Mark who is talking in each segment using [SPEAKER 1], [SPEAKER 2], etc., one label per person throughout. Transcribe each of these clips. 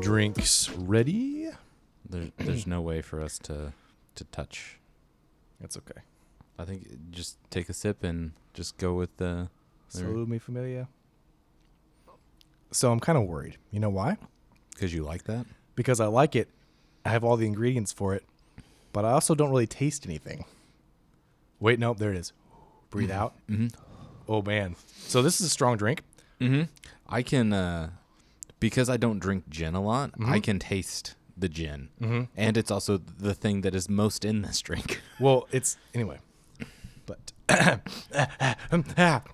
[SPEAKER 1] drinks ready.
[SPEAKER 2] There, there's no way for us to to touch.
[SPEAKER 1] That's okay.
[SPEAKER 2] I think just take a sip and just go with the.
[SPEAKER 1] Salud mi familia. So I'm kind of worried. You know why?
[SPEAKER 2] Because you like that.
[SPEAKER 1] Because I like it. I have all the ingredients for it, but I also don't really taste anything. Wait, nope, there it is. Breathe out. Mm-hmm. Oh man. So this is a strong drink.
[SPEAKER 2] I can uh, because I don't drink gin a lot. I can taste the gin, and it's also the thing that is most in this drink.
[SPEAKER 1] Well, it's anyway. But that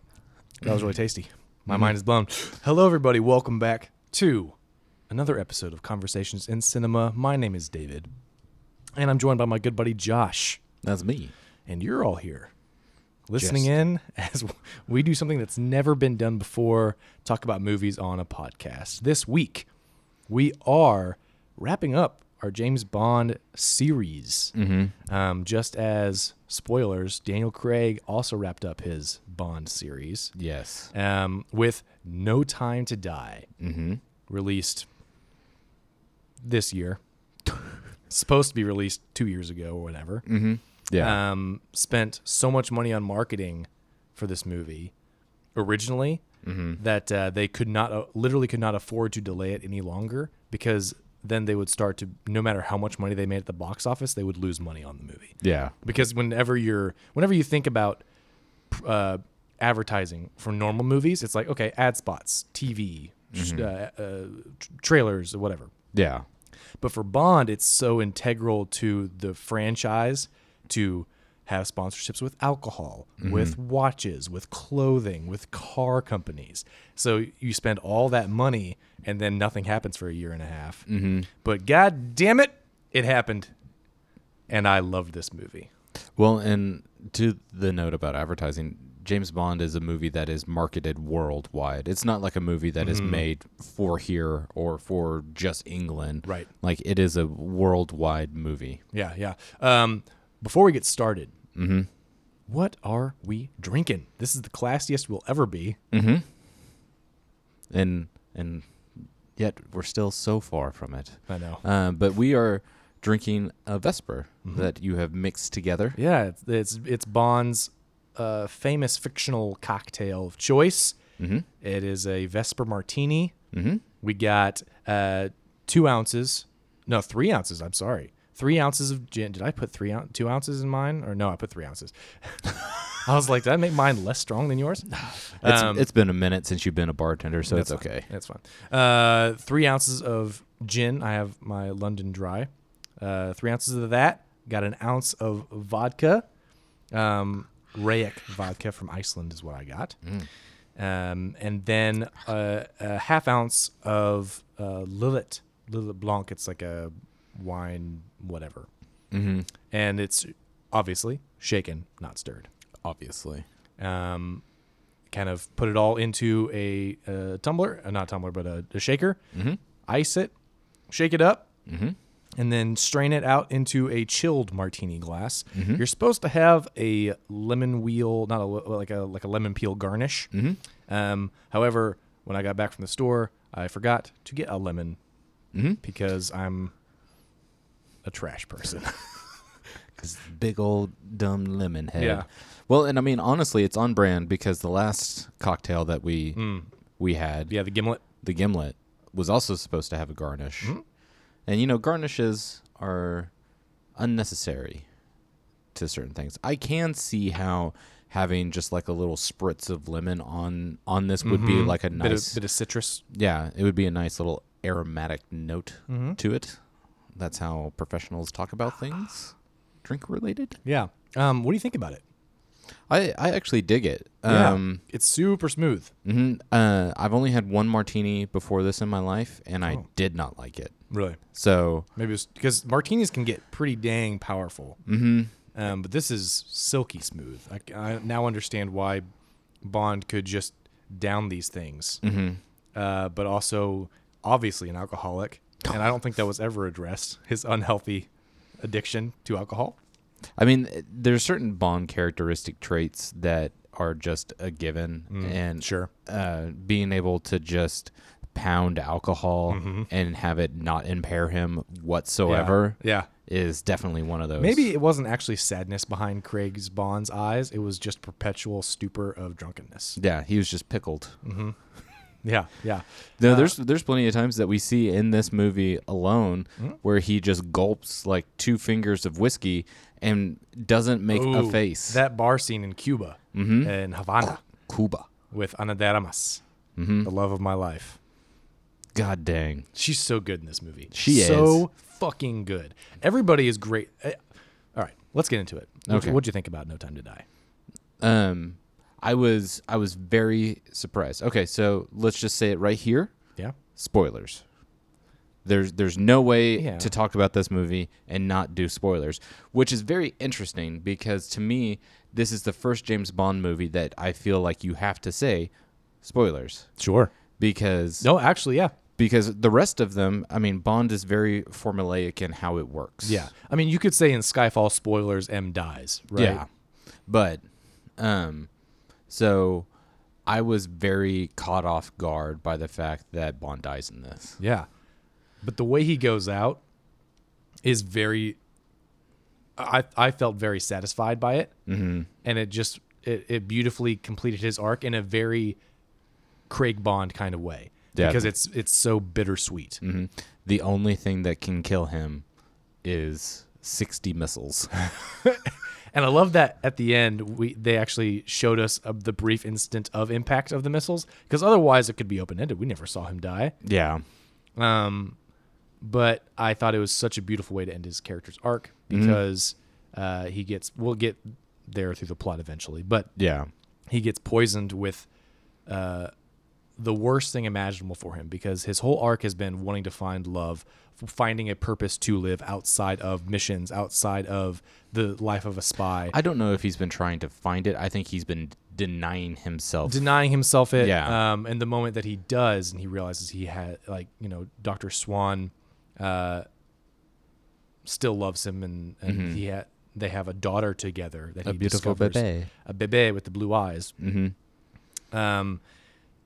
[SPEAKER 1] was really tasty. My mind is blown. Hello, everybody. Welcome back to another episode of Conversations in Cinema. My name is David, and I'm joined by my good buddy Josh.
[SPEAKER 2] That's me.
[SPEAKER 1] And you're all here listening
[SPEAKER 2] Just-
[SPEAKER 1] in as we do something that's never been done before talk about movies on a podcast. This week, we are wrapping up our James Bond series. Um, just as spoilers, Daniel Craig also wrapped up his Bond series
[SPEAKER 2] Yes.
[SPEAKER 1] um, with No Time to Die, released this year. Supposed to be released two years ago or whatever.
[SPEAKER 2] Yeah.
[SPEAKER 1] Um, spent so much money on marketing for this movie originally that uh, they could not, uh, literally, could not afford to delay it any longer because then they would start to, no matter how much money they made at the box office, they would lose money on the movie
[SPEAKER 2] yeah.
[SPEAKER 1] because whenever you're whenever you think about uh, advertising for normal movies, it's like okay, ad spots, TV, sh- uh, uh, tr- trailers, whatever.
[SPEAKER 2] Yeah.
[SPEAKER 1] But for Bond, it's so integral to the franchise to have sponsorships with alcohol, with watches, with clothing, with car companies. So you spend all that money and then nothing happens for a year and a half. Mm-hmm. But god damn it, it happened. And I loved this movie.
[SPEAKER 2] Well, and to the note about advertising, James Bond is a movie that is marketed worldwide. It's not like a movie that is
[SPEAKER 1] Mm-hmm.
[SPEAKER 2] made for here or for just England.
[SPEAKER 1] Right.
[SPEAKER 2] Like it is a worldwide movie.
[SPEAKER 1] Yeah, yeah. Um, before we get started, what are we drinking? This is the classiest we'll ever be.
[SPEAKER 2] And and yet we're still so far from it.
[SPEAKER 1] I know.
[SPEAKER 2] Uh, but we are drinking a Vesper
[SPEAKER 1] Mm-hmm.
[SPEAKER 2] that you have mixed together.
[SPEAKER 1] Yeah, it's it's, it's Bond's uh, famous fictional cocktail of choice. It is a Vesper Martini. Mm-hmm. We got uh, two ounces, no, three ounces. I'm sorry, three ounces of gin. Did I put three ounce, two ounces in mine? Or no, I put three ounces. I was like, did I make mine less strong than yours?
[SPEAKER 2] It's,
[SPEAKER 1] Um,
[SPEAKER 2] it's been a minute since you've been a bartender, so it's
[SPEAKER 1] That's
[SPEAKER 2] okay.
[SPEAKER 1] That's fine. Uh, three ounces of gin. I have my London Dry. Uh, three ounces of that. Got an ounce of vodka. Um, Reyek vodka from Iceland is what I got.
[SPEAKER 2] Mm.
[SPEAKER 1] Um, and then uh, a half ounce of uh, Lillet, Lillet Blanc. It's like a wine, whatever.
[SPEAKER 2] Mm-hmm.
[SPEAKER 1] And it's obviously shaken, not stirred
[SPEAKER 2] Obviously.
[SPEAKER 1] um, kind of put it all into a, a tumbler, uh, not tumbler, but a, a shaker,
[SPEAKER 2] Mm-hmm.
[SPEAKER 1] ice it, shake it up, and then strain it out into a chilled martini glass.
[SPEAKER 2] Mm-hmm.
[SPEAKER 1] You're supposed to have a lemon wheel, not a, le- like a like a lemon peel garnish.
[SPEAKER 2] Mm-hmm.
[SPEAKER 1] Um, however, when I got back from the store, I forgot to get a lemon
[SPEAKER 2] Mm-hmm.
[SPEAKER 1] because I'm a trash person.
[SPEAKER 2] This big old dumb lemon head.
[SPEAKER 1] Yeah.
[SPEAKER 2] Well, and I mean honestly, it's on brand because the last cocktail that we we had,
[SPEAKER 1] Mm. yeah, the gimlet.
[SPEAKER 2] the gimlet, was also supposed to have a garnish.
[SPEAKER 1] Mm-hmm.
[SPEAKER 2] And you know, garnishes are unnecessary to certain things. I can see how having just like a little spritz of lemon on on this would be like a
[SPEAKER 1] Mm-hmm. Bit
[SPEAKER 2] nice
[SPEAKER 1] of, bit of Mm-hmm. citrus.
[SPEAKER 2] yeah, it would be a nice little aromatic note to it. That's how professionals talk about things, drink related.
[SPEAKER 1] Yeah. Um, what do you think about it?
[SPEAKER 2] I, I actually dig it.
[SPEAKER 1] Yeah,
[SPEAKER 2] Um,
[SPEAKER 1] it's super smooth.
[SPEAKER 2] mhm, uh, I've only had one martini before this in my life, and
[SPEAKER 1] Oh.
[SPEAKER 2] I did not like it.
[SPEAKER 1] Really,
[SPEAKER 2] So
[SPEAKER 1] maybe it's because martinis can get pretty dang powerful. Mm-hmm. Um, but this is silky smooth. I, c- I now understand why Bond could just down these things. Mm-hmm. Uh, but also, obviously, an alcoholic, and I don't think that was ever addressed. His unhealthy addiction to alcohol.
[SPEAKER 2] I mean, eh, there's certain Bond characteristic traits that are just a given, and
[SPEAKER 1] Mm, Sure.
[SPEAKER 2] uh, being able to just pound alcohol
[SPEAKER 1] Mm-hmm.
[SPEAKER 2] and have it not impair him whatsoever
[SPEAKER 1] Yeah.
[SPEAKER 2] is definitely one of those.
[SPEAKER 1] Maybe it wasn't actually sadness behind Craig's Bond's eyes. It was just perpetual stupor of drunkenness.
[SPEAKER 2] Yeah, he was just pickled.
[SPEAKER 1] Yeah, yeah.
[SPEAKER 2] No, there's there's plenty of times that we see in this movie alone
[SPEAKER 1] Hmm?
[SPEAKER 2] where he just gulps like two fingers of whiskey and doesn't make
[SPEAKER 1] Ooh, Mm-hmm.
[SPEAKER 2] a face.
[SPEAKER 1] That bar scene in Cuba, in Havana,
[SPEAKER 2] Cuba.
[SPEAKER 1] with Ana de Armas,
[SPEAKER 2] Mm-hmm.
[SPEAKER 1] the love of my life.
[SPEAKER 2] God dang.
[SPEAKER 1] She's so good in this movie.
[SPEAKER 2] She is.
[SPEAKER 1] so fucking good. Everybody is great. Eh, All right, let's get into it. What'd,
[SPEAKER 2] Okay.
[SPEAKER 1] you, what'd you think about No Time to Die?
[SPEAKER 2] Um I was I was very surprised. Okay, so let's just say it right here.
[SPEAKER 1] Yeah.
[SPEAKER 2] Spoilers. There's there's no way
[SPEAKER 1] Yeah.
[SPEAKER 2] to talk about this movie and not do spoilers, which is very interesting because to me this is the first James Bond movie that I feel like you have to say spoilers.
[SPEAKER 1] Sure.
[SPEAKER 2] because
[SPEAKER 1] No, actually, yeah.
[SPEAKER 2] because the rest of them, I mean, Bond is very formulaic in how it works.
[SPEAKER 1] Yeah. I mean, you could say in Skyfall, spoilers, M dies, right?
[SPEAKER 2] yeah. But um, so I was very caught off guard by the fact that Bond dies in this.
[SPEAKER 1] Yeah. But the way he goes out is very I I felt very satisfied by it. Mm-hmm. And it just it, it beautifully completed his arc in a very Craig Bond kind of way.
[SPEAKER 2] Yeah.
[SPEAKER 1] Because it's it's so bittersweet.
[SPEAKER 2] The only thing that can kill him is sixty missiles.
[SPEAKER 1] And I love that at the end we they actually showed us of the brief instant of impact of the missiles because otherwise it could be open ended. We never saw him die.
[SPEAKER 2] yeah.
[SPEAKER 1] Um, but I thought it was such a beautiful way to end his character's arc because uh, he gets we'll get there through the plot eventually, but
[SPEAKER 2] Yeah.
[SPEAKER 1] he gets poisoned with uh, the worst thing imaginable for him because his whole arc has been wanting to find love, f- finding a purpose to live outside of missions, outside of the life of a spy.
[SPEAKER 2] I don't know if he's been trying to find it. I think he's been denying himself.
[SPEAKER 1] denying himself it.
[SPEAKER 2] Yeah.
[SPEAKER 1] Um, and the moment that he does, and he realizes he had, like, you know, Doctor Swan, uh, still loves him, and, and he ha- they have a daughter together that
[SPEAKER 2] Mm-hmm. A
[SPEAKER 1] he
[SPEAKER 2] beautiful
[SPEAKER 1] discovers,
[SPEAKER 2] bebe.
[SPEAKER 1] a bebe with the blue eyes.
[SPEAKER 2] mm-hmm.
[SPEAKER 1] Um,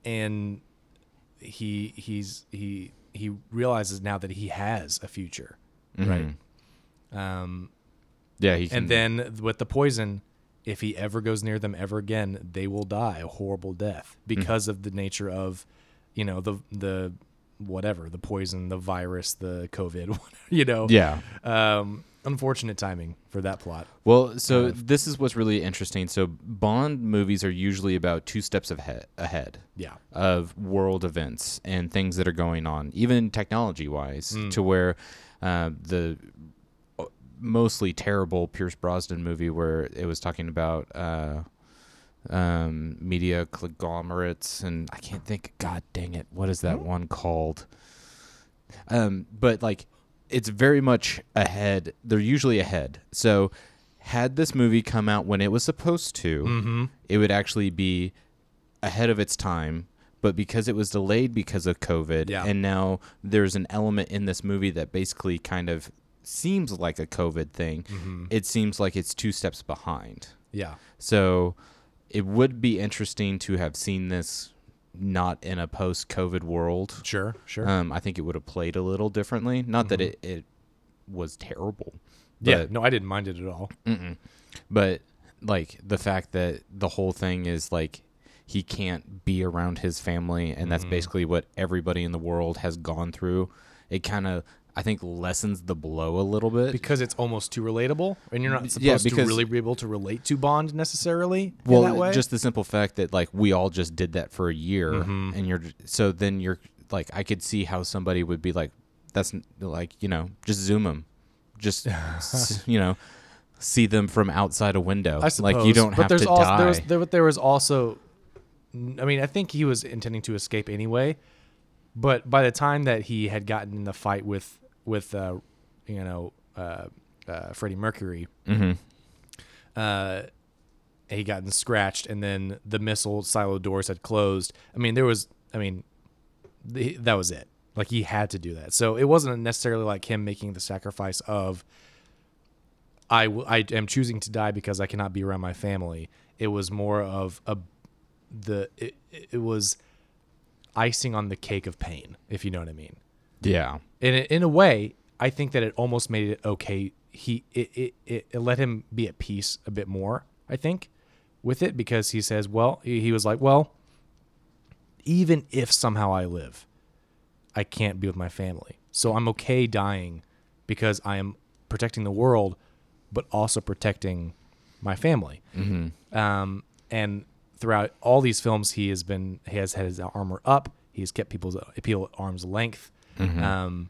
[SPEAKER 1] and he he's he he realizes now that he has a future,
[SPEAKER 2] Mm-hmm.
[SPEAKER 1] right? Um,
[SPEAKER 2] Yeah. He can,
[SPEAKER 1] and then with the poison, if he ever goes near them ever again, they will die a horrible death
[SPEAKER 2] Hmm.
[SPEAKER 1] because of the nature of, you know, the the whatever, the poison, the virus, the COVID, you know.
[SPEAKER 2] yeah.
[SPEAKER 1] Um, unfortunate timing for that plot.
[SPEAKER 2] Well, so this is what's really interesting. So Bond movies are usually about two steps ahead, ahead
[SPEAKER 1] Yeah.
[SPEAKER 2] of world events and things that are going on, even technology-wise, to where uh, the mostly terrible Pierce Brosnan movie where it was talking about uh, um, media conglomerates and I can't think. God dang it! What is that one called? Um, but like, it's very much ahead. They're usually ahead. So, had this movie come out when it was supposed to, it would actually be ahead of its time. But because it was delayed because of COVID,
[SPEAKER 1] Yeah.
[SPEAKER 2] and now there's an element in this movie that basically kind of seems like a COVID thing, it seems like it's two steps behind.
[SPEAKER 1] Yeah.
[SPEAKER 2] So it would be interesting to have seen this not in a post COVID world.
[SPEAKER 1] Sure. Sure. Mm-hmm.
[SPEAKER 2] Um, I think it would have played a little differently. Not that it, it was terrible.
[SPEAKER 1] yeah.
[SPEAKER 2] But,
[SPEAKER 1] No, I didn't mind it at all.
[SPEAKER 2] But like the fact that the whole thing is like he can't be around his family, and
[SPEAKER 1] Mm-hmm.
[SPEAKER 2] that's basically what everybody in the world has gone through. It kind of, I think, lessens the blow a little bit.
[SPEAKER 1] Because it's almost too relatable, and you're not supposed
[SPEAKER 2] yeah,
[SPEAKER 1] to
[SPEAKER 2] because-
[SPEAKER 1] really be able to relate to Bond necessarily
[SPEAKER 2] well,
[SPEAKER 1] in that way.
[SPEAKER 2] just the simple fact that like we all just did that for a year,
[SPEAKER 1] Mm-hmm.
[SPEAKER 2] and you're so then you're like I could see how somebody would be like, that's n- like you know just zoom them, just s- you know see them from outside a window.
[SPEAKER 1] I suppose.
[SPEAKER 2] like you don't
[SPEAKER 1] but
[SPEAKER 2] have
[SPEAKER 1] there's
[SPEAKER 2] to
[SPEAKER 1] also,
[SPEAKER 2] die.
[SPEAKER 1] There was, there, but there was also, I mean, I think he was intending to escape anyway, but by the time that he had gotten in the fight with with uh, you know uh, uh, Freddie Mercury,
[SPEAKER 2] Mm-hmm.
[SPEAKER 1] uh, he gotten scratched, and then the missile silo doors had closed. I mean, there was, I mean, th- that was it. Like he had to do that. So it wasn't necessarily like him making the sacrifice of I, w- I am choosing to die because I cannot be around my family. It was more of a the it, it was icing on the cake of pain, if you know what I mean.
[SPEAKER 2] Yeah.
[SPEAKER 1] And in a way, I think that it almost made it okay. He it, it, it, it let him be at peace a bit more. I think with it because he says, well, he he was like, well, even if somehow I live, I can't be with my family, so I'm okay dying because I am protecting the world, but also protecting my family. Um, and throughout all these films, he has been he has had his armor up. He's kept people's appeal at arm's length.
[SPEAKER 2] Mm-hmm.
[SPEAKER 1] Um,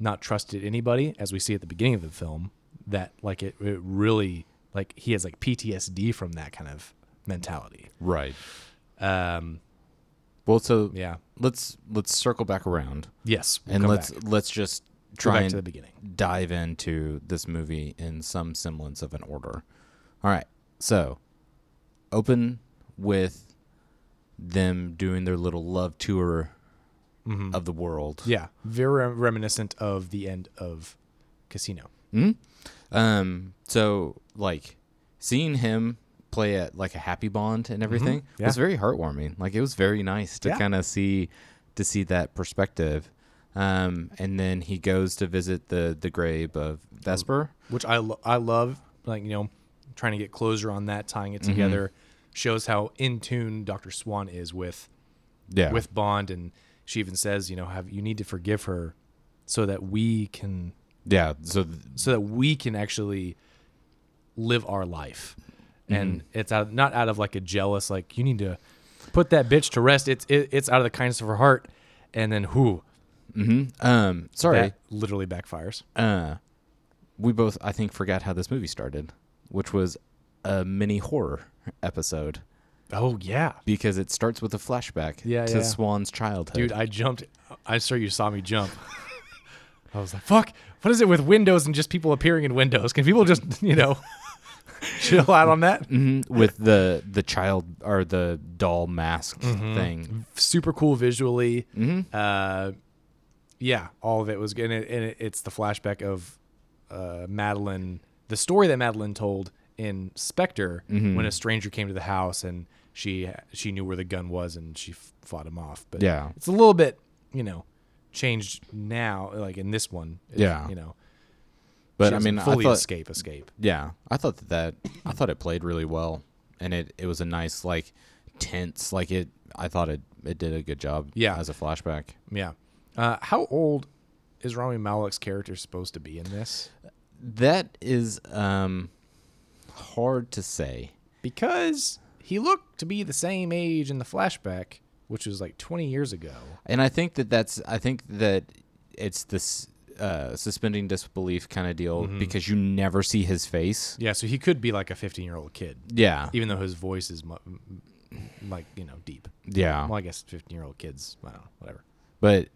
[SPEAKER 1] not trusted anybody, as we see at the beginning of the film. That like it, it really like he has like PTSD from that kind of mentality.
[SPEAKER 2] Right.
[SPEAKER 1] Um,
[SPEAKER 2] Well, so
[SPEAKER 1] yeah.
[SPEAKER 2] let's let's circle back around
[SPEAKER 1] Yes. we'll
[SPEAKER 2] and
[SPEAKER 1] come
[SPEAKER 2] let's
[SPEAKER 1] back.
[SPEAKER 2] let's just
[SPEAKER 1] go
[SPEAKER 2] try
[SPEAKER 1] back to the
[SPEAKER 2] and
[SPEAKER 1] beginning.
[SPEAKER 2] dive into this movie in some semblance of an order. All right. So, open with them doing their little love tour of the world.
[SPEAKER 1] Mm-hmm. Yeah. Very reminiscent of the end of Casino.
[SPEAKER 2] Um, so like seeing him play at like a happy bond and everything
[SPEAKER 1] Mm-hmm. Yeah.
[SPEAKER 2] was very heartwarming. Like it was very nice to
[SPEAKER 1] Yeah.
[SPEAKER 2] kind of see to see that perspective. Um, and then he goes to visit the the grave of Vesper.
[SPEAKER 1] which I lo- I love. Like you know, trying to get closure on that, tying it together, shows how in tune Doctor Swan is with
[SPEAKER 2] Yeah.
[SPEAKER 1] with Bond, and she even says, you know, have you need to forgive her, so that we can
[SPEAKER 2] yeah. So th-
[SPEAKER 1] so that we can actually live our life, and it's out not out of like a jealous like you need to put that bitch to rest. It's it, it's out of the kindness of her heart, and then who
[SPEAKER 2] um sorry.
[SPEAKER 1] that literally backfires.
[SPEAKER 2] uh we both I think forgot how this movie started, which was a mini horror episode
[SPEAKER 1] Oh yeah.
[SPEAKER 2] because it starts with a flashback
[SPEAKER 1] Yeah,
[SPEAKER 2] to
[SPEAKER 1] yeah.
[SPEAKER 2] Swan's childhood.
[SPEAKER 1] Dude, I jumped. I'm sure you saw me jump. I was like, fuck, what is it with windows and just people appearing in windows? Can people just, you know, chill out on that?
[SPEAKER 2] Mhm, with the the child or the doll mask
[SPEAKER 1] Mm-hmm.
[SPEAKER 2] thing.
[SPEAKER 1] Super cool visually. Uh, yeah, all of it was good. And, it, and it, it's the flashback of uh, Madeline, the story that Madeline told in Spectre when a stranger came to the house and she she knew where the gun was and she f- fought him off. But
[SPEAKER 2] Yeah.
[SPEAKER 1] it's a little bit, you know, changed now, like in this one. It's,
[SPEAKER 2] Yeah.
[SPEAKER 1] You know,
[SPEAKER 2] But
[SPEAKER 1] She
[SPEAKER 2] I
[SPEAKER 1] doesn't
[SPEAKER 2] mean, I
[SPEAKER 1] fully
[SPEAKER 2] thought
[SPEAKER 1] escape, escape.
[SPEAKER 2] yeah, I thought that, that I thought it played really well, and it it was a nice like tense like it. I thought it it did a good job.
[SPEAKER 1] Yeah.
[SPEAKER 2] as a flashback.
[SPEAKER 1] Yeah. Uh, how old is Rami Malek's character supposed to be in this?
[SPEAKER 2] That is um hard to say.
[SPEAKER 1] Because he looked to be the same age in the flashback, which was like 20 years ago.
[SPEAKER 2] And I think that that's I think that it's this uh, suspending disbelief kind of deal
[SPEAKER 1] Mm-hmm.
[SPEAKER 2] because you never see his face.
[SPEAKER 1] Yeah, so he could be like a 15 year old kid,
[SPEAKER 2] Yeah,
[SPEAKER 1] even though his voice is mu- like, you know, deep.
[SPEAKER 2] yeah.
[SPEAKER 1] Well, I guess 15 year old kids, I don't know, whatever.
[SPEAKER 2] But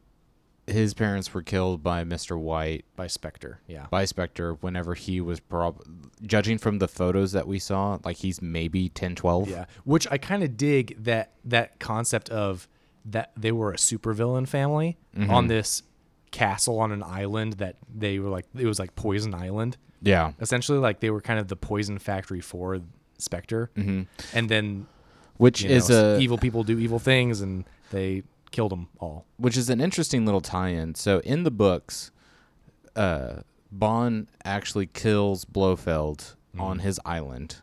[SPEAKER 2] his parents were killed by Mr. White
[SPEAKER 1] By Spectre. Yeah.
[SPEAKER 2] by Spectre whenever he was prob judging from the photos that we saw, like he's maybe 10, 12.
[SPEAKER 1] Yeah, which I kind of dig that that concept of that they were a supervillain family on this castle on an island that they were like it was like Poison Island
[SPEAKER 2] Yeah.
[SPEAKER 1] essentially like they were kind of the poison factory for Spectre, mm-hmm. uh, and then
[SPEAKER 2] Which
[SPEAKER 1] you
[SPEAKER 2] is
[SPEAKER 1] know,
[SPEAKER 2] a
[SPEAKER 1] evil people do evil things and they killed them all.
[SPEAKER 2] which is an interesting little tie-in. So in the books, uh, Bond actually kills Blofeld on his island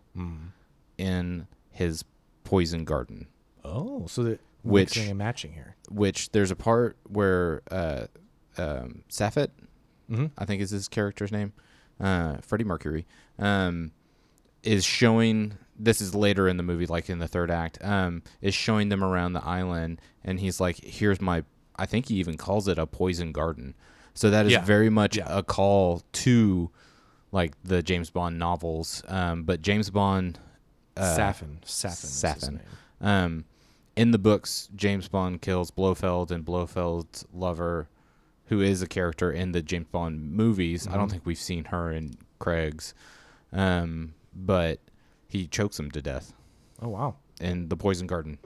[SPEAKER 2] in his poison garden.
[SPEAKER 1] Oh, so that
[SPEAKER 2] Which-
[SPEAKER 1] mixing and matching here?
[SPEAKER 2] Which there's a part where uh, um, Safet,
[SPEAKER 1] Mm-hmm.
[SPEAKER 2] I think is his character's name, uh, Freddie Mercury, um, is showing. This is later in the movie, like in the third act, um, is showing them around the island, and he's like, "Here's my." I think he even calls it a poison garden. So that is
[SPEAKER 1] Yeah.
[SPEAKER 2] very much
[SPEAKER 1] Yeah.
[SPEAKER 2] a call to, like the James Bond novels, um, but James Bond uh,
[SPEAKER 1] Saffin, Saffin, is his
[SPEAKER 2] Saffin.
[SPEAKER 1] name.
[SPEAKER 2] Um, in the books, James Bond kills Blofeld and Blofeld's lover, who is a character in the James Bond movies. I
[SPEAKER 1] Mm-hmm.
[SPEAKER 2] don't think we've seen her in Craig's, um, but he chokes him to death
[SPEAKER 1] Oh wow,
[SPEAKER 2] in the Poison Garden.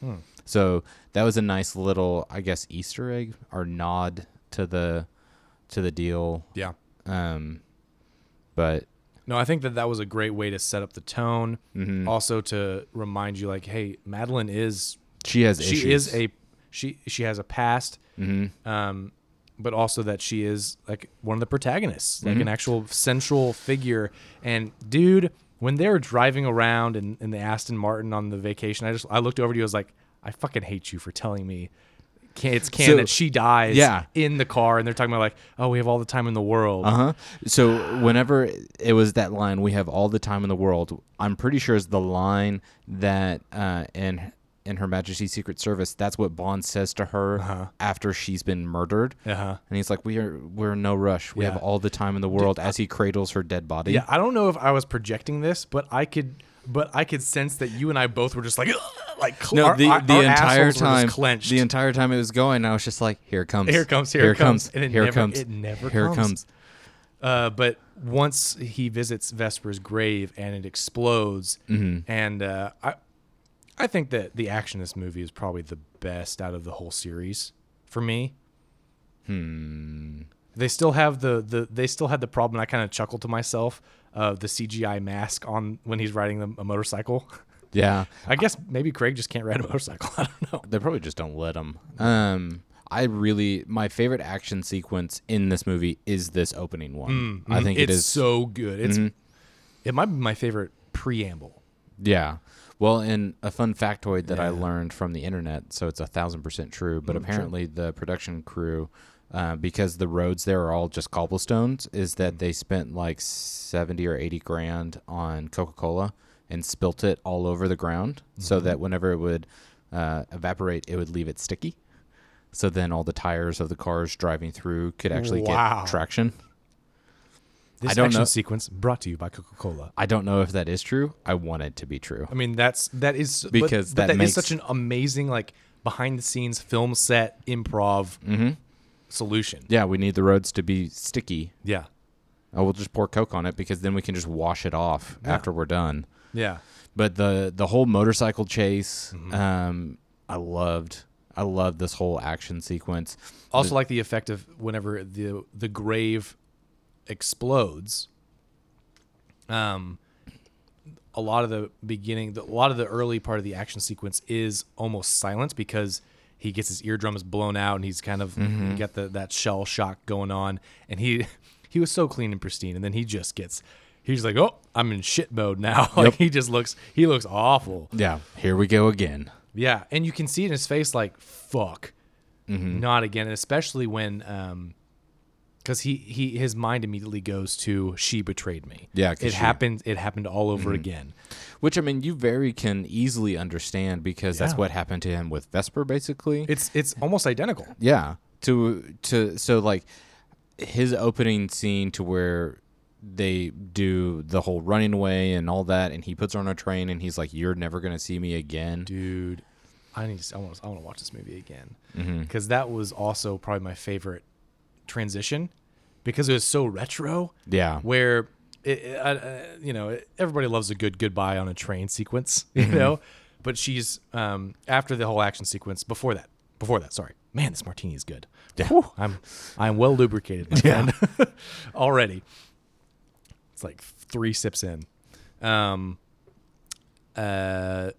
[SPEAKER 1] Hmm.
[SPEAKER 2] So that was a nice little, I guess, Easter egg or nod to the to the deal.
[SPEAKER 1] yeah.
[SPEAKER 2] Um, but
[SPEAKER 1] No, I think that that was a great way to set up the tone.
[SPEAKER 2] Mm-hmm.
[SPEAKER 1] Also to remind you, like, hey, Madeline is
[SPEAKER 2] she has
[SPEAKER 1] she
[SPEAKER 2] issues. Mm-hmm.
[SPEAKER 1] is a she she has a past, um, but also that she is like one of the protagonists,
[SPEAKER 2] Mm-hmm.
[SPEAKER 1] like an actual central figure. And dude, when they were driving around in, in the Aston Martin on the vacation, I just I looked over to you. I was like, I fucking hate you for telling me. can- It's canon
[SPEAKER 2] So-
[SPEAKER 1] that she dies
[SPEAKER 2] Yeah.
[SPEAKER 1] in the car, and they're talking about like, oh, we have all the time in the world.
[SPEAKER 2] Uh huh. So whenever it was that line, we have all the time in the world. I'm pretty sure is the line that uh, in in Her Majesty's Secret Service. That's what Bond says to her after she's been murdered.
[SPEAKER 1] Uh-huh.
[SPEAKER 2] And he's like, "We are we're in no rush. We
[SPEAKER 1] Yeah.
[SPEAKER 2] have all the time in the world." as he cradles her dead body.
[SPEAKER 1] Yeah, I don't know if I was projecting this, but I could, but I could sense that you and I both were just like, like cl-
[SPEAKER 2] No,
[SPEAKER 1] our-
[SPEAKER 2] the,
[SPEAKER 1] our-
[SPEAKER 2] the
[SPEAKER 1] our
[SPEAKER 2] entire
[SPEAKER 1] assholes were just
[SPEAKER 2] time,
[SPEAKER 1] clenched.
[SPEAKER 2] the entire time it was going, I was just like, "Here it comes,
[SPEAKER 1] Here it comes, here it comes, and it
[SPEAKER 2] here
[SPEAKER 1] never-
[SPEAKER 2] comes,
[SPEAKER 1] it never
[SPEAKER 2] here
[SPEAKER 1] comes.
[SPEAKER 2] it comes."
[SPEAKER 1] uh, but once he visits Vesper's grave and it explodes,
[SPEAKER 2] Mm-hmm.
[SPEAKER 1] and uh, I, I think that the action in this movie is probably the best out of the whole series for me. Hmm. They still have the the they still had the problem. and I kind of chuckled to myself of the CGI mask on when he's riding the, a motorcycle.
[SPEAKER 2] Yeah,
[SPEAKER 1] I guess maybe Craig just can't ride a motorcycle. I don't know.
[SPEAKER 2] They probably just don't let them. Um, I really my favorite action sequence in this movie is this opening one. I think
[SPEAKER 1] mm.
[SPEAKER 2] it
[SPEAKER 1] it's
[SPEAKER 2] is. Mm-hmm.
[SPEAKER 1] so good. It's it might be my favorite preamble.
[SPEAKER 2] yeah. Well, and a fun factoid that I learned from the internet, so it's a thousand percent true.
[SPEAKER 1] Mm,
[SPEAKER 2] But apparently, the production crew, uh, because the roads there are all just cobblestones, is
[SPEAKER 1] Mm.
[SPEAKER 2] that they spent like seventy or eighty grand on Coca Cola and spilt it all over the ground, so
[SPEAKER 1] Mm-hmm.
[SPEAKER 2] that whenever it would uh, evaporate, it would leave it sticky. So then all the tires of the cars driving through could actually
[SPEAKER 1] Wow.
[SPEAKER 2] get traction.
[SPEAKER 1] This
[SPEAKER 2] I don't
[SPEAKER 1] action
[SPEAKER 2] know-
[SPEAKER 1] sequence brought to you by Coca Cola.
[SPEAKER 2] I don't know if that is true. I want it to be true.
[SPEAKER 1] I mean, that's that is but-
[SPEAKER 2] Because
[SPEAKER 1] but,
[SPEAKER 2] that
[SPEAKER 1] that is
[SPEAKER 2] makes-
[SPEAKER 1] such an amazing like behind the scenes film set improv
[SPEAKER 2] Mm-hmm.
[SPEAKER 1] solution.
[SPEAKER 2] Yeah, we need the roads to be sticky.
[SPEAKER 1] Yeah,
[SPEAKER 2] Oh, we'll just pour Coke on it because then we can just wash it off after we're done.
[SPEAKER 1] yeah.
[SPEAKER 2] But the the whole motorcycle chase,
[SPEAKER 1] Mm-hmm.
[SPEAKER 2] um, I loved. I loved this whole action sequence.
[SPEAKER 1] Also, like the effect of whenever the the grave explodes. Um, a lot of the beginning, the, a lot of the early part of the action sequence is almost silence because he gets his eardrums blown out and he's kind of got the that shell shock going on, and he he was so clean and pristine, and then he just gets. He's like, oh, I'm in shit mode now. like
[SPEAKER 2] Yep.
[SPEAKER 1] he just looks, he looks awful.
[SPEAKER 2] Yeah, here we go again.
[SPEAKER 1] Yeah, and you can see it in his face, like fuck,
[SPEAKER 2] Mm-hmm.
[SPEAKER 1] not again. And especially when, um, because he he his mind immediately goes to she betrayed me.
[SPEAKER 2] Yeah, 'cause
[SPEAKER 1] it
[SPEAKER 2] she- Mm-hmm.
[SPEAKER 1] happened. It happened all over again.
[SPEAKER 2] Which I mean, you very can easily understand because that's
[SPEAKER 1] Yeah.
[SPEAKER 2] what happened to him with Vesper, basically.
[SPEAKER 1] It's it's almost identical.
[SPEAKER 2] Yeah. To to so like his opening scene to where they do the whole running away and all that, and he puts her on a train, and he's like, "You're never gonna see me again."
[SPEAKER 1] dude i need to, i want to i want to watch this movie again
[SPEAKER 2] Mm-hmm.
[SPEAKER 1] because that was also probably my favorite transition because it was so retro
[SPEAKER 2] Yeah.
[SPEAKER 1] where it, it- I- I- you know everybody loves a good goodbye on a train sequence you know but she's um after the whole action sequence before that before that sorry man this martini is good Whew, i'm i'm well lubricated my friend. already it's like three sips in um uh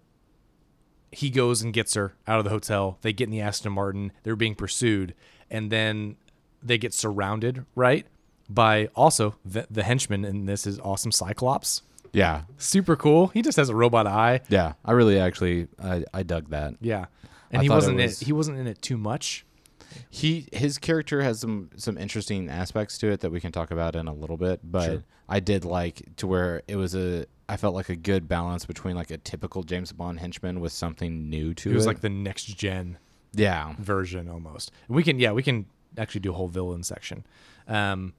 [SPEAKER 1] he goes and gets her out of the hotel. They get in the Aston Martin. They're being pursued, and then they get surrounded, right? By also the, the henchman, and this is awesome Cyclops.
[SPEAKER 2] Yeah.
[SPEAKER 1] Super cool. He just has a robot eye.
[SPEAKER 2] Yeah. I really actually I, I dug that.
[SPEAKER 1] Yeah, and
[SPEAKER 2] I
[SPEAKER 1] he
[SPEAKER 2] thought it
[SPEAKER 1] wasn't
[SPEAKER 2] was-
[SPEAKER 1] in it, he wasn't in it too much.
[SPEAKER 2] He his character has some some interesting aspects to it that we can talk about in a little bit, but
[SPEAKER 1] Sure.
[SPEAKER 2] I did like to where it was a I felt like a good balance between like a typical James Bond henchman with something new to it.
[SPEAKER 1] He was like the next gen
[SPEAKER 2] yeah.
[SPEAKER 1] version almost. We can yeah, we can actually do a whole villain section. Um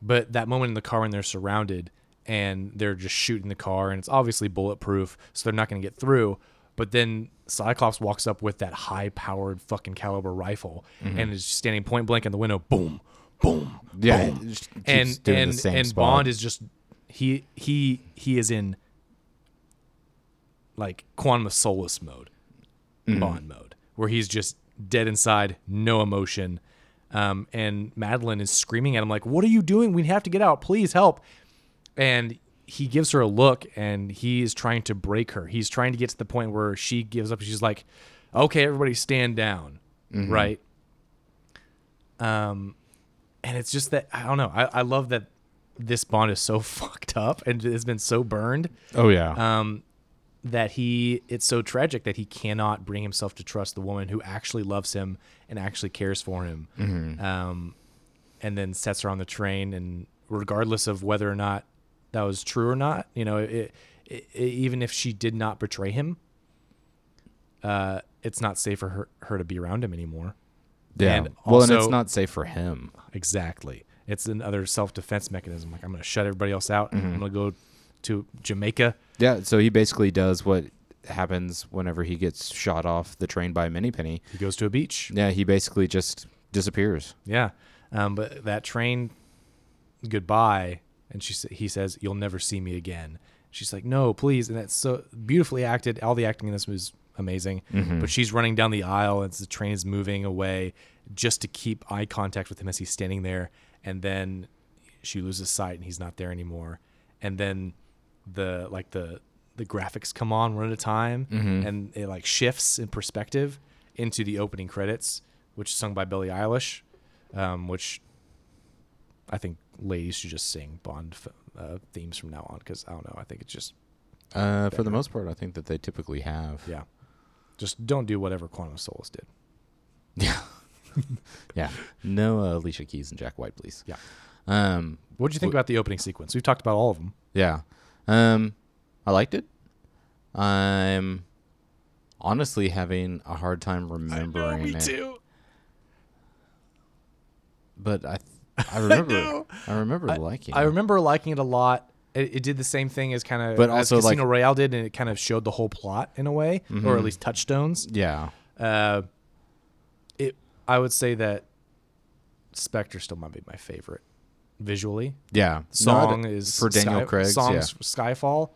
[SPEAKER 1] but that moment in the car when they're surrounded and they're just shooting the car and it's obviously bulletproof, so they're not going to get through, but then Cyclops walks up with that high-powered fucking caliber rifle
[SPEAKER 2] Mm-hmm.
[SPEAKER 1] and is standing point blank in the window, boom, boom.
[SPEAKER 2] Yeah.
[SPEAKER 1] boom.
[SPEAKER 2] it just keeps
[SPEAKER 1] And
[SPEAKER 2] doing the
[SPEAKER 1] and
[SPEAKER 2] same
[SPEAKER 1] and
[SPEAKER 2] spot.
[SPEAKER 1] Bond is just he he he is in like quantum of solace mode
[SPEAKER 2] Mm-hmm.
[SPEAKER 1] bond mode where he's just dead inside no emotion um, and madeline is screaming at him like what are you doing we have to get out please help and he gives her a look and he is trying to break her he's trying to get to the point where she gives up she's like okay, everybody stand down,
[SPEAKER 2] Mm-hmm.
[SPEAKER 1] right? Um, and it's just that I don't know. I, I love that this Bond is so fucked up and has been so burned
[SPEAKER 2] Oh yeah.
[SPEAKER 1] um, that he it's so tragic that he cannot bring himself to trust the woman who actually loves him and actually cares for him
[SPEAKER 2] Mm-hmm.
[SPEAKER 1] um, and then sets her on the train and regardless of whether or not that was true or not you know it, it, it- even if she did not betray him uh, it's not safe for her, her to be around him anymore
[SPEAKER 2] yeah.
[SPEAKER 1] and
[SPEAKER 2] well, and it's
[SPEAKER 1] also-
[SPEAKER 2] not safe for him.
[SPEAKER 1] Exactly. It's another self defense mechanism. Like I'm gonna shut everybody else out. I'm gonna go to Jamaica.
[SPEAKER 2] Yeah. So he basically does what happens whenever he gets shot off the train by Penny.
[SPEAKER 1] He goes to a beach.
[SPEAKER 2] Yeah. He basically just disappears.
[SPEAKER 1] Yeah. Um, but that train, goodbye. And she sa- he says, "You'll never see me again." She's like, "No, please." And that's so beautifully acted. All the acting in this was amazing. But she's running down the aisle, and the train is moving away, just to keep eye contact with him as he's standing there. And then she loses sight, and he's not there anymore. And then the like the the graphics come on one at a time, and it like shifts in perspective into the opening credits, which is sung by Billie Eilish um, which I think ladies should just sing Bond f- uh, themes from now on because I don't know. I think it's just
[SPEAKER 2] Uh, for the most part, I think that they typically have.
[SPEAKER 1] yeah, just don't do whatever Quantum of Solace did.
[SPEAKER 2] Yeah. yeah. No uh, Alicia Keys and Jack White, please.
[SPEAKER 1] Yeah.
[SPEAKER 2] Um,
[SPEAKER 1] What do you think about the opening sequence? We've talked about all of them.
[SPEAKER 2] yeah. Um, I liked it. I'm honestly having a hard time remembering it. But I, th- I remember,
[SPEAKER 1] know.
[SPEAKER 2] I, remember liking.
[SPEAKER 1] I
[SPEAKER 2] it.
[SPEAKER 1] remember liking it a lot. It, it did the same thing as kind of
[SPEAKER 2] But
[SPEAKER 1] as
[SPEAKER 2] also, like- Mm-hmm.
[SPEAKER 1] Casino Royale did, and it kind of showed the whole plot in a way, or at least touchstones.
[SPEAKER 2] Yeah.
[SPEAKER 1] Uh, it I would say that Spectre still might be my favorite visually.
[SPEAKER 2] Yeah.
[SPEAKER 1] song
[SPEAKER 2] Not
[SPEAKER 1] is
[SPEAKER 2] for Daniel
[SPEAKER 1] Sky-
[SPEAKER 2] Craig.
[SPEAKER 1] Songs Skyfall,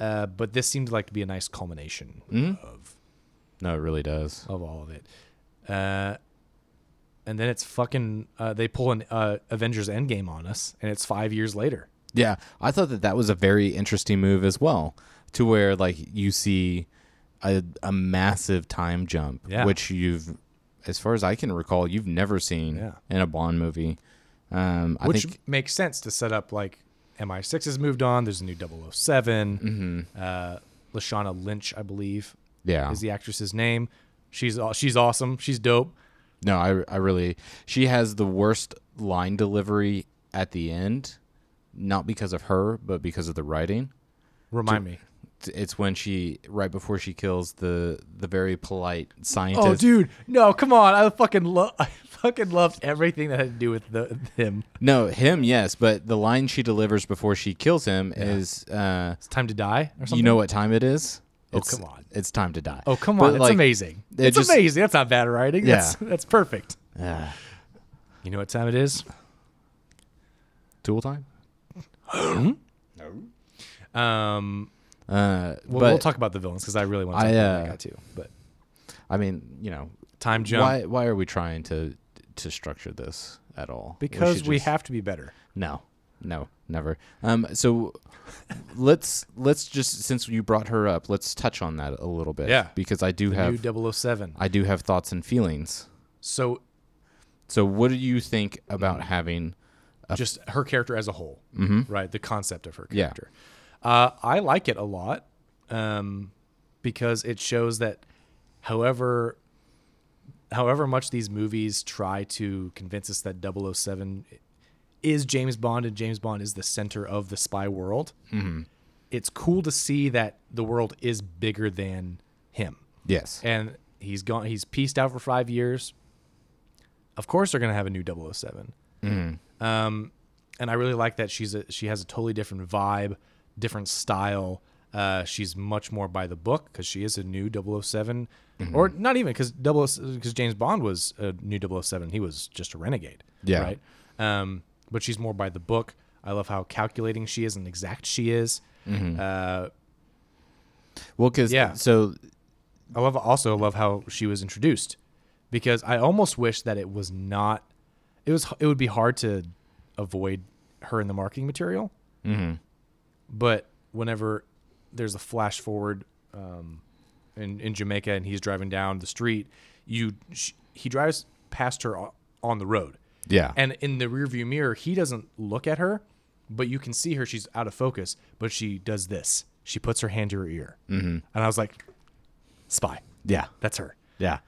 [SPEAKER 1] uh, but this seemed like to be a nice culmination
[SPEAKER 2] Mm.
[SPEAKER 1] of
[SPEAKER 2] yeah. No, it really does.
[SPEAKER 1] of all of it. Uh, and then it's fucking uh, they pull an uh, Avengers Endgame on us, and it's five years later.
[SPEAKER 2] Yeah, I thought that that was a very interesting move as well, to where like you see a a massive time jump,
[SPEAKER 1] Yeah.
[SPEAKER 2] which you've, as far as I can recall, you've never seen
[SPEAKER 1] Yeah.
[SPEAKER 2] in a Bond movie. Um, I
[SPEAKER 1] which
[SPEAKER 2] think
[SPEAKER 1] makes sense to set up like MI6 has moved on. There's a new 7
[SPEAKER 2] Mm-hmm.
[SPEAKER 1] Uh, Lashana Lynch, I believe,
[SPEAKER 2] yeah,
[SPEAKER 1] is the actress's name. She's aw- she's awesome. She's dope.
[SPEAKER 2] no, I I really she has the worst line delivery at the end, not because of her, but because of the writing.
[SPEAKER 1] Remind me.
[SPEAKER 2] It's- It's when she right before she kills the the very polite scientist.
[SPEAKER 1] Oh, dude, no, come on! I fucking love, I fucking loved everything that had to do with the him.
[SPEAKER 2] No, him, yes, but the line she delivers before she kills him is, uh,
[SPEAKER 1] It's time to die, or something.
[SPEAKER 2] you know what time it is? Oh,
[SPEAKER 1] come on.
[SPEAKER 2] It's time to die.
[SPEAKER 1] oh, come
[SPEAKER 2] But,
[SPEAKER 1] on! It's
[SPEAKER 2] like,
[SPEAKER 1] amazing.
[SPEAKER 2] it
[SPEAKER 1] It's
[SPEAKER 2] just-
[SPEAKER 1] amazing. That's not bad writing.
[SPEAKER 2] Yeah.
[SPEAKER 1] That's that's perfect.
[SPEAKER 2] Ah.
[SPEAKER 1] You know what time it is?
[SPEAKER 2] Tool time?
[SPEAKER 1] Um,
[SPEAKER 2] Uh,
[SPEAKER 1] we'll,
[SPEAKER 2] but,
[SPEAKER 1] we'll talk about the villains because I really want to talk
[SPEAKER 2] I,
[SPEAKER 1] about
[SPEAKER 2] uh,
[SPEAKER 1] that guy too. But
[SPEAKER 2] I mean, you know,
[SPEAKER 1] time jump
[SPEAKER 2] why why are we trying to to structure this at all?
[SPEAKER 1] because
[SPEAKER 2] should
[SPEAKER 1] we
[SPEAKER 2] just-
[SPEAKER 1] have to be better.
[SPEAKER 2] No, no, never. Um, so let's let's just since you brought her up, let's touch on that a little bit.
[SPEAKER 1] Yeah.
[SPEAKER 2] because I do have
[SPEAKER 1] New 007.
[SPEAKER 2] I do have thoughts and feelings.
[SPEAKER 1] So
[SPEAKER 2] So what do you think about having?
[SPEAKER 1] just her character as a whole, right? The concept of her
[SPEAKER 2] Yeah.
[SPEAKER 1] character. Uh, I like it a lot um, because it shows that, however, however much these movies try to convince us that 007 is James Bond and James Bond is the center of the spy world, it's cool to see that the world is bigger than him
[SPEAKER 2] Yes.
[SPEAKER 1] and he's gone he's pieced out for five years of course they're going to have a new 007
[SPEAKER 2] Mm.
[SPEAKER 1] um, and i really like that she's a, she has a totally different vibe different style uh, she's much more by the book because she is a new 7
[SPEAKER 2] Mm-hmm.
[SPEAKER 1] or not even because because james bond was a new 007 he was just a renegade
[SPEAKER 2] Yeah.
[SPEAKER 1] right um, but she's more by the book i love how calculating she is and exact she is uh,
[SPEAKER 2] Well, because
[SPEAKER 1] Yeah.
[SPEAKER 2] so
[SPEAKER 1] I love also love how she was introduced because I almost wish that it was not it was it would be hard to avoid her in the marketing material. Mm-hmm. But whenever there's a flash forward um, in, in Jamaica and he's driving down the street, you sh he drives past her o- on the road.
[SPEAKER 2] Yeah.
[SPEAKER 1] And in the rearview mirror, he doesn't look at her, but you can see her. She's out of focus, but she does this. She puts her hand to her ear. Mm-hmm. And I was like, spy.
[SPEAKER 2] yeah.
[SPEAKER 1] That's her.
[SPEAKER 2] Yeah.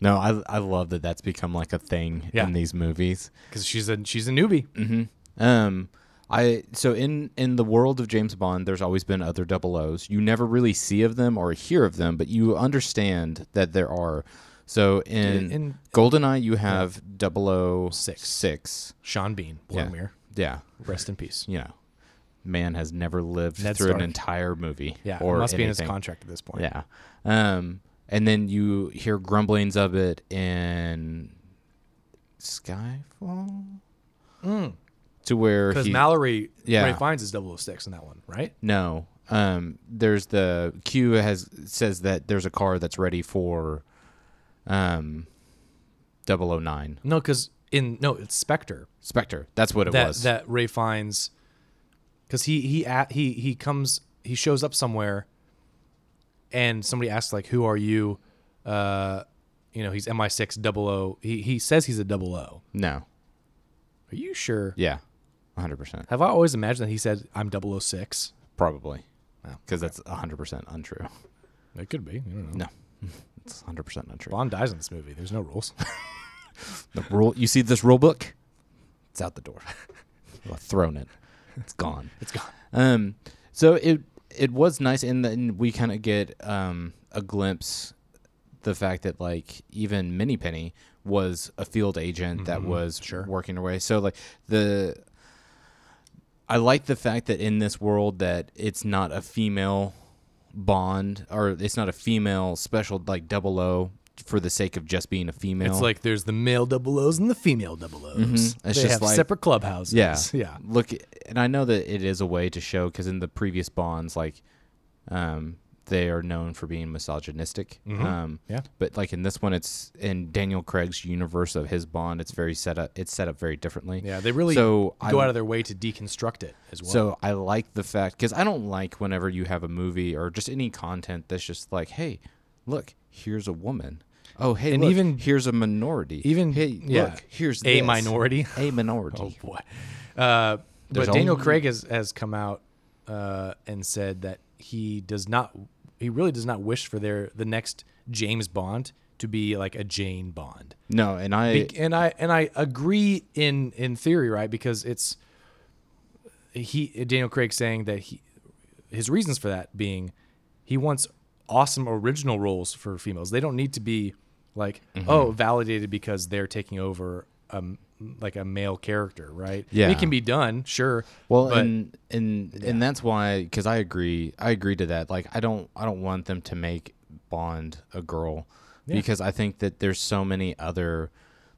[SPEAKER 2] No, I I love that that's become like a thing
[SPEAKER 1] Yeah.
[SPEAKER 2] in these movies.
[SPEAKER 1] Because she's a, she's a newbie.
[SPEAKER 2] Um I so in in the world of James Bond, there's always been other double O's. You never really see of them or hear of them, but you understand that there are. So in,
[SPEAKER 1] In-
[SPEAKER 2] Goldeneye, you have double O
[SPEAKER 1] Six.
[SPEAKER 2] six.
[SPEAKER 1] Sean Bean,
[SPEAKER 2] Yeah.
[SPEAKER 1] Boromir.
[SPEAKER 2] yeah,
[SPEAKER 1] Rest in peace.
[SPEAKER 2] you know, man has never lived
[SPEAKER 1] Ned
[SPEAKER 2] through an
[SPEAKER 1] Stark.
[SPEAKER 2] entire movie.
[SPEAKER 1] Yeah.
[SPEAKER 2] or
[SPEAKER 1] it must be in his
[SPEAKER 2] anything.
[SPEAKER 1] contract at this point.
[SPEAKER 2] Yeah. Um, and then you hear grumblings of it in Skyfall,
[SPEAKER 1] Hmm.
[SPEAKER 2] to where
[SPEAKER 1] Because
[SPEAKER 2] he
[SPEAKER 1] Mallory,
[SPEAKER 2] Yeah.
[SPEAKER 1] Ray finds his 006 in that one, right?
[SPEAKER 2] no. Um, there's the Q has says that there's a car that's ready for, um, 009
[SPEAKER 1] No, because in no, it's Spectre
[SPEAKER 2] Spectre. That's what it
[SPEAKER 1] that
[SPEAKER 2] was.
[SPEAKER 1] that Ray finds because he he at, he he comes he shows up somewhere, and somebody asks like, "Who are you?" Uh, you know, he's MI6 double O. He he says he's a double O.
[SPEAKER 2] no.
[SPEAKER 1] Are you sure?
[SPEAKER 2] Yeah. 100%.
[SPEAKER 1] Have I always imagined that he said I'm 006?
[SPEAKER 2] Probably.
[SPEAKER 1] Wow.
[SPEAKER 2] Because that's 100% untrue.
[SPEAKER 1] It could be. I don't know.
[SPEAKER 2] No. It's 100% untrue.
[SPEAKER 1] Bond dies in this movie. There's no rules.
[SPEAKER 2] The rule you see this rule book? It's out the door. I've thrown it. It's gone.
[SPEAKER 1] it's gone.
[SPEAKER 2] Um so it it was nice and then we kind of get um a glimpse the fact that like even Minnie Penny was a field agent that
[SPEAKER 1] Mm-hmm.
[SPEAKER 2] was working her way. So like the I like the fact that in this world that it's not a female bond or it's not a female special like double O for the sake of just being a female.
[SPEAKER 1] It's like there's the male double O's and the female double O's. They
[SPEAKER 2] just
[SPEAKER 1] have
[SPEAKER 2] like-
[SPEAKER 1] separate clubhouses.
[SPEAKER 2] Yeah.
[SPEAKER 1] yeah.
[SPEAKER 2] Look, and I know that it is a way to show because in the previous Bonds, like, um, they are known for being misogynistic. Um,
[SPEAKER 1] Mm-hmm. Yeah.
[SPEAKER 2] But like in this one, it's in Daniel Craig's universe of his Bond. It's very set up. It's set up very differently.
[SPEAKER 1] Yeah, they really
[SPEAKER 2] so
[SPEAKER 1] go
[SPEAKER 2] I,
[SPEAKER 1] out of their way to deconstruct it as well.
[SPEAKER 2] So I like the fact because I don't like whenever you have a movie or just any content that's just like, hey, look, here's a woman. Oh, hey,
[SPEAKER 1] And
[SPEAKER 2] look,
[SPEAKER 1] even-
[SPEAKER 2] here's a minority.
[SPEAKER 1] even
[SPEAKER 2] hey,
[SPEAKER 1] yeah,
[SPEAKER 2] look, here's
[SPEAKER 1] a
[SPEAKER 2] this.
[SPEAKER 1] minority.
[SPEAKER 2] A minority.
[SPEAKER 1] Oh boy. Uh, but
[SPEAKER 2] There's
[SPEAKER 1] Daniel
[SPEAKER 2] only-
[SPEAKER 1] Craig has, has come out uh, and said that he does not, he really does not wish for their the next James Bond to be like a Jane Bond.
[SPEAKER 2] No, and I
[SPEAKER 1] Be- and I and I agree in in theory, right? Because it's he Daniel Craig saying that he his reasons for that being he wants awesome original roles for females. They don't need to be like
[SPEAKER 2] Mm-hmm.
[SPEAKER 1] oh validated because they're taking over um like a male character, right?
[SPEAKER 2] Yeah.
[SPEAKER 1] it can be done, sure.
[SPEAKER 2] Well,
[SPEAKER 1] but
[SPEAKER 2] and and and that's why because I agree, I agree to that. Like, I don't, I don't want them to make Bond a girl because I think that there's so many other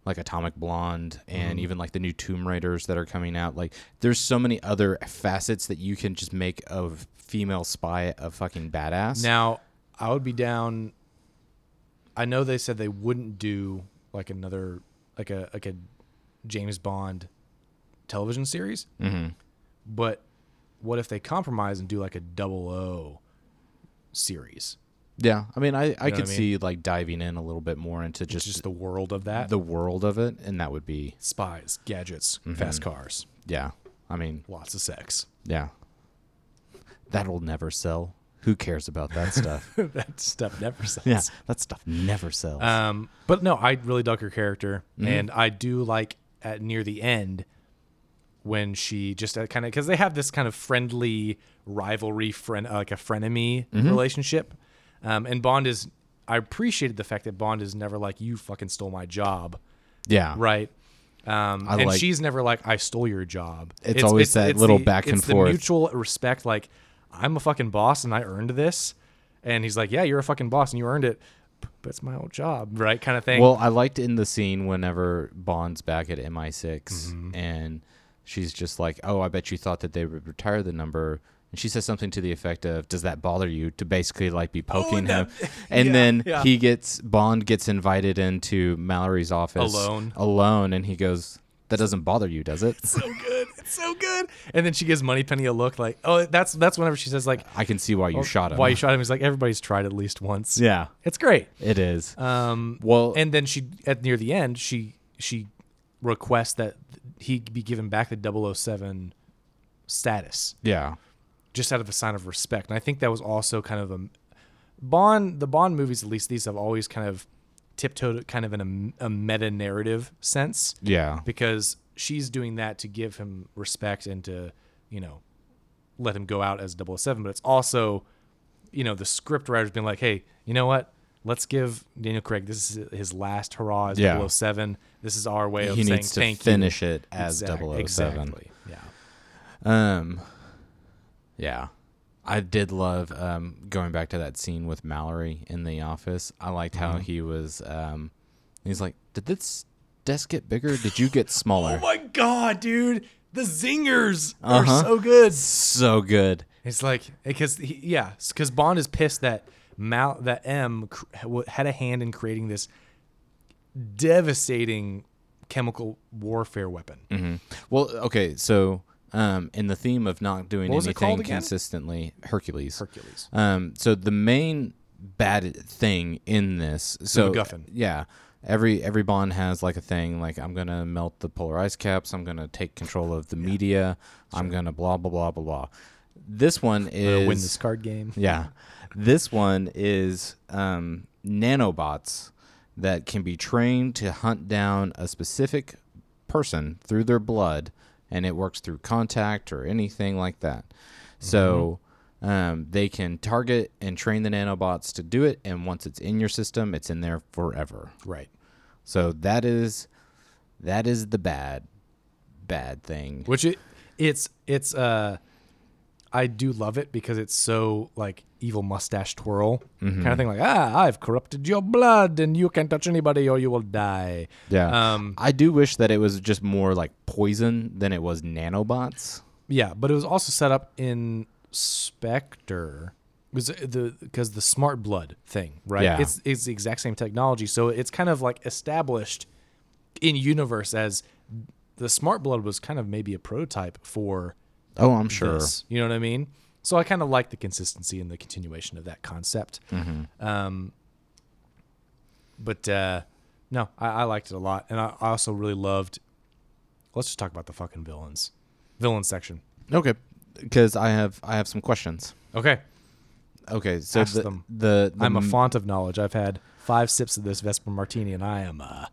[SPEAKER 2] like Atomic Blonde and
[SPEAKER 1] Mm-hmm.
[SPEAKER 2] even like the new Tomb Raiders that are coming out. Like, there's so many other facets that you can just make of female spy a fucking badass.
[SPEAKER 1] now I would be down. I know they said they wouldn't do like another like a like a James Bond television series. But what if they compromise and do like a double O series?
[SPEAKER 2] yeah, I mean, I I
[SPEAKER 1] what
[SPEAKER 2] could
[SPEAKER 1] I mean?
[SPEAKER 2] see like diving in a little bit more into
[SPEAKER 1] It's
[SPEAKER 2] just,
[SPEAKER 1] just the world of that.
[SPEAKER 2] the world of it, and that would be
[SPEAKER 1] spies, gadgets, fast cars,
[SPEAKER 2] yeah. I mean,
[SPEAKER 1] lots of sex.
[SPEAKER 2] Yeah. That'll never sell. Who cares about that stuff?
[SPEAKER 1] that stuff never sells.
[SPEAKER 2] yeah, that stuff never sells.
[SPEAKER 1] Um, but no, I really dug her character, and I do like at near the end when she just kind of because they have this kind of friendly rivalry, friend uh, like a frenemy relationship, um, and Bond is. I appreciated the fact that Bond is never like you fucking stole my job,
[SPEAKER 2] yeah.
[SPEAKER 1] right? Um,
[SPEAKER 2] I
[SPEAKER 1] and
[SPEAKER 2] like-
[SPEAKER 1] she's never like I stole your job.
[SPEAKER 2] It's always that little back and
[SPEAKER 1] it's the
[SPEAKER 2] forth.
[SPEAKER 1] mutual respect. Like I'm a fucking boss and I earned this, and he's like, yeah, you're a fucking boss and you earned it, but it's my old job, right? Kind of thing.
[SPEAKER 2] Well, I liked in the scene whenever Bond's back at MI6
[SPEAKER 1] Mm-hmm.
[SPEAKER 2] and she's just like, "Oh, I bet you thought that they would retire the number." And she says something to the effect of, "Does that bother you?" To basically like be poking
[SPEAKER 1] that-
[SPEAKER 2] him, and
[SPEAKER 1] Oh, yeah,
[SPEAKER 2] then
[SPEAKER 1] yeah.
[SPEAKER 2] he gets Bond gets invited into Mallory's office
[SPEAKER 1] Alone.
[SPEAKER 2] alone, and he goes, That doesn't bother you, does it?
[SPEAKER 1] so good. It's so good. And then she gives Moneypenny a look like, oh, that's that's whenever she says like,
[SPEAKER 2] I can see why you shot him.
[SPEAKER 1] Oh, why you shot him? He's like, everybody's tried at least once.
[SPEAKER 2] Yeah,
[SPEAKER 1] it's great.
[SPEAKER 2] it is.
[SPEAKER 1] Um,
[SPEAKER 2] well,
[SPEAKER 1] and then she at near the end, she she requests that he be given back the 007 status
[SPEAKER 2] yeah,
[SPEAKER 1] just out of a sign of respect. And I think that was also kind of a Bond. The Bond movies, at least these, have always kind of tiptoed kind of in a, a meta narrative sense
[SPEAKER 2] yeah,
[SPEAKER 1] because she's doing that to give him respect and to you know let him go out as 007 but it's also you know the script writers being like hey you know what let's give daniel craig this is his last hurrah as
[SPEAKER 2] Yeah.
[SPEAKER 1] 007 this is our way of
[SPEAKER 2] he
[SPEAKER 1] saying
[SPEAKER 2] needs to
[SPEAKER 1] thank
[SPEAKER 2] finish it
[SPEAKER 1] you
[SPEAKER 2] as
[SPEAKER 1] Exact-
[SPEAKER 2] 007.
[SPEAKER 1] exactly yeah
[SPEAKER 2] Um, yeah, I did love um, going back to that scene with Mallory in the office. I liked how
[SPEAKER 1] Mm-hmm.
[SPEAKER 2] he was. Um, he's like, "Did this desk get bigger? Did you get
[SPEAKER 1] oh
[SPEAKER 2] smaller?"
[SPEAKER 1] my god dude the zingers
[SPEAKER 2] Uh-huh.
[SPEAKER 1] are so good
[SPEAKER 2] so good.
[SPEAKER 1] It's like because he, yeah, because Bond is pissed that Mal that M cr- w- had a hand in creating this devastating chemical warfare weapon.
[SPEAKER 2] Well, okay, so um, in the theme of not doing
[SPEAKER 1] What was it
[SPEAKER 2] anything
[SPEAKER 1] called again?
[SPEAKER 2] consistently, Hercules.
[SPEAKER 1] Hercules.
[SPEAKER 2] Um, so the main bad thing in this, so
[SPEAKER 1] MacGuffin.
[SPEAKER 2] yeah, every every Bond has like a thing, like I'm gonna melt the polar ice caps, I'm gonna take control of the media, I'm gonna blah blah blah blah blah. This one
[SPEAKER 1] To
[SPEAKER 2] is
[SPEAKER 1] win this card game.
[SPEAKER 2] yeah. This one is um, nanobots that can be trained to hunt down a specific person through their blood, and it works through contact or anything like that. So um, they can target and train the nanobots to do it, and once it's in your system, it's in there forever.
[SPEAKER 1] Right.
[SPEAKER 2] So that is that is the bad bad thing.
[SPEAKER 1] Which it it's it's uh I do love it because it's so like evil mustache twirl kind of thing. Like ah, I've corrupted your blood, and you can't touch anybody or you will die.
[SPEAKER 2] Yeah.
[SPEAKER 1] Um,
[SPEAKER 2] I do wish that it was just more like poison than it was nanobots.
[SPEAKER 1] Yeah, but it was also set up in Spectre. Was uh, the because the smart blood thing, right?
[SPEAKER 2] Yeah.
[SPEAKER 1] It's it's the exact same technology, so it's kind of like established in universe as the smart blood was kind of maybe a prototype for
[SPEAKER 2] Oh, I'm sure.
[SPEAKER 1] this. You know what I mean? So I kind of like the consistency and the continuation of that concept.
[SPEAKER 2] Mm-hmm.
[SPEAKER 1] Um, but uh, no, I, I liked it a lot, and I, I also really loved. Let's just talk about the fucking villains, villain section.
[SPEAKER 2] Okay, because I have I have some questions.
[SPEAKER 1] Okay,
[SPEAKER 2] Okay, so
[SPEAKER 1] Ask
[SPEAKER 2] the,
[SPEAKER 1] them.
[SPEAKER 2] the the
[SPEAKER 1] I'm a
[SPEAKER 2] m-
[SPEAKER 1] font of knowledge. I've had five sips of this Vesper Martini, and I am. Uh,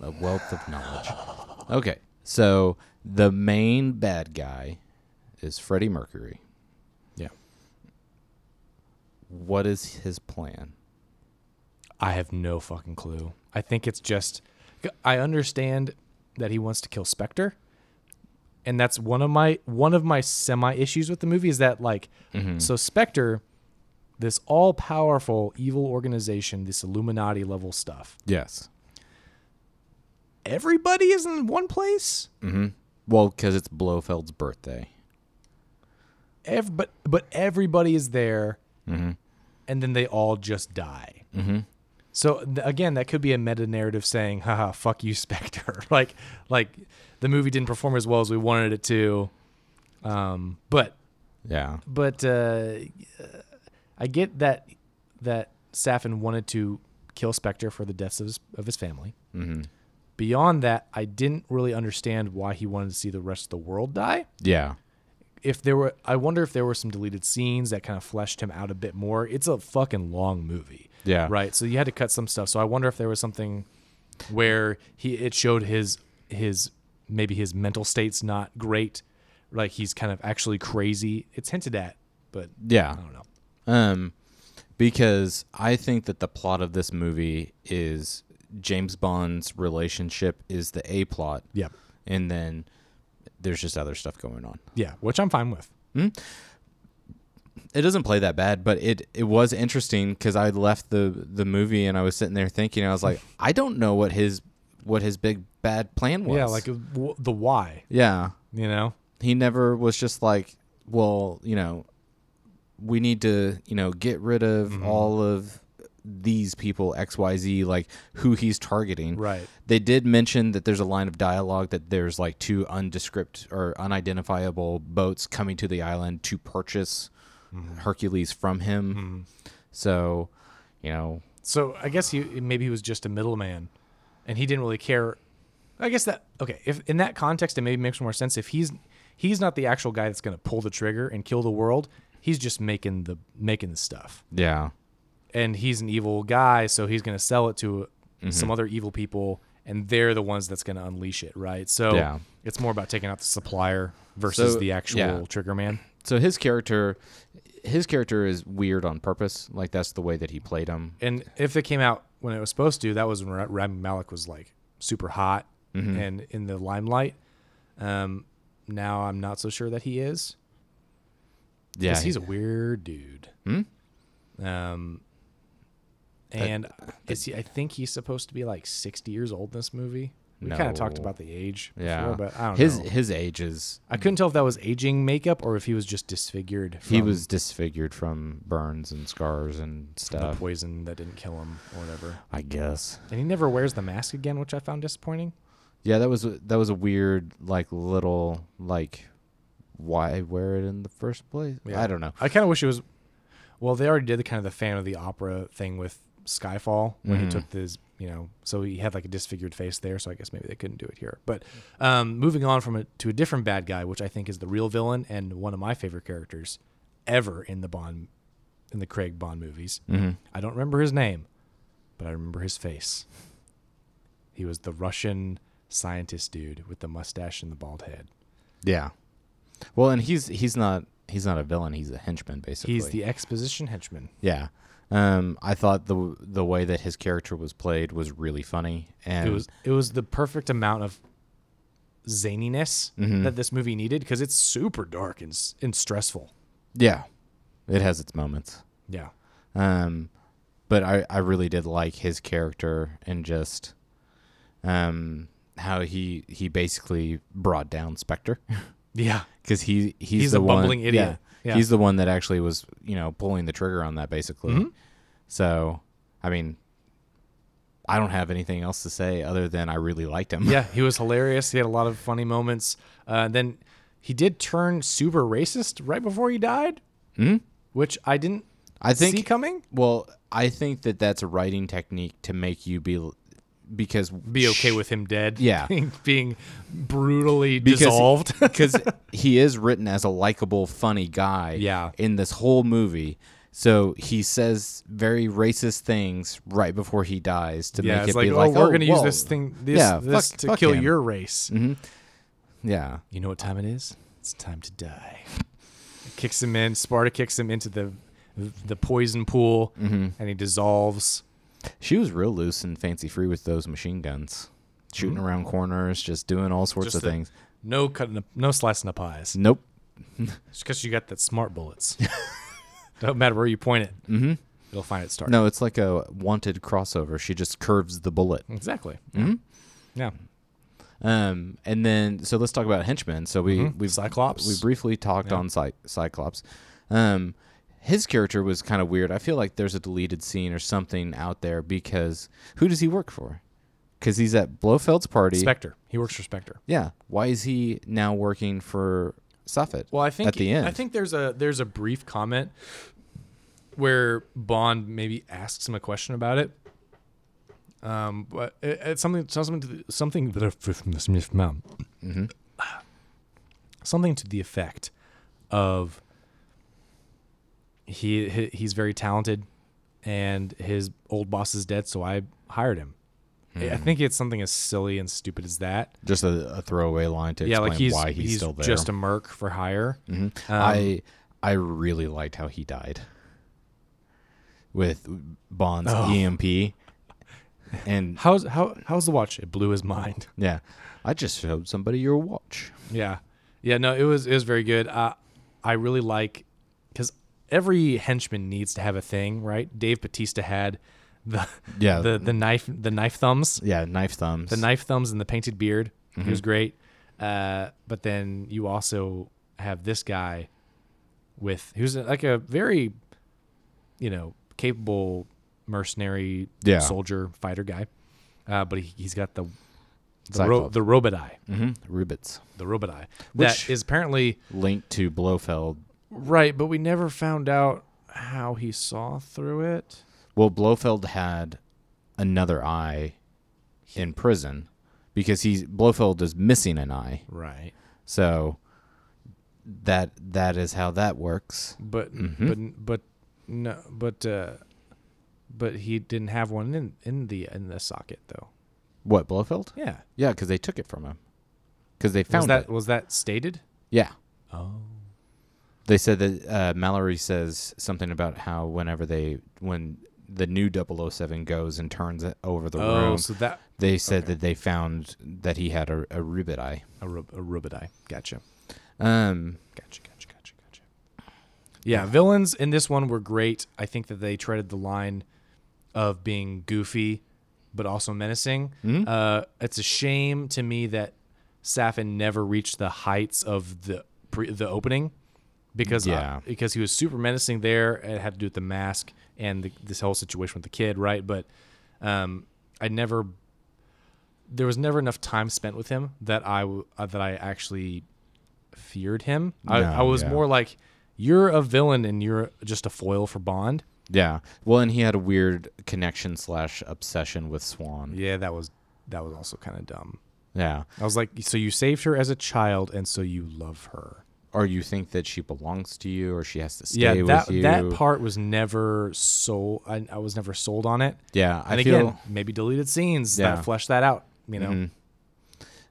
[SPEAKER 2] a wealth of knowledge. Okay, so the main bad guy is Freddie Mercury.
[SPEAKER 1] yeah,
[SPEAKER 2] What is his plan?
[SPEAKER 1] I have no fucking clue. I think it's just. I understand that he wants to kill Spectre, and that's one of my one of my semi issues with the movie is that like,
[SPEAKER 2] Mm-hmm.
[SPEAKER 1] so Spectre, this all powerful evil organization, this Illuminati level stuff.
[SPEAKER 2] Yes.
[SPEAKER 1] Everybody is in one place.
[SPEAKER 2] Well, because it's Blofeld's birthday.
[SPEAKER 1] Ev- but but everybody is there, and then they all just die. Mm-hmm. So th- again, that could be a meta narrative saying, "Haha, fuck you, Spectre." like like the movie didn't perform as well as we wanted it to. Um, but
[SPEAKER 2] Yeah.
[SPEAKER 1] but uh, I get that that Safin wanted to kill Spectre for the deaths of his, of his family. Beyond that, I didn't really understand why he wanted to see the rest of the world die
[SPEAKER 2] Yeah.
[SPEAKER 1] if there were I wonder if there were some deleted scenes that kind of fleshed him out a bit more. It's a fucking long movie.
[SPEAKER 2] Yeah.
[SPEAKER 1] Right. So you had to cut some stuff. So I wonder if there was something where he it showed his his maybe his mental state's not great. Like he's kind of actually crazy. It's hinted at, but
[SPEAKER 2] Yeah.
[SPEAKER 1] I don't know.
[SPEAKER 2] Um, because I think that the plot of this movie is James Bond's relationship is the A plot.
[SPEAKER 1] Yeah.
[SPEAKER 2] And then there's just other stuff going on.
[SPEAKER 1] Yeah, which I'm fine with.
[SPEAKER 2] it doesn't play that bad, but it it was interesting because I left the the movie and I was sitting there thinking I was like I don't know what his what his big bad plan was.
[SPEAKER 1] Yeah, like w- the why,
[SPEAKER 2] yeah,
[SPEAKER 1] you know?
[SPEAKER 2] he never was just like
[SPEAKER 1] Mm-hmm.
[SPEAKER 2] well you know we need to you know get rid of all of these people xyz like who he's targeting
[SPEAKER 1] Right.
[SPEAKER 2] they did mention that there's a line of dialogue that there's like two undescript or unidentifiable boats coming to the island to purchase
[SPEAKER 1] Mm-hmm.
[SPEAKER 2] hercules from him so you know
[SPEAKER 1] So I guess he maybe he was just a middleman, and he didn't really care. I guess that okay. If in that context, it maybe makes more sense. If he's he's not the actual guy that's going to pull the trigger and kill the world, he's just making the making the stuff,
[SPEAKER 2] yeah
[SPEAKER 1] and he's an evil guy, so he's going to sell it to
[SPEAKER 2] Mm-hmm.
[SPEAKER 1] some other evil people, and they're the ones that's going to unleash it, right? So
[SPEAKER 2] Yeah.
[SPEAKER 1] it's more about taking out the supplier versus
[SPEAKER 2] So,
[SPEAKER 1] the actual
[SPEAKER 2] yeah.
[SPEAKER 1] trigger man.
[SPEAKER 2] so his character his character is weird on purpose like that's the way that he played him
[SPEAKER 1] And if it came out when it was supposed to, that was when Ra- Rami Malik was like super hot
[SPEAKER 2] Mm-hmm.
[SPEAKER 1] and in the limelight. Um, now I'm not so sure that he is
[SPEAKER 2] yeah
[SPEAKER 1] because
[SPEAKER 2] he- Hmm?
[SPEAKER 1] he's a weird dude. Um, and is he, I think he's supposed to be like 60 years old in this movie. We kind
[SPEAKER 2] No.
[SPEAKER 1] of talked about the age before,
[SPEAKER 2] yeah
[SPEAKER 1] but I don't
[SPEAKER 2] his
[SPEAKER 1] know.
[SPEAKER 2] his age is
[SPEAKER 1] I couldn't tell if that was aging makeup or if he was just disfigured. From
[SPEAKER 2] he was disfigured from burns and scars and
[SPEAKER 1] the
[SPEAKER 2] stuff
[SPEAKER 1] poison that didn't kill him or whatever.
[SPEAKER 2] i guess
[SPEAKER 1] And he never wears the mask again, which I found disappointing.
[SPEAKER 2] Yeah, that was a- that was a weird like little like why wear it in the first place?
[SPEAKER 1] Yeah.
[SPEAKER 2] I don't know.
[SPEAKER 1] I kind of wish it was. Well, they already did the kind of the fan of the opera thing with Skyfall when he took this, you know, so he had like a disfigured face there. So I guess maybe they couldn't do it here. But um, moving on from it to a different bad guy, which I think is the real villain and one of my favorite characters ever in the Bond, in the Craig Bond movies.
[SPEAKER 2] Mm. Mm-hmm.
[SPEAKER 1] I don't remember his name, but I remember his face. He was the Russian scientist dude with the mustache and the bald head.
[SPEAKER 2] Yeah. Well, and he's he's not he's not a villain. He's a henchman basically.
[SPEAKER 1] He's the exposition henchman.
[SPEAKER 2] yeah. Um, I thought the the way that his character was played was really funny, and
[SPEAKER 1] it was it was the perfect amount of zaniness
[SPEAKER 2] Mm-hmm.
[SPEAKER 1] that this movie needed because it's super dark and s- and stressful.
[SPEAKER 2] yeah, it has its moments.
[SPEAKER 1] Yeah,
[SPEAKER 2] Um, but I, I really did like his character and just um how he he basically brought down Spectre.
[SPEAKER 1] yeah,
[SPEAKER 2] because he he's,
[SPEAKER 1] He's
[SPEAKER 2] the
[SPEAKER 1] a
[SPEAKER 2] one,
[SPEAKER 1] bumbling idiot.
[SPEAKER 2] Yeah,
[SPEAKER 1] Yeah.
[SPEAKER 2] he's the one that actually was you know pulling the trigger on that basically.
[SPEAKER 1] Mm-hmm.
[SPEAKER 2] So I mean, I don't have anything else to say other than I really liked him.
[SPEAKER 1] yeah. He was hilarious. He had a lot of funny moments. Uh, then he did turn super racist right before he died, mm-hmm. which I didn't
[SPEAKER 2] Hmm? I think
[SPEAKER 1] see coming.
[SPEAKER 2] well, I think that that's a writing technique to make you be because
[SPEAKER 1] Be okay with him dead.
[SPEAKER 2] Yeah.
[SPEAKER 1] being, being brutally
[SPEAKER 2] because,
[SPEAKER 1] dissolved.
[SPEAKER 2] because he is written as a likable, funny guy.
[SPEAKER 1] Yeah.
[SPEAKER 2] in this whole movie. So he says very racist things right before he dies to
[SPEAKER 1] yeah,
[SPEAKER 2] make
[SPEAKER 1] it's
[SPEAKER 2] it
[SPEAKER 1] like,
[SPEAKER 2] be
[SPEAKER 1] oh,
[SPEAKER 2] like,
[SPEAKER 1] we're gonna use
[SPEAKER 2] whoa."
[SPEAKER 1] this thing, this,
[SPEAKER 2] Yeah,
[SPEAKER 1] this
[SPEAKER 2] fuck-
[SPEAKER 1] to
[SPEAKER 2] fuck
[SPEAKER 1] kill
[SPEAKER 2] him.
[SPEAKER 1] your race.
[SPEAKER 2] Yeah,
[SPEAKER 1] You know what time it is? It's time to die. Kicks him in. Sparta kicks him into the the poison pool, and he dissolves.
[SPEAKER 2] She was real loose and fancy free with those machine guns, shooting around corners, just doing all sorts
[SPEAKER 1] Mm-hmm. Just
[SPEAKER 2] of
[SPEAKER 1] the-
[SPEAKER 2] things.
[SPEAKER 1] No cutting, up, no slicing up eyes.
[SPEAKER 2] Nope.
[SPEAKER 1] It's because you got that smart bullets. Don't matter where you point it. Mm-hmm. It'll find its target.
[SPEAKER 2] No, it's like a wanted crossover. She just curves the bullet.
[SPEAKER 1] Exactly. Mm-hmm. Yeah.
[SPEAKER 2] Um, and then so let's talk about henchmen. So we we've
[SPEAKER 1] Mm-hmm. Cyclops.
[SPEAKER 2] We briefly talked on Cy- Cyclops. Um, his character was kind of weird. I feel like there's a deleted scene or something out there because who does he work for? Because he's at Blofeld's party.
[SPEAKER 1] Spectre. He works for Spectre.
[SPEAKER 2] yeah. Why is he now working for Suffet?
[SPEAKER 1] Well, I think
[SPEAKER 2] at the end.
[SPEAKER 1] I think there's a there's a brief comment where Bond maybe asks him a question about it. Um, but it, it's something something to the, something that mm
[SPEAKER 2] Mm-hmm.
[SPEAKER 1] something to the effect of he, he he's very talented and his old boss is dead, so I hired him. I
[SPEAKER 2] Mm-hmm.
[SPEAKER 1] think it's something as silly and stupid as that.
[SPEAKER 2] just a, a throwaway line to
[SPEAKER 1] Yeah,
[SPEAKER 2] explain
[SPEAKER 1] like he's
[SPEAKER 2] why he's,
[SPEAKER 1] he's
[SPEAKER 2] still there. Mm-hmm.
[SPEAKER 1] just a merc for hire.
[SPEAKER 2] I I really liked how he died with Bond's
[SPEAKER 1] Oh.
[SPEAKER 2] EMP, and
[SPEAKER 1] How's how how's the watch? It blew his mind.
[SPEAKER 2] yeah, I just showed somebody your watch.
[SPEAKER 1] Yeah, yeah. No, it was it was very good. Uh, I really like because every henchman needs to have a thing, right? Dave Batista had the
[SPEAKER 2] Yeah.
[SPEAKER 1] the the knife the knife thumbs
[SPEAKER 2] Yeah, knife thumbs.
[SPEAKER 1] the knife thumbs and the painted beard. He
[SPEAKER 2] Mm-hmm.
[SPEAKER 1] was great. Uh, but then you also have this guy uh, with who's like a very you know capable mercenary
[SPEAKER 2] Yeah.
[SPEAKER 1] soldier fighter guy. Uh, but he, he's got the the, ro-
[SPEAKER 2] Cyclops.
[SPEAKER 1] the robot eye,
[SPEAKER 2] Mm-hmm. Rubits.
[SPEAKER 1] the robot eye
[SPEAKER 2] Which-
[SPEAKER 1] that is apparently
[SPEAKER 2] Linked to Blofeld.
[SPEAKER 1] right. But we never found out how he saw through it.
[SPEAKER 2] Well, Blofeld had another eye in prison because he's Blofeld is missing an eye.
[SPEAKER 1] Right.
[SPEAKER 2] So that that is how that works.
[SPEAKER 1] but but but no but uh but he didn't have one in in the in the socket though
[SPEAKER 2] What Blofeld?
[SPEAKER 1] yeah
[SPEAKER 2] Yeah, because they took it from him. Because they
[SPEAKER 1] was
[SPEAKER 2] found
[SPEAKER 1] that
[SPEAKER 2] it.
[SPEAKER 1] was that stated
[SPEAKER 2] Yeah,
[SPEAKER 1] oh
[SPEAKER 2] they said that uh, Mallory says something about how whenever they when the new 007 goes and turns it over the
[SPEAKER 1] oh
[SPEAKER 2] room,
[SPEAKER 1] so that
[SPEAKER 2] they said that they found that he had a, a ribbit eye.
[SPEAKER 1] a, rub, a rubid eye gotcha
[SPEAKER 2] Um,
[SPEAKER 1] gotcha gotcha gotcha gotcha yeah villains in this one were great i think that they treaded the line of being goofy but also menacing uh it's a shame to me that Safin never reached the heights of the pre, the opening because I-
[SPEAKER 2] Yeah.
[SPEAKER 1] because he was super menacing there. It had to do with the mask and the, this whole situation with the kid, right? But um, I never there was never enough time spent with him that I w- uh, that I actually feared him. I,
[SPEAKER 2] No,
[SPEAKER 1] I was
[SPEAKER 2] yeah.
[SPEAKER 1] more like you're a villain and you're just a foil for Bond.
[SPEAKER 2] yeah. Well, and he had a weird connection slash obsession with Swan.
[SPEAKER 1] Yeah, that was that was also kind of dumb.
[SPEAKER 2] Yeah.
[SPEAKER 1] I was like, so you saved her as a child, and so you love her.
[SPEAKER 2] Or you think that she belongs to you, or she has to stay
[SPEAKER 1] yeah, that
[SPEAKER 2] with you.
[SPEAKER 1] that part was never sold. I, I was never sold on it.
[SPEAKER 2] Yeah, I
[SPEAKER 1] And
[SPEAKER 2] feel.
[SPEAKER 1] again, maybe deleted scenes
[SPEAKER 2] Yeah. Mm-hmm.
[SPEAKER 1] that flesh that out. You know,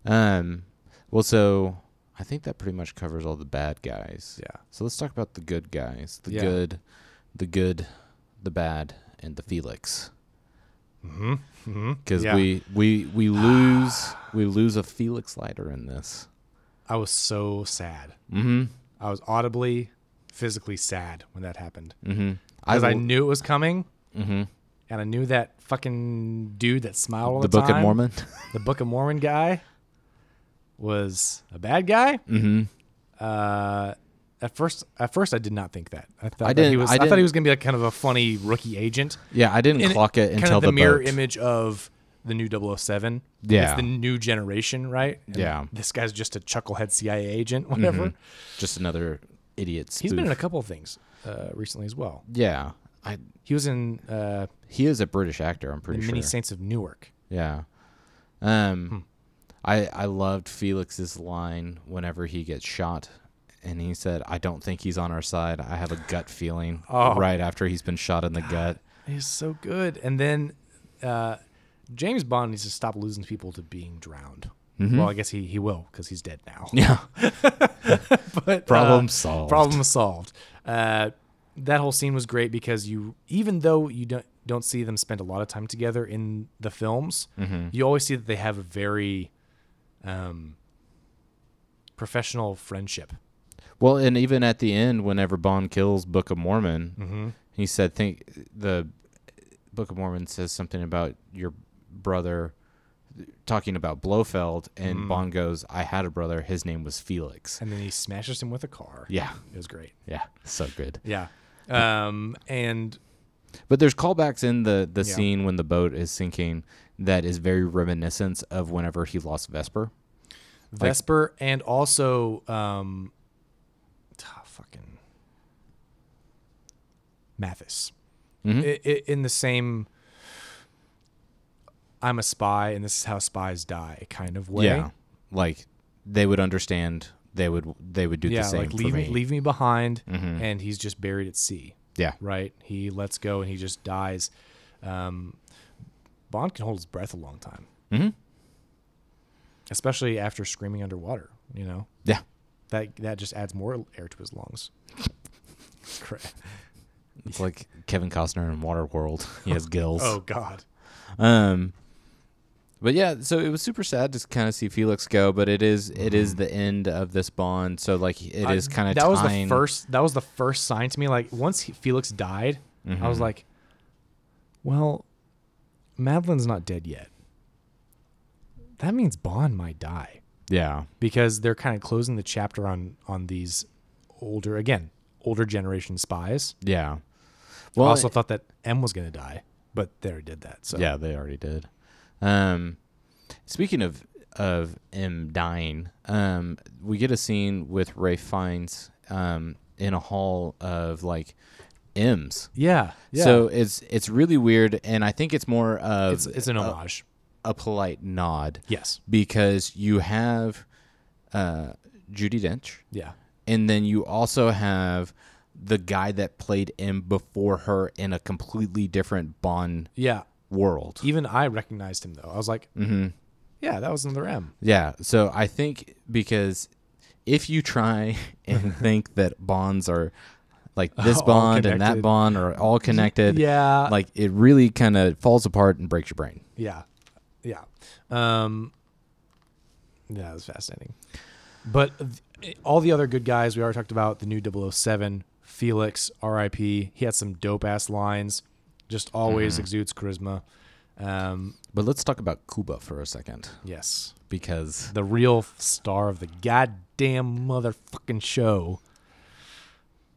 [SPEAKER 2] Um, well, so I think that pretty much covers all the bad guys.
[SPEAKER 1] Yeah.
[SPEAKER 2] So let's talk about the good guys. The
[SPEAKER 1] Yeah.
[SPEAKER 2] good, the good, the bad, and the Felix. Mm-hmm. Because
[SPEAKER 1] Yeah.
[SPEAKER 2] we we we lose we lose a Felix Leiter in this.
[SPEAKER 1] I was so sad. Mm-hmm. I was audibly, physically sad when that happened because
[SPEAKER 2] mm-hmm. I,
[SPEAKER 1] I,
[SPEAKER 2] l-
[SPEAKER 1] knew it was coming, mm-hmm. and I knew that fucking dude that smiled all
[SPEAKER 2] the
[SPEAKER 1] the,
[SPEAKER 2] Book of
[SPEAKER 1] time,
[SPEAKER 2] Mormon.
[SPEAKER 1] the Book of Mormon guy, was a bad guy. Mm-hmm. Uh, at first, at first, I did not think that. I thought
[SPEAKER 2] I
[SPEAKER 1] that he
[SPEAKER 2] didn't-
[SPEAKER 1] was.
[SPEAKER 2] I
[SPEAKER 1] I, thought
[SPEAKER 2] didn't-
[SPEAKER 1] he was going to be like kind of a funny rookie agent.
[SPEAKER 2] yeah, I didn't
[SPEAKER 1] And
[SPEAKER 2] clock it
[SPEAKER 1] kind
[SPEAKER 2] until
[SPEAKER 1] of the,
[SPEAKER 2] the,
[SPEAKER 1] mirror
[SPEAKER 2] boat.
[SPEAKER 1] image of the new 007.
[SPEAKER 2] Yeah.
[SPEAKER 1] it's the new generation, right? And
[SPEAKER 2] Yeah. Mm-hmm.
[SPEAKER 1] this guy's just a chucklehead CIA agent, whatever.
[SPEAKER 2] Just another idiot. Spoof.
[SPEAKER 1] He's been in a couple of things uh, recently as well.
[SPEAKER 2] yeah. I
[SPEAKER 1] He was in uh,
[SPEAKER 2] he is a British actor. I'm
[SPEAKER 1] the
[SPEAKER 2] pretty sure.
[SPEAKER 1] Many Saints of Newark.
[SPEAKER 2] Yeah. Um I I loved Felix's line whenever he gets shot and he said, I don't think he's on our side. I have a gut feeling
[SPEAKER 1] Oh.
[SPEAKER 2] right after he's been shot in the gut.
[SPEAKER 1] He's so good. And then uh, James Bond needs to stop losing people to being drowned.
[SPEAKER 2] Mm-hmm.
[SPEAKER 1] Well, I guess he, he will because he's dead now.
[SPEAKER 2] Yeah.
[SPEAKER 1] but,
[SPEAKER 2] Problem
[SPEAKER 1] uh,
[SPEAKER 2] solved.
[SPEAKER 1] Problem solved. Uh, that whole scene was great because you, even though you don't don't see them spend a lot of time together in the films,
[SPEAKER 2] Mm-hmm.
[SPEAKER 1] you always see that they have a very um, professional friendship.
[SPEAKER 2] Well, and even at the end, whenever Bond kills Book of Mormon, he said, "Think the Book of Mormon says something about your brother talking about Blofeld." And Bond goes, "I had a brother. His name was Felix."
[SPEAKER 1] And then he smashes him with a car.
[SPEAKER 2] Yeah,
[SPEAKER 1] it was great.
[SPEAKER 2] yeah, so good.
[SPEAKER 1] Yeah, um, and
[SPEAKER 2] But there's callbacks in the the
[SPEAKER 1] Yeah.
[SPEAKER 2] scene when the boat is sinking that is very reminiscent of whenever he lost Vesper.
[SPEAKER 1] Vesper, and also um, ah, fucking Mathis.
[SPEAKER 2] Mm-hmm.
[SPEAKER 1] I- I- in the same, I'm a spy, and this is how spies die kind of way.
[SPEAKER 2] like they would understand. They would they would do
[SPEAKER 1] yeah,
[SPEAKER 2] the same
[SPEAKER 1] like
[SPEAKER 2] for
[SPEAKER 1] leave
[SPEAKER 2] me. Mm-hmm.
[SPEAKER 1] me, leave me behind, and he's just buried at sea.
[SPEAKER 2] Yeah,
[SPEAKER 1] Right, he lets go and he just dies. Um, Bond can hold his breath a long time,
[SPEAKER 2] Mhm.
[SPEAKER 1] especially after screaming underwater. You know,
[SPEAKER 2] yeah.
[SPEAKER 1] that that just adds more air to his lungs. Cra-
[SPEAKER 2] It's like Kevin Costner in Waterworld. He has gills.
[SPEAKER 1] oh God,
[SPEAKER 2] Um, but yeah, so it was super sad to kind of see Felix go, but it is- it is the end of this bond. So like it is
[SPEAKER 1] Mm-hmm. I-
[SPEAKER 2] kind of
[SPEAKER 1] that was the first that was the first sign to me. Like once he, Felix died, I
[SPEAKER 2] Mm-hmm.
[SPEAKER 1] was like, well, Madeline's not dead yet. That means Bond might die.
[SPEAKER 2] Yeah,
[SPEAKER 1] because they're kind of closing the chapter on on these older again older generation spies.
[SPEAKER 2] yeah. Well,
[SPEAKER 1] I also thought that M was going to die, but they already did that. So
[SPEAKER 2] Yeah, they already did. Um, speaking of of M dying, um, we get a scene with Ray Fiennes um, in a hall of like M's.
[SPEAKER 1] yeah, yeah.
[SPEAKER 2] So it's it's really weird, and I think it's more of
[SPEAKER 1] it's it's
[SPEAKER 2] uh,
[SPEAKER 1] an homage.
[SPEAKER 2] a polite nod
[SPEAKER 1] yes.
[SPEAKER 2] because you have uh, Judy Dench,
[SPEAKER 1] Yeah.
[SPEAKER 2] and then you also have the guy that played M before her in a completely different Bond
[SPEAKER 1] Yeah.
[SPEAKER 2] world.
[SPEAKER 1] Even I recognized him though. I was like, yeah, that was another M.
[SPEAKER 2] Yeah. So I think because if you try and think that bonds are like this
[SPEAKER 1] All
[SPEAKER 2] bond and that
[SPEAKER 1] connected.
[SPEAKER 2] bond are all connected,
[SPEAKER 1] Yeah.
[SPEAKER 2] like it really kind of falls apart and breaks your brain.
[SPEAKER 1] Yeah. Yeah. Um Yeah, that's fascinating. But th- all the other good guys we already talked about, the new 007, Felix, RIP, he had some dope ass lines, just always exudes charisma. Um
[SPEAKER 2] But let's talk about Cuba for a second
[SPEAKER 1] yes.
[SPEAKER 2] because
[SPEAKER 1] The real star of the goddamn motherfucking show.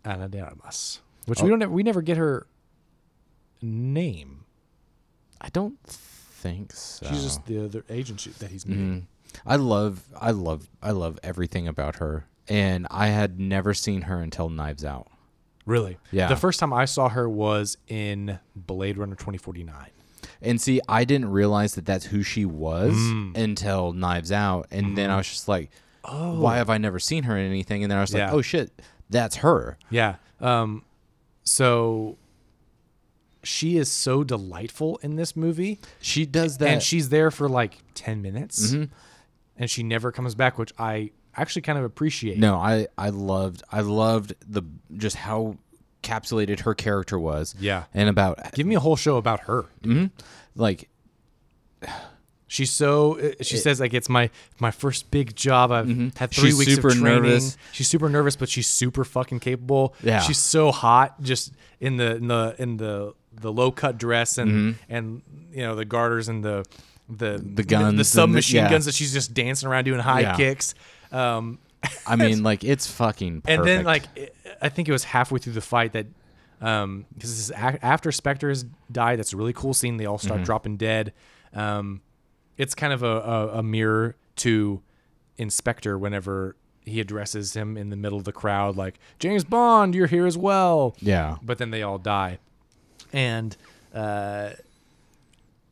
[SPEAKER 1] Ana de Armas, which we don't ever, we never get her name.
[SPEAKER 2] I don't think so.
[SPEAKER 1] She's just the other agent she- that he's meeting.
[SPEAKER 2] Mm. I love, I love, I love everything about her. And I had never seen her until Knives Out.
[SPEAKER 1] Really?
[SPEAKER 2] Yeah.
[SPEAKER 1] The first time I saw her was in Blade Runner 2049.
[SPEAKER 2] And see, I didn't realize that that's who she was
[SPEAKER 1] Mm.
[SPEAKER 2] until Knives Out, and
[SPEAKER 1] Mm-hmm.
[SPEAKER 2] then I was just like, why have I never seen her in anything?" And then I was
[SPEAKER 1] Oh. Yeah.
[SPEAKER 2] like, "Oh shit, that's her."
[SPEAKER 1] Yeah. Um, so she is so delightful in this movie,
[SPEAKER 2] She does that.
[SPEAKER 1] and she's there for like 10 minutes,
[SPEAKER 2] Mm-hmm.
[SPEAKER 1] and she never comes back, which I actually kind of appreciate.
[SPEAKER 2] no, I I loved I loved the just how capsulated her character was.
[SPEAKER 1] Yeah.
[SPEAKER 2] and about
[SPEAKER 1] Give me a whole show about her.
[SPEAKER 2] like
[SPEAKER 1] She's so uh, she says like it's my my first big job. I've had three
[SPEAKER 2] Mm-hmm. She's
[SPEAKER 1] weeks
[SPEAKER 2] super
[SPEAKER 1] of training.
[SPEAKER 2] nervous.
[SPEAKER 1] She's super nervous, but she's super fucking capable.
[SPEAKER 2] Yeah.
[SPEAKER 1] she's so hot just in the in the in the the low cut dress and and you know the garters and the the the
[SPEAKER 2] guns and
[SPEAKER 1] the
[SPEAKER 2] Mm-hmm. the-
[SPEAKER 1] submachine
[SPEAKER 2] yeah.
[SPEAKER 1] guns that she's just dancing around doing high
[SPEAKER 2] Yeah.
[SPEAKER 1] kicks. Um,
[SPEAKER 2] I mean, like it's fucking. Perfect.
[SPEAKER 1] and then like it- I think it was halfway through the fight that um because this is a- after Spectre has died. That's a really cool scene. They all start
[SPEAKER 2] Mm-hmm.
[SPEAKER 1] dropping dead. Um, it's kind of a, a, a mirror to Inspector whenever he addresses him in the middle of the crowd, like James Bond, you're here as well.
[SPEAKER 2] yeah,
[SPEAKER 1] But then they all die, and uh,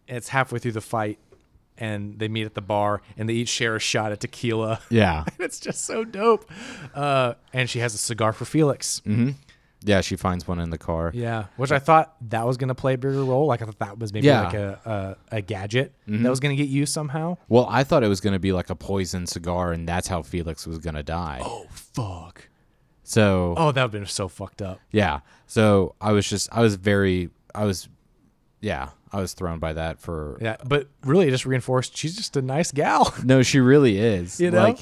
[SPEAKER 1] it's halfway through the fight, and they meet at the bar, and they each share a shot at tequila
[SPEAKER 2] yeah,
[SPEAKER 1] it's just so dope. Uh, and she has a cigar for Felix.
[SPEAKER 2] yeah. She finds one in the car.
[SPEAKER 1] Yeah, which I thought that was gonna play a bigger role. Like I thought that was maybe
[SPEAKER 2] Yeah.
[SPEAKER 1] like a a, a gadget that was gonna get used somehow.
[SPEAKER 2] Well, I thought it was gonna be like a poison cigar, and that's how Felix was gonna die.
[SPEAKER 1] Oh fuck!
[SPEAKER 2] So
[SPEAKER 1] Oh, that would've been so fucked up.
[SPEAKER 2] Yeah. So I was just I was very I was yeah, I was thrown by that for
[SPEAKER 1] Yeah, but really, it just reinforced she's just a nice gal.
[SPEAKER 2] No, she really is.
[SPEAKER 1] You know?
[SPEAKER 2] Like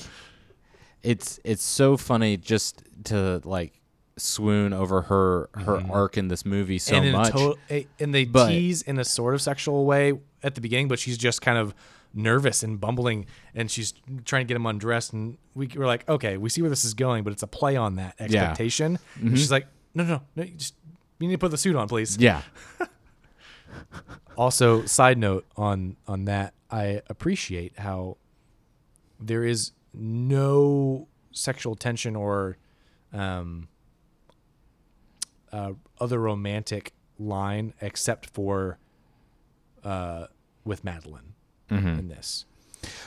[SPEAKER 2] it's it's so funny just to like swoon over her her arc in this movie so
[SPEAKER 1] Mm-hmm. and in
[SPEAKER 2] much.
[SPEAKER 1] A total, a- and they
[SPEAKER 2] But-
[SPEAKER 1] tease in a sort of sexual way at the beginning, but she's just kind of nervous and bumbling, and she's trying to get him undressed. And we were like, okay, we see where this is going, but it's a play on that expectation.
[SPEAKER 2] Mm-hmm.
[SPEAKER 1] And she's like, no, no, no, you just you need to put the suit on, please.
[SPEAKER 2] yeah.
[SPEAKER 1] Also, side note on on that, I appreciate how there is no sexual tension or um, uh, other romantic line except for uh, with Madeline
[SPEAKER 2] Mm-hmm.
[SPEAKER 1] in this.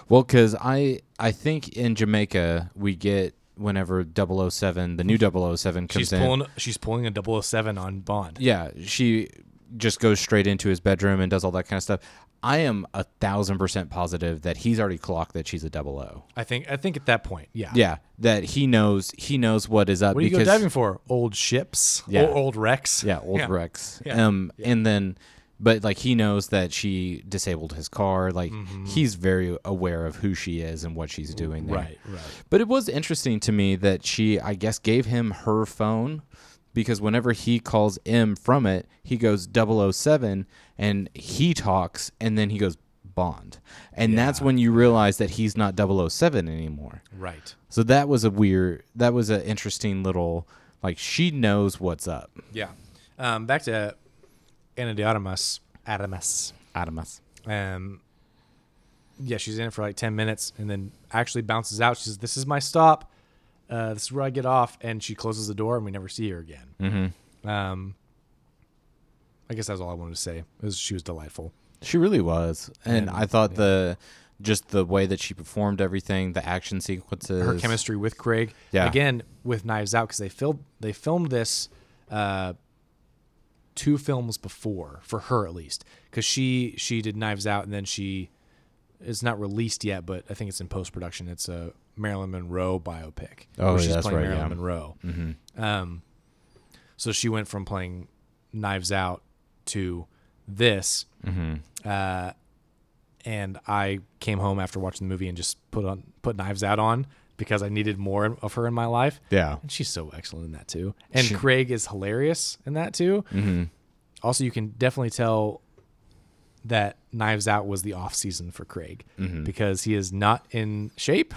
[SPEAKER 2] Well, cuz I I think in Jamaica we get whenever 007 the new 007 comes
[SPEAKER 1] Mm-hmm. She's
[SPEAKER 2] in.
[SPEAKER 1] pulling she's pulling a 007 on Bond.
[SPEAKER 2] yeah, she just goes straight into his bedroom and does all that kind of stuff. I am a thousand percent positive that he's already clocked that she's a double O.
[SPEAKER 1] I think I think at that point, yeah.
[SPEAKER 2] Yeah, that he knows he knows what is up
[SPEAKER 1] What do you
[SPEAKER 2] because
[SPEAKER 1] go diving for? Old ships?
[SPEAKER 2] Yeah.
[SPEAKER 1] Or old wrecks?
[SPEAKER 2] yeah, old Rex.
[SPEAKER 1] Yeah.
[SPEAKER 2] Um, and then, but like he knows that she disabled his car. Like
[SPEAKER 1] Mm-hmm.
[SPEAKER 2] he's very aware of who she is and what she's doing. There.
[SPEAKER 1] Right, right.
[SPEAKER 2] But it was interesting to me that she, I guess, gave him her phone because whenever he calls M from it, he goes 007 and he talks and then he goes Bond. And that's when you realize that he's not 007 anymore.
[SPEAKER 1] Right.
[SPEAKER 2] So that was a weird, that was an interesting little, like, she knows what's up.
[SPEAKER 1] Yeah. Um, back to Ana de Armas. Adamas.
[SPEAKER 2] Adamas.
[SPEAKER 1] Um, yeah, she's in it for like 10 minutes and then actually bounces out. She says, This is my stop. Uh, this is where I get off. And she closes the door and we never see her again. Um, I guess that's all I wanted to say. Is she was delightful.
[SPEAKER 2] She really was, and I thought the just the way that she performed everything, the action sequences,
[SPEAKER 1] Her chemistry with Craig.
[SPEAKER 2] Yeah.
[SPEAKER 1] Again, with Knives Out, because they, fil- they filmed this uh, two films before, for her at least. Because she, she did Knives Out and then she. It's not released yet, but I think it's in post production. It's a Marilyn Monroe biopic.
[SPEAKER 2] Oh,
[SPEAKER 1] where
[SPEAKER 2] yeah,
[SPEAKER 1] she's
[SPEAKER 2] that's
[SPEAKER 1] playing
[SPEAKER 2] right,
[SPEAKER 1] Marilyn
[SPEAKER 2] yeah. Mm-hmm.
[SPEAKER 1] Monroe. Um, so she went from playing Knives Out to this.
[SPEAKER 2] Mm-hmm.
[SPEAKER 1] Uh, and I came home after watching the movie and just put on put Knives Out on because I needed more of her in my life.
[SPEAKER 2] Yeah.
[SPEAKER 1] and she's so excellent in that too. And Craig is hilarious in that too. Mm-hmm. Also, you can definitely tell that Knives Out was the off season for Craig because he is not in shape.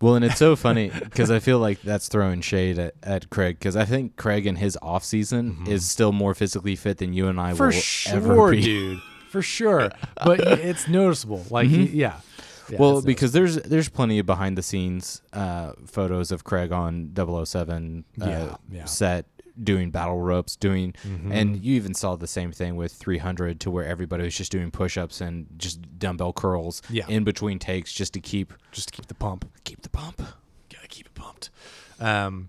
[SPEAKER 2] Well, and it's so funny because I feel like that's throwing shade at, at Craig because I think Craig in his off season is still more physically fit than you and I
[SPEAKER 1] Mm-hmm. for
[SPEAKER 2] will
[SPEAKER 1] sure,
[SPEAKER 2] ever be.
[SPEAKER 1] dude. Mm-hmm. For sure, but it's noticeable. Like, yeah. Yeah,
[SPEAKER 2] well,
[SPEAKER 1] it's
[SPEAKER 2] because there's there's plenty of behind the scenes uh, photos of Craig on 007 uh,
[SPEAKER 1] Yeah, yeah. Mm-hmm.
[SPEAKER 2] set doing battle ropes, doing, and you even saw the same thing with 300 to where everybody was just doing push ups and just dumbbell curls
[SPEAKER 1] Yeah.
[SPEAKER 2] in between takes just to keep
[SPEAKER 1] just to keep the pump.
[SPEAKER 2] keep the pump.
[SPEAKER 1] Gotta keep it pumped. Um,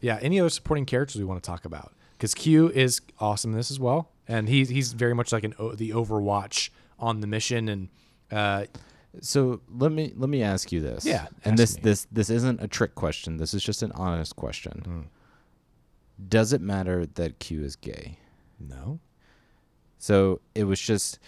[SPEAKER 1] yeah. Any other supporting characters we want to talk about? Because Q is awesome in this as well, and he's he's very much like an o- the Overwatch on the mission, and uh,
[SPEAKER 2] So let me let me ask you this.
[SPEAKER 1] Yeah, ask
[SPEAKER 2] and this
[SPEAKER 1] me.
[SPEAKER 2] this this isn't a trick question. This is just an honest question.
[SPEAKER 1] Mm.
[SPEAKER 2] Does it matter that Q is gay?
[SPEAKER 1] no,
[SPEAKER 2] So it was just,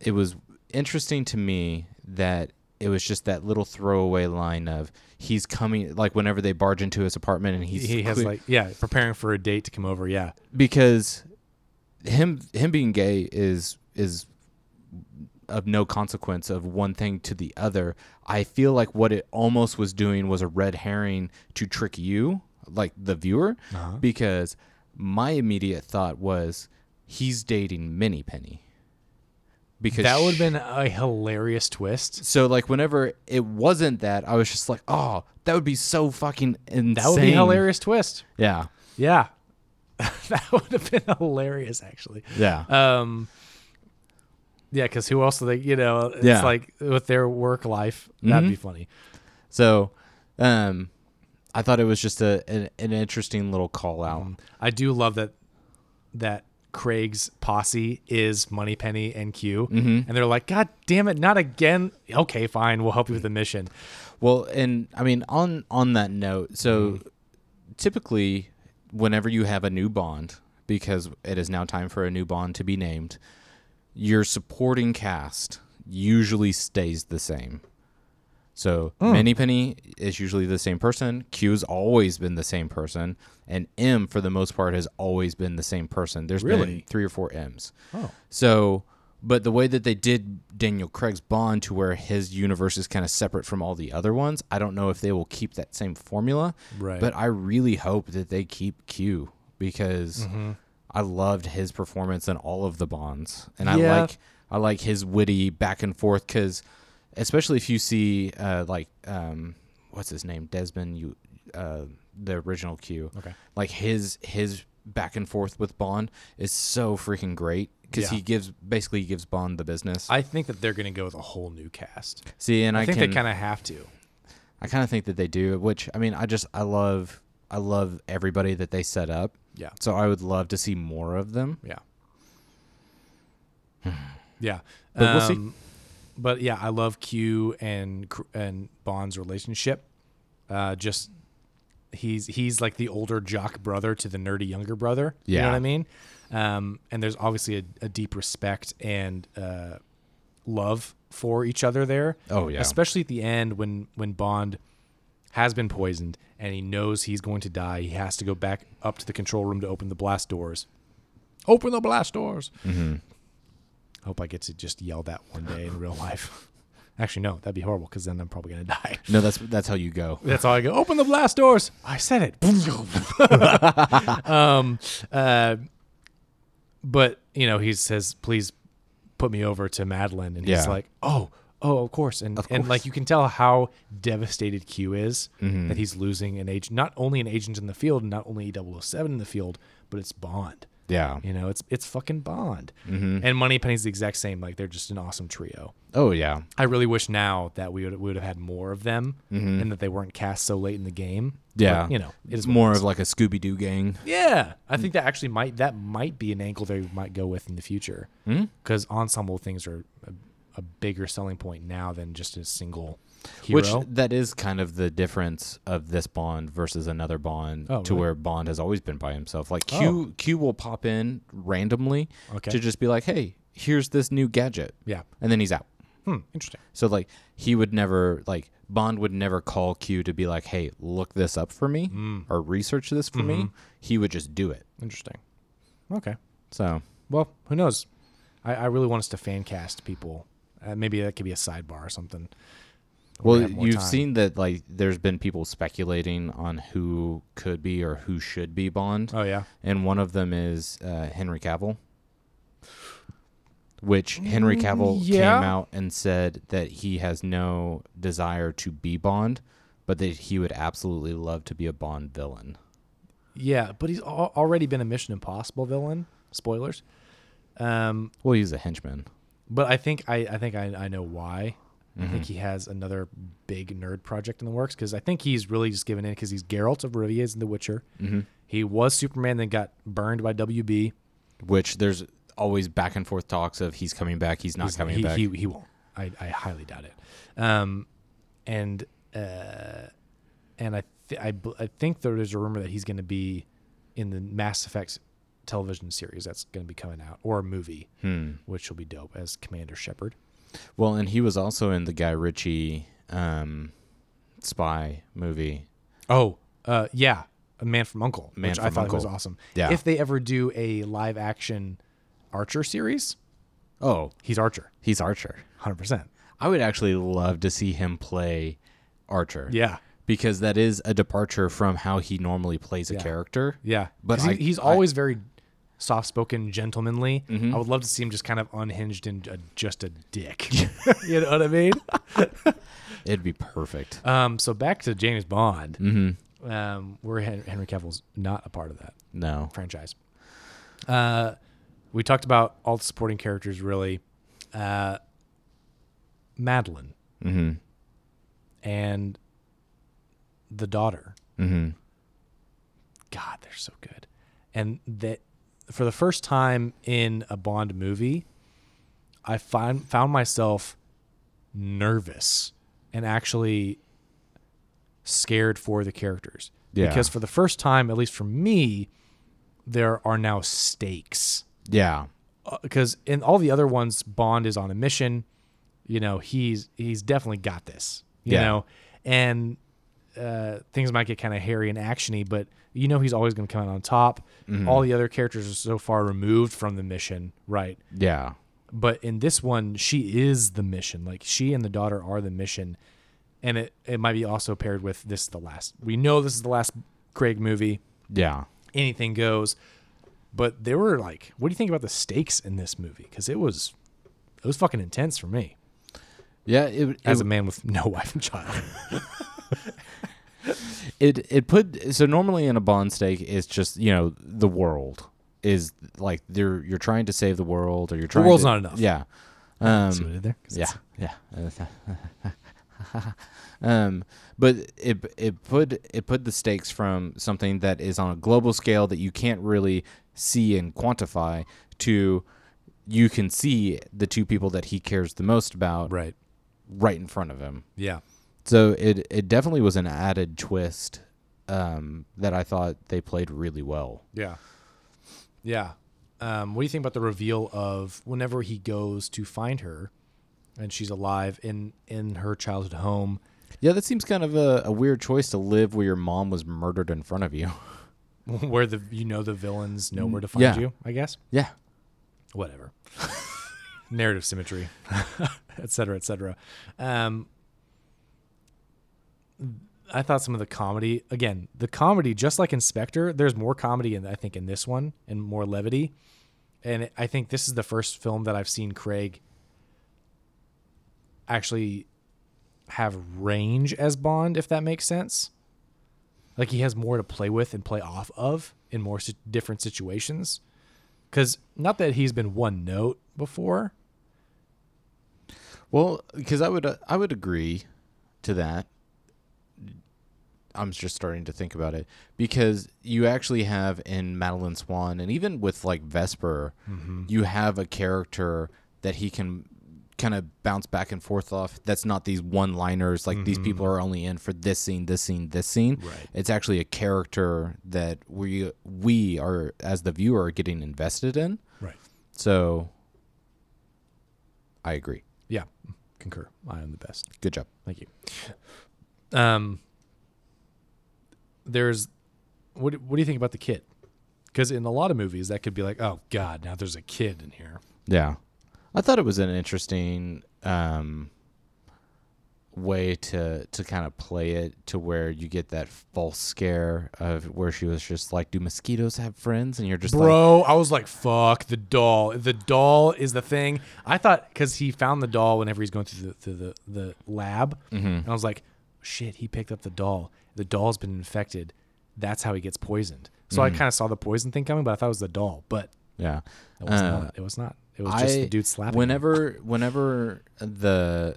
[SPEAKER 2] it was interesting to me that it was just that little throwaway line of he's coming, like whenever they barge into his apartment and he's
[SPEAKER 1] he has
[SPEAKER 2] cle-
[SPEAKER 1] like yeah, preparing for a date to come over. Yeah,
[SPEAKER 2] because him him being gay is is of no consequence of one thing to the other. I feel like what it almost was doing was a red herring to trick you, like the viewer,
[SPEAKER 1] Uh-huh.
[SPEAKER 2] because my immediate thought was he's dating Minnie Penny. Because
[SPEAKER 1] that would
[SPEAKER 2] she-
[SPEAKER 1] have been a hilarious twist.
[SPEAKER 2] so like whenever it wasn't that, I was just like, oh, that would be so fucking insane.
[SPEAKER 1] That would be a hilarious twist.
[SPEAKER 2] Yeah,
[SPEAKER 1] Yeah, that would have been hilarious actually.
[SPEAKER 2] yeah,
[SPEAKER 1] Um, yeah, because who else do they? You know, it's
[SPEAKER 2] Yeah. Mm-hmm.
[SPEAKER 1] like with their work life, that'd be funny.
[SPEAKER 2] So, um, I thought it was just a an, an interesting little call out.
[SPEAKER 1] I do love that that Craig's posse is Moneypenny and Q,
[SPEAKER 2] Mm-hmm.
[SPEAKER 1] and they're like, "God damn it, not again!" Okay, fine, we'll help you with the mission.
[SPEAKER 2] Well, and I mean on on that note, so typically whenever you have a new bond, because it is now time for a new bond to be named, your supporting cast usually stays the same. So Manny Penny is usually the same person. Q's always been the same person, and M for the most part has always been the same person. There's been
[SPEAKER 1] Really?
[SPEAKER 2] three or four M's.
[SPEAKER 1] Oh.
[SPEAKER 2] So, but the way that they did Daniel Craig's Bond to where his universe is kind of separate from all the other ones, I don't know if they will keep that same formula.
[SPEAKER 1] Right.
[SPEAKER 2] But I really hope that they keep Q because
[SPEAKER 1] Mm-hmm.
[SPEAKER 2] I loved his performance in all of the Bonds, and I
[SPEAKER 1] Yeah.
[SPEAKER 2] like I like his witty back and forth because, especially if you see uh, like um, what's his name Desmond, you uh, the original Q.
[SPEAKER 1] Okay.
[SPEAKER 2] Like his his back and forth with Bond is so freaking great because
[SPEAKER 1] Yeah.
[SPEAKER 2] he gives basically he gives Bond the business.
[SPEAKER 1] I think that they're going to go with a whole new cast.
[SPEAKER 2] see, and I,
[SPEAKER 1] I, think
[SPEAKER 2] can
[SPEAKER 1] they kind of have to.
[SPEAKER 2] I kind of think that they do, which I mean, I just I love I love everybody that they set up.
[SPEAKER 1] Yeah.
[SPEAKER 2] So I would love to see more of them.
[SPEAKER 1] Yeah. yeah.
[SPEAKER 2] Hmm.
[SPEAKER 1] Um,
[SPEAKER 2] But we'll see.
[SPEAKER 1] But yeah, I love Q and Cr- and Bond's relationship. Uh, just he's he's like the older jock brother to the nerdy younger brother. You know
[SPEAKER 2] Yeah.
[SPEAKER 1] what I mean? Um, and there's obviously a, a deep respect and uh, love for each other there.
[SPEAKER 2] Oh, yeah.
[SPEAKER 1] Especially at the end when when Bond has been poisoned and he knows he's going to die. He has to go back up to the control room to open the blast doors. Open the blast doors.
[SPEAKER 2] Mm-hmm.
[SPEAKER 1] Hope I get to just yell that one day in real life. Actually, no, that'd be horrible because then I'm probably gonna die.
[SPEAKER 2] No, that's that's how you go.
[SPEAKER 1] That's all I go. Open the blast doors. I said it. um, uh, but you know he says please put me over to madeline and he's
[SPEAKER 2] Yeah.
[SPEAKER 1] like oh oh of course Mm-hmm. and and like you can tell how devastated q is that he's losing an agent not only an agent in the field not only 007 in the field but it's bond
[SPEAKER 2] Yeah.
[SPEAKER 1] you know it's it's fucking bond and money penny's the exact same like they're just an awesome trio
[SPEAKER 2] Oh yeah.
[SPEAKER 1] i really wish now that we would, we would have had more of them and that they weren't cast so late in the game
[SPEAKER 2] Mm-hmm. Yeah.
[SPEAKER 1] But, you know it is
[SPEAKER 2] It's
[SPEAKER 1] what it
[SPEAKER 2] more Mm.
[SPEAKER 1] is.
[SPEAKER 2] of like a Scooby Doo gang.
[SPEAKER 1] Yeah, I think that actually might that might be an angle they might go with in the future
[SPEAKER 2] Hmm?
[SPEAKER 1] because ensemble things are a, a bigger selling point now than just a single hero.
[SPEAKER 2] Which that is kind of the difference of this Bond versus another Bond
[SPEAKER 1] Oh,
[SPEAKER 2] to
[SPEAKER 1] really? Oh.
[SPEAKER 2] where Bond has always been by himself. Like Q Q will pop in randomly
[SPEAKER 1] Okay.
[SPEAKER 2] to just be like, "Hey, here's this new gadget."
[SPEAKER 1] yeah,
[SPEAKER 2] And then he's out.
[SPEAKER 1] hmm, interesting.
[SPEAKER 2] So like he would never like Bond would never call Q to be like, "Hey, look this up for me
[SPEAKER 1] Mm.
[SPEAKER 2] or research this for
[SPEAKER 1] Mm-hmm.
[SPEAKER 2] me." He would just do it.
[SPEAKER 1] Interesting. Okay.
[SPEAKER 2] So
[SPEAKER 1] Well, who knows? I, I really want us to fan cast people. Uh, maybe that could be a sidebar or something. when we
[SPEAKER 2] well,
[SPEAKER 1] have more
[SPEAKER 2] you've
[SPEAKER 1] time.
[SPEAKER 2] seen that like there's been people speculating on who could be or who should be Bond.
[SPEAKER 1] Oh yeah.
[SPEAKER 2] and one of them is uh, Henry Cavill, which Henry Cavill
[SPEAKER 1] Mm, yeah.
[SPEAKER 2] came out and said that he has no desire to be Bond, but that he would absolutely love to be a Bond villain.
[SPEAKER 1] Yeah, but he's al- already been a Mission Impossible villain. Spoilers. Um,
[SPEAKER 2] Well, he's a henchman.
[SPEAKER 1] But I think I, I think I, I know why. I think
[SPEAKER 2] Mm-hmm.
[SPEAKER 1] he has another big nerd project in the works because I think he's really just given in because he's Geralt of Rivia's in The Witcher. Mm-hmm. He was Superman, then got burned by WB.
[SPEAKER 2] Which there's always back and forth talks of he's coming back, he's not coming
[SPEAKER 1] he,
[SPEAKER 2] back.
[SPEAKER 1] He, he won't. I, I highly doubt it. Um, and uh, and I th- I, bl- I think there is a rumor that he's going to be in the Mass Effect television series that's going to be coming out or a movie,
[SPEAKER 2] Hmm.
[SPEAKER 1] which will be dope as Commander Shepard.
[SPEAKER 2] well, and he was also in the Guy Ritchie um, spy movie.
[SPEAKER 1] Oh, uh, yeah, a man from Uncle,
[SPEAKER 2] Man
[SPEAKER 1] which I
[SPEAKER 2] from
[SPEAKER 1] thought was
[SPEAKER 2] Uncle.
[SPEAKER 1] awesome.
[SPEAKER 2] Yeah.
[SPEAKER 1] If they ever do a live action Archer series,
[SPEAKER 2] Oh,
[SPEAKER 1] he's Archer,
[SPEAKER 2] he's Archer.
[SPEAKER 1] hundred percent.
[SPEAKER 2] I would actually love to see him play Archer.
[SPEAKER 1] Yeah,
[SPEAKER 2] because that is a departure from how he normally plays a character.
[SPEAKER 1] yeah.
[SPEAKER 2] But
[SPEAKER 1] 'Cause he-
[SPEAKER 2] I- Mm-hmm.
[SPEAKER 1] he's always very soft spoken, gentlemanly. I would love to see him just kind of unhinged and uh, just a dick. you know what I mean?
[SPEAKER 2] It'd be perfect.
[SPEAKER 1] Um, so back to James Bond.
[SPEAKER 2] Mm-hmm.
[SPEAKER 1] Um, where Hen- Henry Cavill's not a part of that.
[SPEAKER 2] No.
[SPEAKER 1] franchise. Uh, we talked about all the supporting characters, really. Uh, Madeline and the daughter. God, they're so good. And that for the first time in a Bond movie, I find, found myself nervous and actually scared for the characters.
[SPEAKER 2] Yeah.
[SPEAKER 1] Because for the first time, at least for me, there are now stakes
[SPEAKER 2] Yeah.
[SPEAKER 1] because uh, in all the other ones, Bond is on a mission. You know, he's he's definitely got this. You
[SPEAKER 2] Yeah.
[SPEAKER 1] know, and uh, things might get kind of hairy and actiony, but you know he's always going to come out on top. All the other characters are so far removed from the mission, right?
[SPEAKER 2] Yeah.
[SPEAKER 1] But in this one, she is the mission. Like she and the daughter are the mission, and it it might be also paired with this is the last. We know this is the last Craig movie
[SPEAKER 2] Yeah.
[SPEAKER 1] anything goes. But there were like, what do you think about the stakes in this movie? Because it was, it was fucking intense for me
[SPEAKER 2] Yeah, it Um,
[SPEAKER 1] as
[SPEAKER 2] it,
[SPEAKER 1] a man with no wife and child.
[SPEAKER 2] it it put so normally in a bond stake it's just, you know, the world is like they're you're trying to save the world or you're trying
[SPEAKER 1] world's
[SPEAKER 2] to,
[SPEAKER 1] not enough.
[SPEAKER 2] Yeah.
[SPEAKER 1] See what I
[SPEAKER 2] Um
[SPEAKER 1] did there? 'Cause
[SPEAKER 2] yeah.
[SPEAKER 1] it's-
[SPEAKER 2] Yeah. um but it it put it put the stakes from something that is on a global scale that you can't really see and quantify to you can see the two people that he cares the most about
[SPEAKER 1] right.
[SPEAKER 2] right in front of him.
[SPEAKER 1] Yeah.
[SPEAKER 2] So it it definitely was an added twist um, that I thought they played really well.
[SPEAKER 1] Yeah. Yeah. Um, what do you think about the reveal of whenever he goes to find her, and she's alive in in her childhood home?
[SPEAKER 2] Yeah, that seems kind of a, a weird choice to live where your mom was murdered in front of you.
[SPEAKER 1] Where the you know the villains know where to find
[SPEAKER 2] Mm, yeah.
[SPEAKER 1] you, I guess.
[SPEAKER 2] yeah.
[SPEAKER 1] whatever narrative symmetry et cetera et cetera um, i thought some of the comedy again the comedy just like inspector there's more comedy in i think in this one and more levity and it- I think this is the first film that I've seen Craig actually have range as Bond, if that makes sense. Like he has more to play with and play off of in more si- different situations. Because not that he's been one note before.
[SPEAKER 2] Well, because I would uh, I would agree to that. I'm just starting to think about it because you actually have in Madeline Swan and even with like Vesper, you have a character that he can kind of bounce back and forth off. That's not these one liners like these people are only in for this scene, this scene, this scene.
[SPEAKER 1] Right.
[SPEAKER 2] It's actually a character that we we are as the viewer are getting invested in.
[SPEAKER 1] Right.
[SPEAKER 2] So I agree.
[SPEAKER 1] Yeah. Concur. I am the best.
[SPEAKER 2] Good job.
[SPEAKER 1] Thank you. Um, there's what? What do you think about the kid? Because in a lot of movies, that could be like, oh god, now there's a kid in here.
[SPEAKER 2] Yeah. I thought it was an interesting um, way to to kind of play it to where you get that false scare of where she was just like, Do mosquitoes have friends? And you're just like
[SPEAKER 1] Bro, I was like, fuck the doll. The doll is the thing. I thought because he found the doll whenever he's going through the through the, the lab,
[SPEAKER 2] Mm-hmm.
[SPEAKER 1] and I was like, shit, he picked up the doll. The doll's been infected. That's how he gets poisoned. So
[SPEAKER 2] Mm.
[SPEAKER 1] I kind of saw the poison thing coming, but I thought it was the doll. But
[SPEAKER 2] Yeah.
[SPEAKER 1] it was
[SPEAKER 2] Uh,
[SPEAKER 1] not. It was not. It was just the dude slapping. him.
[SPEAKER 2] Whenever, whenever the,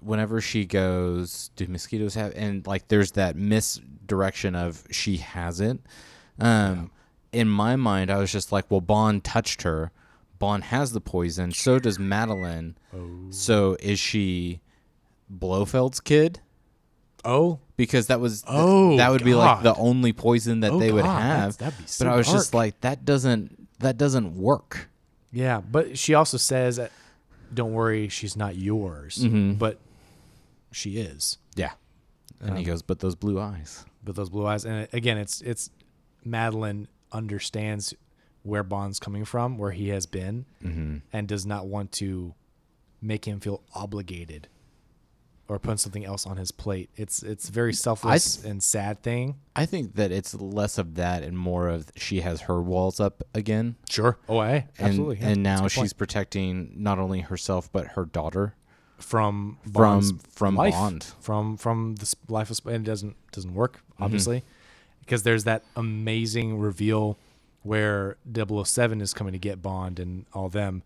[SPEAKER 2] whenever she goes, do mosquitoes have? And like, there's that misdirection of she has it. Um, in my mind, I was just like, well, Bond touched her. Bond has the poison. So does Madeline.
[SPEAKER 1] Oh.
[SPEAKER 2] So is she Blofeld's kid?
[SPEAKER 1] oh,
[SPEAKER 2] Because that was th-
[SPEAKER 1] Oh,
[SPEAKER 2] that would be like
[SPEAKER 1] God.
[SPEAKER 2] the only poison that
[SPEAKER 1] Oh,
[SPEAKER 2] they would
[SPEAKER 1] God,
[SPEAKER 2] have.
[SPEAKER 1] that's- that'd be so
[SPEAKER 2] but I was just
[SPEAKER 1] dark.
[SPEAKER 2] like, that doesn't that doesn't work.
[SPEAKER 1] Yeah, but she also says, that, "Don't worry, she's not yours."
[SPEAKER 2] Mm-hmm.
[SPEAKER 1] But she is.
[SPEAKER 2] Yeah. And he goes, but those blue eyes.
[SPEAKER 1] But those blue eyes, and again, it's it's Madeline understands where Bond's coming from, where he has been, and does not want to make him feel obligated or put something else on his plate. It's it's a very selfless and sad thing.
[SPEAKER 2] I think that it's less of that and more of she has her walls up again.
[SPEAKER 1] Sure. Oh, I
[SPEAKER 2] And,
[SPEAKER 1] absolutely. yeah,
[SPEAKER 2] and
[SPEAKER 1] that's a
[SPEAKER 2] now
[SPEAKER 1] good point.
[SPEAKER 2] she's protecting not only herself but her daughter.
[SPEAKER 1] from
[SPEAKER 2] From-
[SPEAKER 1] Bond's
[SPEAKER 2] from
[SPEAKER 1] life,
[SPEAKER 2] Bond. Mm-hmm.
[SPEAKER 1] from from the sp- life of Sp- and it doesn't doesn't work obviously because there's that amazing reveal where 007 is coming to get Bond and all them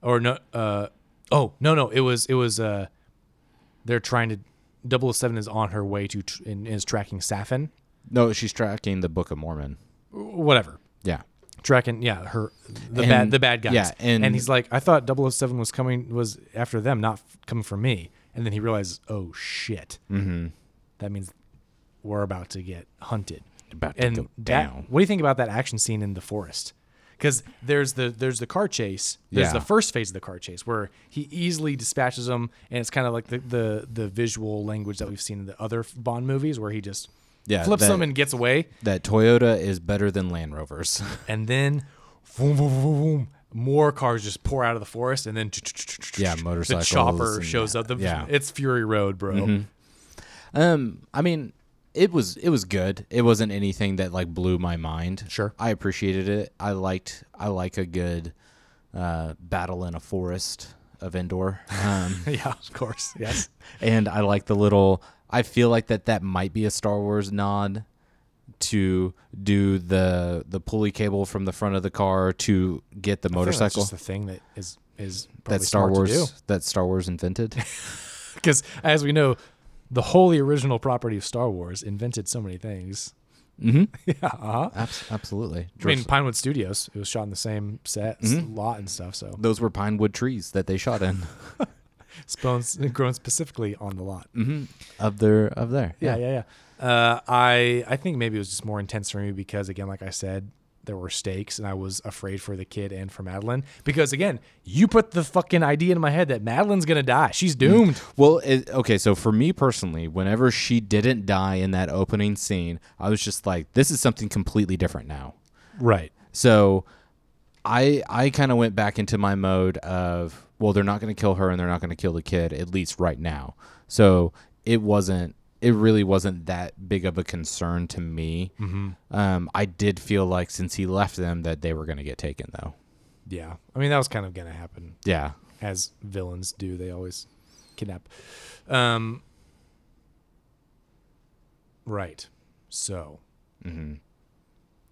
[SPEAKER 1] or no uh oh no no it was it was uh they're trying to 007 is on her way to tr- and is tracking Safin
[SPEAKER 2] No, she's tracking the Book of Mormon.
[SPEAKER 1] whatever
[SPEAKER 2] Yeah.
[SPEAKER 1] tracking yeah her the
[SPEAKER 2] And-
[SPEAKER 1] bad the bad guys
[SPEAKER 2] yeah, and-
[SPEAKER 1] he's like I thought 007 was coming was after them not f- coming for me and then he realizes oh shit mm-hmm. that means we're about to get hunted
[SPEAKER 2] About to
[SPEAKER 1] and
[SPEAKER 2] go
[SPEAKER 1] that-
[SPEAKER 2] down.
[SPEAKER 1] what do you think about that action scene in the forest because there's the there's the car chase there's
[SPEAKER 2] Yeah.
[SPEAKER 1] the first phase of the car chase where he easily dispatches them and it's kind of like the, the the visual language that we've seen in the other Bond movies where he just
[SPEAKER 2] Yeah,
[SPEAKER 1] flips
[SPEAKER 2] that-
[SPEAKER 1] them and gets away
[SPEAKER 2] That Toyota is better than Land Rovers.
[SPEAKER 1] and then boom, boom, boom, boom, boom, more cars just pour out of the forest, and then
[SPEAKER 2] Yeah,
[SPEAKER 1] The
[SPEAKER 2] motorcycles
[SPEAKER 1] chopper
[SPEAKER 2] and-
[SPEAKER 1] shows up. The,
[SPEAKER 2] yeah. Mm-hmm.
[SPEAKER 1] it's Fury Road, bro.
[SPEAKER 2] um, I mean, it was it was good. It wasn't anything that like blew my mind.
[SPEAKER 1] Sure.
[SPEAKER 2] I appreciated it. I liked I like a good uh, battle in a forest of Endor. Um
[SPEAKER 1] yeah, of course. Yes,
[SPEAKER 2] and I like the little. I feel like that that might be a Star Wars nod to do the the pulley cable from the front of the car to get the
[SPEAKER 1] That's
[SPEAKER 2] motorcycle
[SPEAKER 1] just the thing that is is probably
[SPEAKER 2] that Star Wars
[SPEAKER 1] Wars
[SPEAKER 2] that Star Wars invented.
[SPEAKER 1] because, as we know, the wholly original property of Star Wars invented so many things. Mm-hmm. yeah, uh-huh.
[SPEAKER 2] Abs- absolutely.
[SPEAKER 1] I mean Pinewood Studios. It was shot in the same set s-
[SPEAKER 2] Mm-hmm.
[SPEAKER 1] lot and stuff. So
[SPEAKER 2] those were pine wood trees that they shot in
[SPEAKER 1] it's grown- grown specifically on the lot.
[SPEAKER 2] of their of there.
[SPEAKER 1] yeah, yeah, yeah. Uh, I I think maybe it was just more intense for me because again, like I said, there were stakes, and I was afraid for the kid and for Madeline because again, you put the fucking idea in my head that Madeline's gonna die. She's doomed.
[SPEAKER 2] Well, it, okay, so for me personally, whenever she didn't die in that opening scene, I was just like, this is something completely different now.
[SPEAKER 1] Right.
[SPEAKER 2] So I I kind of went back into my mode of well they're not going to kill her and they're not going to kill the kid at least right now. So it wasn't it really wasn't that big of a concern to
[SPEAKER 1] Mm-hmm.
[SPEAKER 2] me. Um, I did feel like since he left them that they were going to get taken though.
[SPEAKER 1] Yeah. I mean, that was kind of going to happen
[SPEAKER 2] Yeah.
[SPEAKER 1] as villains do. They always kidnap. Um, right. So
[SPEAKER 2] Mm-hmm.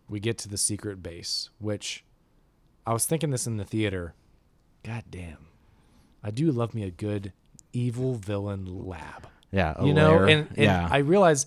[SPEAKER 1] we get to the secret base, which I was thinking this in the theater. God damn. I do love me a good evil villain lab.
[SPEAKER 2] Yeah. a
[SPEAKER 1] you know,
[SPEAKER 2] layer.
[SPEAKER 1] and, and
[SPEAKER 2] yeah.
[SPEAKER 1] I realize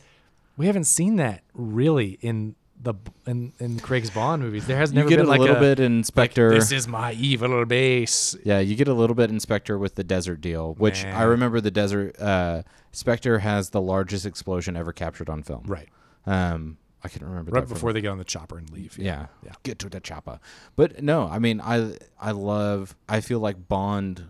[SPEAKER 1] we haven't seen that really in the in, in Craig's Bond movies. There has
[SPEAKER 2] you
[SPEAKER 1] never
[SPEAKER 2] get
[SPEAKER 1] been
[SPEAKER 2] a
[SPEAKER 1] like
[SPEAKER 2] little
[SPEAKER 1] a,
[SPEAKER 2] bit Inspector.
[SPEAKER 1] This is my evil base.
[SPEAKER 2] yeah, you get a little bit Inspector with the desert deal, which I
[SPEAKER 1] Nah.
[SPEAKER 2] remember the desert uh, Spectre has the largest explosion ever captured on film.
[SPEAKER 1] Right.
[SPEAKER 2] Um, I can remember
[SPEAKER 1] Right
[SPEAKER 2] that from-
[SPEAKER 1] before they get on the chopper and leave.
[SPEAKER 2] Yeah.
[SPEAKER 1] Yeah.
[SPEAKER 2] Get to the chopper. But no, I mean I I love I feel like Bond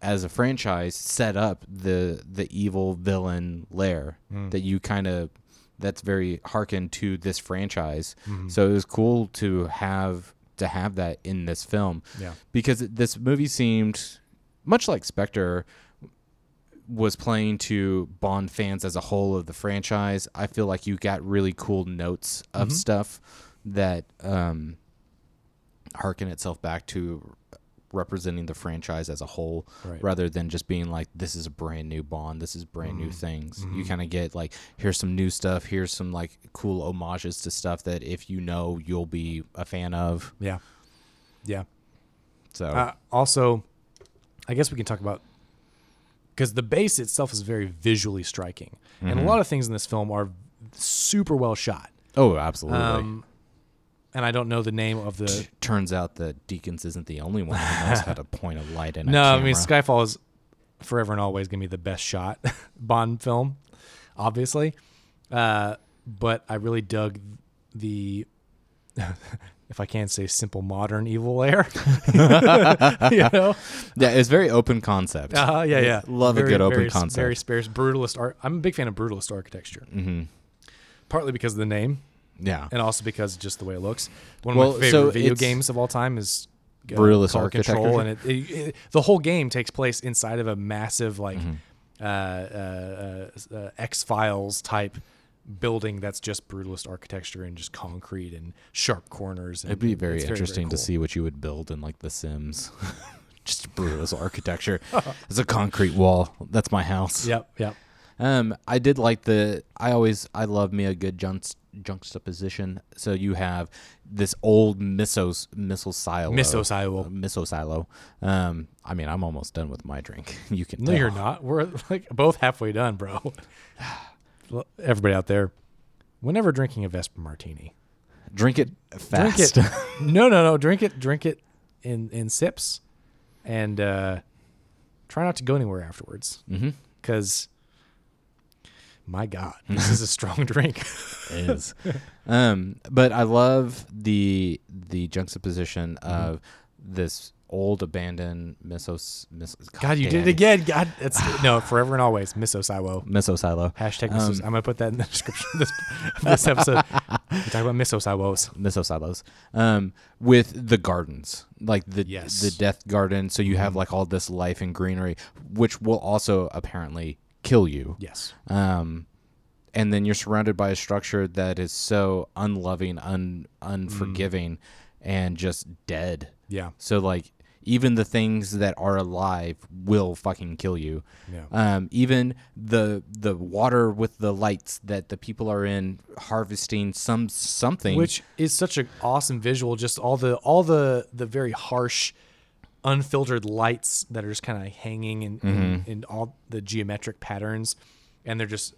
[SPEAKER 2] as a franchise set up the the evil villain lair that you kind of that's very hearkened to this franchise. So it was cool to have to have that in this film.
[SPEAKER 1] Yeah.
[SPEAKER 2] Because it- this movie seemed much like Spectre was playing to Bond fans as a whole of the franchise. I feel like you got really cool notes of stuff that um, harken itself back to representing the franchise as a whole
[SPEAKER 1] Right.
[SPEAKER 2] rather than just being like this is a brand new bond this is brand
[SPEAKER 1] Mm-hmm.
[SPEAKER 2] new things you kind of get like here's some new stuff here's some like cool homages to stuff that if you know you'll be a fan of
[SPEAKER 1] Yeah. Yeah.
[SPEAKER 2] so
[SPEAKER 1] Uh, also, I guess we can talk about because the base itself is very visually striking, and a lot of things in this film are super well shot.
[SPEAKER 2] oh absolutely
[SPEAKER 1] Um, and I don't know the name of the.
[SPEAKER 2] turns out that Deacons isn't the only one who knows how to point a light in a
[SPEAKER 1] No, I
[SPEAKER 2] camera.
[SPEAKER 1] mean Skyfall is forever and always gonna be the best shot Bond film, obviously. Uh, but I really dug the. If I can say simple modern evil lair, you know,
[SPEAKER 2] yeah, it's very open concept.
[SPEAKER 1] Uh, yeah, yeah.
[SPEAKER 2] Love a good open
[SPEAKER 1] very,
[SPEAKER 2] concept.
[SPEAKER 1] Very sparse brutalist art. I'm a big fan of brutalist architecture. Mm-hmm. Partly because of the name,
[SPEAKER 2] yeah,
[SPEAKER 1] and also because just the way it looks. One
[SPEAKER 2] Well,
[SPEAKER 1] of my favorite
[SPEAKER 2] so
[SPEAKER 1] video
[SPEAKER 2] it's-
[SPEAKER 1] games of all time is uh,
[SPEAKER 2] Brutalist
[SPEAKER 1] called Control,
[SPEAKER 2] architecture?
[SPEAKER 1] and it, it, it- the whole game takes place inside of a massive like
[SPEAKER 2] Mm-hmm.
[SPEAKER 1] uh, uh, uh, uh, X Files type building that's just brutalist architecture and just concrete and sharp corners. And
[SPEAKER 2] it'd be very
[SPEAKER 1] it's
[SPEAKER 2] interesting
[SPEAKER 1] cool.
[SPEAKER 2] to see what you would build in like The Sims. Just brutalist architecture. It's a concrete wall. That's my house.
[SPEAKER 1] Yep, yep.
[SPEAKER 2] Um, I did like the. I always I love me a good junct, juxtaposition. So you have this old missiles missile silo.
[SPEAKER 1] Missile silo.
[SPEAKER 2] Missile silo. Um, I mean I'm almost done with my drink. You can.
[SPEAKER 1] No,
[SPEAKER 2] tell.
[SPEAKER 1] you're not. We're like both halfway done, bro. Well, Everybody out there, whenever drinking a Vespa martini,
[SPEAKER 2] Drink it
[SPEAKER 1] drink
[SPEAKER 2] fast.
[SPEAKER 1] it. no, no, no. Drink it. Drink it in in sips, and uh, try not to go anywhere afterwards. Because, my God, this is a strong drink.
[SPEAKER 2] is. Um, but I love the the juxtaposition
[SPEAKER 1] Mm-hmm.
[SPEAKER 2] of this old abandoned Missos. Miss,
[SPEAKER 1] God, you did it again. God, it's no forever and always. Miss Osaiwo.
[SPEAKER 2] Misso silo.
[SPEAKER 1] Hashtag Miss Os- I'm gonna put that in the description of this, of this episode. We talk about Miss Osaiwos.
[SPEAKER 2] Misso silos. Um, with the gardens, like the
[SPEAKER 1] Yes. Mm-hmm.
[SPEAKER 2] the death garden. So you have like all this life and greenery, which will also apparently kill you.
[SPEAKER 1] Yes.
[SPEAKER 2] um, and then you're surrounded by a structure that is so unloving, un unforgiving, and just dead.
[SPEAKER 1] Yeah.
[SPEAKER 2] So like even the things that are alive will fucking kill you.
[SPEAKER 1] Yeah.
[SPEAKER 2] Um, even the the water with the lights that the people are in harvesting some something.
[SPEAKER 1] which is such an awesome visual just all the all the the very harsh unfiltered lights that are just kind of hanging in,
[SPEAKER 2] Mm-hmm.
[SPEAKER 1] in in all the geometric patterns and they're just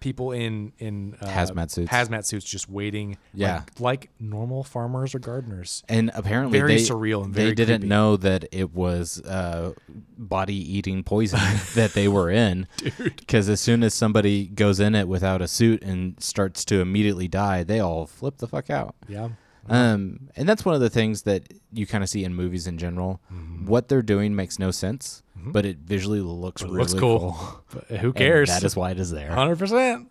[SPEAKER 1] people in in uh,
[SPEAKER 2] Hazmat suits.
[SPEAKER 1] hazmat suits just waiting
[SPEAKER 2] Yeah.
[SPEAKER 1] like, like normal farmers or gardeners
[SPEAKER 2] and apparently
[SPEAKER 1] Very
[SPEAKER 2] they,
[SPEAKER 1] surreal and
[SPEAKER 2] they
[SPEAKER 1] very
[SPEAKER 2] didn't
[SPEAKER 1] creepy.
[SPEAKER 2] know that it was uh, body eating poison that they were in because as soon as somebody goes in it without a suit and starts to immediately die they all flip the fuck out
[SPEAKER 1] yeah
[SPEAKER 2] um, and that's one of the things that you kind of see in movies in general
[SPEAKER 1] Mm-hmm.
[SPEAKER 2] what they're doing makes no sense but it visually looks really
[SPEAKER 1] looks cool, But who cares
[SPEAKER 2] and that is why it is there
[SPEAKER 1] 100%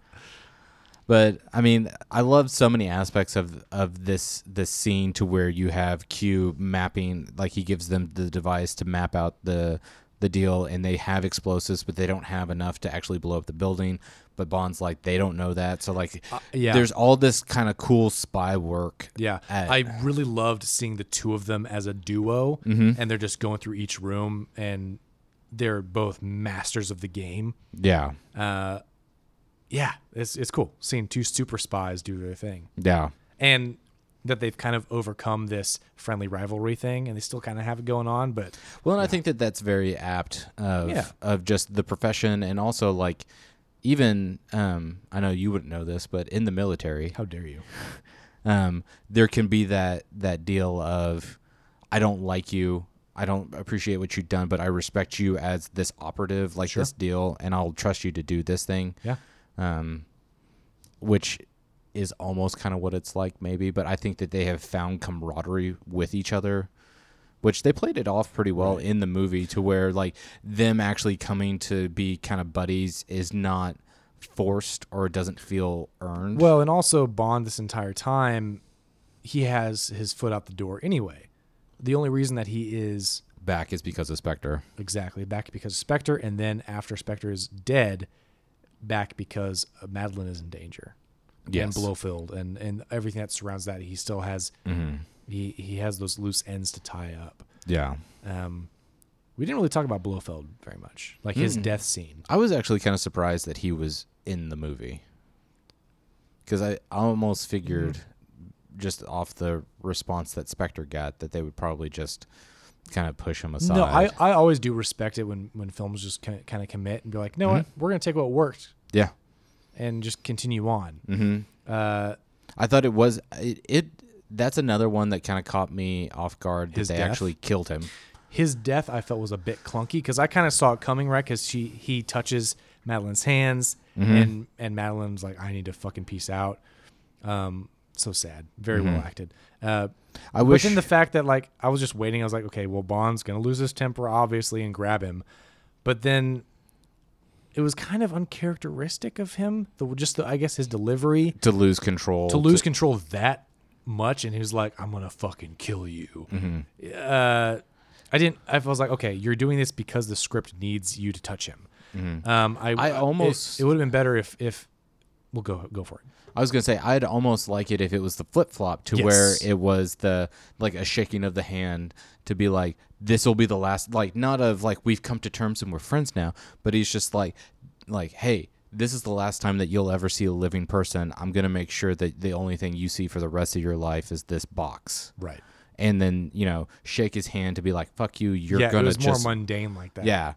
[SPEAKER 2] but I mean, I love so many aspects of of this this scene to where you have Q mapping, like he gives them the device to map out the the deal and they have explosives, but they don't have enough to actually blow up the building. But Bond's like, they don't know that. So, like,
[SPEAKER 1] yeah.
[SPEAKER 2] there's all this kind of cool spy work.
[SPEAKER 1] Yeah,
[SPEAKER 2] at-
[SPEAKER 1] I really loved seeing the two of them as a duo, and they're just going through each room, and they're both masters of the game.
[SPEAKER 2] Yeah.
[SPEAKER 1] Yeah, it's it's cool seeing two super spies do their thing,
[SPEAKER 2] Yeah.
[SPEAKER 1] and that they've kind of overcome this friendly rivalry thing, and they still kind of have it going on. But
[SPEAKER 2] Well, and I think that that's very apt of
[SPEAKER 1] Yeah.
[SPEAKER 2] of just the profession and also like even um, I know you wouldn't know this, but in the military,
[SPEAKER 1] how dare you?
[SPEAKER 2] um, there can be that that deal of I don't like you. I don't appreciate what you've done, but I respect you as this operative, like this deal, and I'll trust you to do this thing,
[SPEAKER 1] Yeah,
[SPEAKER 2] which is almost kind of what it's like, maybe. But I think that they have found camaraderie with each other, which they played it off pretty well in the movie, to where like them actually coming to be kind of buddies is not forced or it doesn't feel earned.
[SPEAKER 1] Well, and also Bond this entire time, he has his foot out the door anyway. The only reason that he is
[SPEAKER 2] Back is because of Spectre.
[SPEAKER 1] exactly back because of Spectre, and then after Spectre is dead, back because Madeline is in danger.
[SPEAKER 2] Yes.
[SPEAKER 1] And Blofeld and, and everything that surrounds that, he still has he, he has those loose ends to tie up.
[SPEAKER 2] Yeah.
[SPEAKER 1] Um, we didn't really talk about Blofeld very much. Like his death scene.
[SPEAKER 2] I was actually kind of surprised that he was in the movie because I almost figured,
[SPEAKER 1] Mm-hmm.
[SPEAKER 2] just off the response that Spectre got, that they would probably just kind of push him aside.
[SPEAKER 1] No, I, I always do respect it when, when films just kind of commit and be like, no, what? we're going to take what worked
[SPEAKER 2] yeah,
[SPEAKER 1] and just continue on.
[SPEAKER 2] I thought it was it. it that's another one that kind of caught me off guard that
[SPEAKER 1] His
[SPEAKER 2] they
[SPEAKER 1] death?
[SPEAKER 2] actually killed him.
[SPEAKER 1] his death I felt was a bit clunky because I kind of saw it coming, right? Because she he touches Madeline's hands, and and Madeline's like, "I need to fucking peace out." Um, so sad. Very well acted. Uh,
[SPEAKER 2] I
[SPEAKER 1] but
[SPEAKER 2] wish
[SPEAKER 1] then the fact that like I was just waiting, I was like, "Okay, well Bond's gonna lose his temper, obviously, and grab him," but then. It was kind of uncharacteristic of him, the, just the, I guess his delivery
[SPEAKER 2] to lose control.
[SPEAKER 1] to lose control that much and he was like i'm gonna fucking kill you
[SPEAKER 2] Mm-hmm.
[SPEAKER 1] uh, i didn't i was like okay you're doing this because the script needs you to touch him
[SPEAKER 2] Mm-hmm.
[SPEAKER 1] um, I,
[SPEAKER 2] I
[SPEAKER 1] it-
[SPEAKER 2] almost-
[SPEAKER 1] it, would have been better if if we'll go go for it
[SPEAKER 2] I was gonna say I'd almost like it if it was the flip flop to where
[SPEAKER 1] Yes.
[SPEAKER 2] it was the like a shaking of the hand to be like this will be the last like not of like we've come to terms and we're friends now, but he's just like like hey this is the last time that you'll ever see a living person. I'm gonna make sure that the only thing you see for the rest of your life is this box,
[SPEAKER 1] right
[SPEAKER 2] and then you know shake his hand to be like fuck you. You're
[SPEAKER 1] yeah it
[SPEAKER 2] gonna
[SPEAKER 1] was
[SPEAKER 2] just
[SPEAKER 1] more mundane like that
[SPEAKER 2] yeah.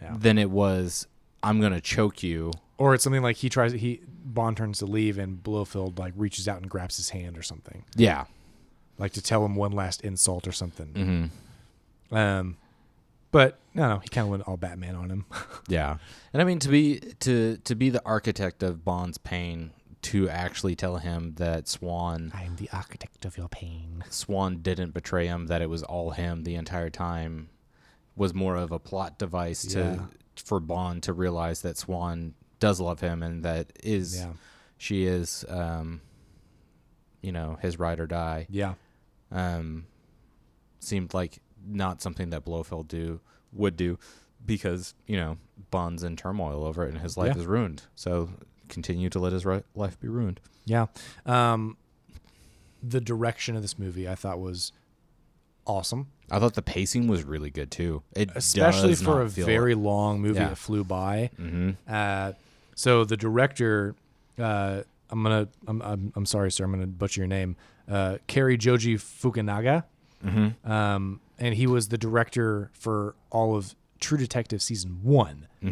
[SPEAKER 1] Yeah.
[SPEAKER 2] Then it was I'm gonna choke you.
[SPEAKER 1] or it's something like he tries he bond turns to leave and blowfield like reaches out and grabs his hand or something
[SPEAKER 2] Yeah.
[SPEAKER 1] like to tell him one last insult or something
[SPEAKER 2] Mm-hmm.
[SPEAKER 1] um but no, no he kind of went all batman on him
[SPEAKER 2] Yeah, and I mean to be to to be the architect of Bond's pain to actually tell him that Swan
[SPEAKER 1] i am the architect of your pain
[SPEAKER 2] Swan didn't betray him that it was all him the entire time was more of a plot device to
[SPEAKER 1] Yeah.
[SPEAKER 2] for Bond to realize that Swan does love him and that is
[SPEAKER 1] Yeah.
[SPEAKER 2] she is um you know his ride or die
[SPEAKER 1] yeah
[SPEAKER 2] um, seemed like not something that Blofeld do would do because you know Bond's in turmoil over it and his life
[SPEAKER 1] Yeah.
[SPEAKER 2] is ruined. So continue to let his ri- life be ruined.
[SPEAKER 1] Yeah. Um, the direction of this movie I thought was awesome,
[SPEAKER 2] I thought the pacing was really good too. It
[SPEAKER 1] especially
[SPEAKER 2] does
[SPEAKER 1] for
[SPEAKER 2] not
[SPEAKER 1] a
[SPEAKER 2] feel-
[SPEAKER 1] very long movie
[SPEAKER 2] Yeah. Mm-hmm.
[SPEAKER 1] that flew by. Uh, so the director, uh, I'm gonna, I'm, I'm, I'm sorry, sir, I'm gonna butcher your name, uh, Kerry Joji Fukunaga,
[SPEAKER 2] Mm-hmm.
[SPEAKER 1] um, and he was the director for all of True Detective season one.
[SPEAKER 2] he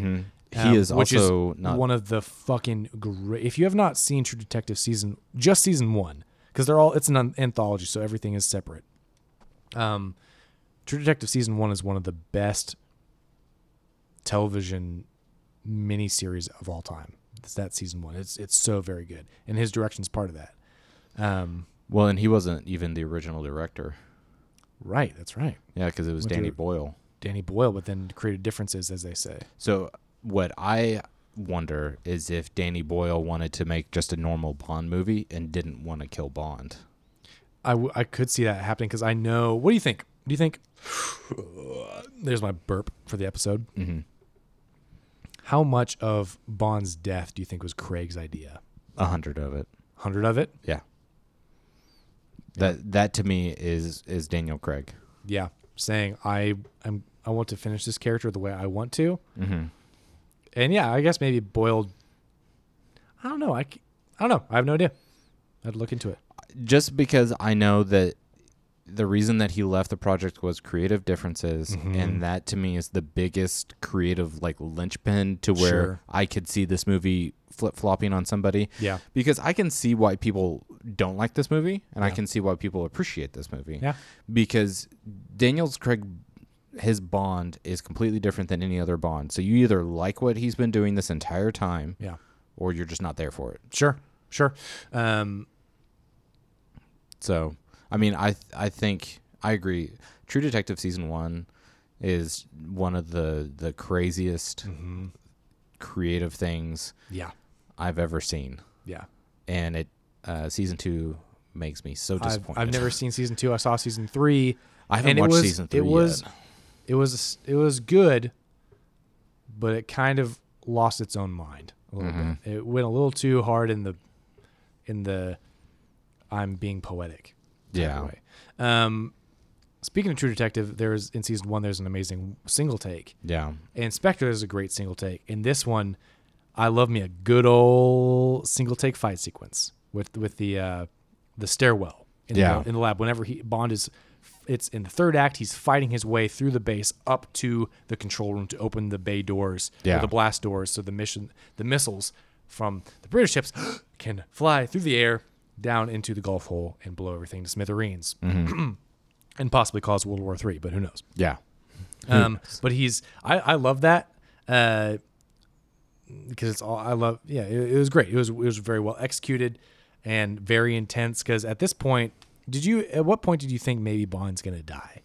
[SPEAKER 1] um,
[SPEAKER 2] is
[SPEAKER 1] which
[SPEAKER 2] also
[SPEAKER 1] is
[SPEAKER 2] not
[SPEAKER 1] one of the fucking great. If you have not seen True Detective season, just season one, because they're all it's an an anthology, so everything is separate. Um, True Detective season one is one of the best television miniseries of all time. It's that season one. It's it's so very good, and his direction's part of that. Um,
[SPEAKER 2] well, and he wasn't even the original director.
[SPEAKER 1] right, that's right.
[SPEAKER 2] Yeah, because it was
[SPEAKER 1] What
[SPEAKER 2] Danny
[SPEAKER 1] dir-
[SPEAKER 2] Boyle.
[SPEAKER 1] Danny Boyle, but then created differences, as they say.
[SPEAKER 2] So what I wonder is if Danny Boyle wanted to make just a normal Bond movie and didn't want to kill Bond.
[SPEAKER 1] I, w- I could see that happening because I know. What do you think? Do you think? There's my burp for the episode. How much of Bond's death do you think was Craig's idea?
[SPEAKER 2] A hundred of it.
[SPEAKER 1] Hundred of it?
[SPEAKER 2] Yeah. That that to me is is Daniel Craig.
[SPEAKER 1] Yeah, saying I am I want to finish this character the way I want to. Mm-hmm. And yeah, I guess maybe boiled. I don't know. I c- I don't know. I have no idea. I'd look into it.
[SPEAKER 2] Just because I know that the reason that he left the project was creative differences
[SPEAKER 1] Mm-hmm.
[SPEAKER 2] and that to me is the biggest creative like linchpin to where
[SPEAKER 1] Sure.
[SPEAKER 2] I could see this movie flip-flopping on somebody.
[SPEAKER 1] Yeah.
[SPEAKER 2] Because I can see why people don't like this movie and I
[SPEAKER 1] Yeah.
[SPEAKER 2] can see why people appreciate this movie.
[SPEAKER 1] Yeah.
[SPEAKER 2] Because Daniel's Craig his bond is completely different than any other bond. So you either like what he's been doing this entire time
[SPEAKER 1] Yeah.
[SPEAKER 2] or you're just not there for it.
[SPEAKER 1] Sure. Sure. Um,
[SPEAKER 2] So, I mean, I th- I think I agree. True Detective season one is one of the the craziest
[SPEAKER 1] Mm-hmm.
[SPEAKER 2] creative things
[SPEAKER 1] yeah.
[SPEAKER 2] I've ever seen,
[SPEAKER 1] Yeah.
[SPEAKER 2] and it uh, season two makes me so
[SPEAKER 1] I've,
[SPEAKER 2] disappointed.
[SPEAKER 1] I've never seen season two. I saw season three.
[SPEAKER 2] I haven't
[SPEAKER 1] and it
[SPEAKER 2] watched
[SPEAKER 1] was-
[SPEAKER 2] season three
[SPEAKER 1] It was,
[SPEAKER 2] yet.
[SPEAKER 1] it was, it was good, but it kind of lost its own mind a little
[SPEAKER 2] Mm-hmm.
[SPEAKER 1] bit. It went a little too hard in the, in the, I'm being poetic. type
[SPEAKER 2] Yeah.
[SPEAKER 1] of way. Um, speaking of True Detective, there's in season one there's an amazing single take,
[SPEAKER 2] yeah.
[SPEAKER 1] and Spectre is a great single take. In this one, I love me a good old single take fight sequence with with the uh, the stairwell in,
[SPEAKER 2] Yeah.
[SPEAKER 1] the, in the lab. Whenever he Bond is, it's in the third act. He's fighting his way through the base up to the control room to open the bay doors, or
[SPEAKER 2] Yeah.
[SPEAKER 1] the blast doors, so the mission the missiles from the British ships can fly through the air down into the Gulf hole and blow everything to smithereens,
[SPEAKER 2] Mm-hmm.
[SPEAKER 1] and possibly cause World War Three. But who knows?
[SPEAKER 2] Yeah.
[SPEAKER 1] Um, but he's I, I love that uh, because it's all I love. Yeah, it, it was great. It was it was very well executed and very intense. Because at this point, did you at what point did you think maybe Bond's gonna die?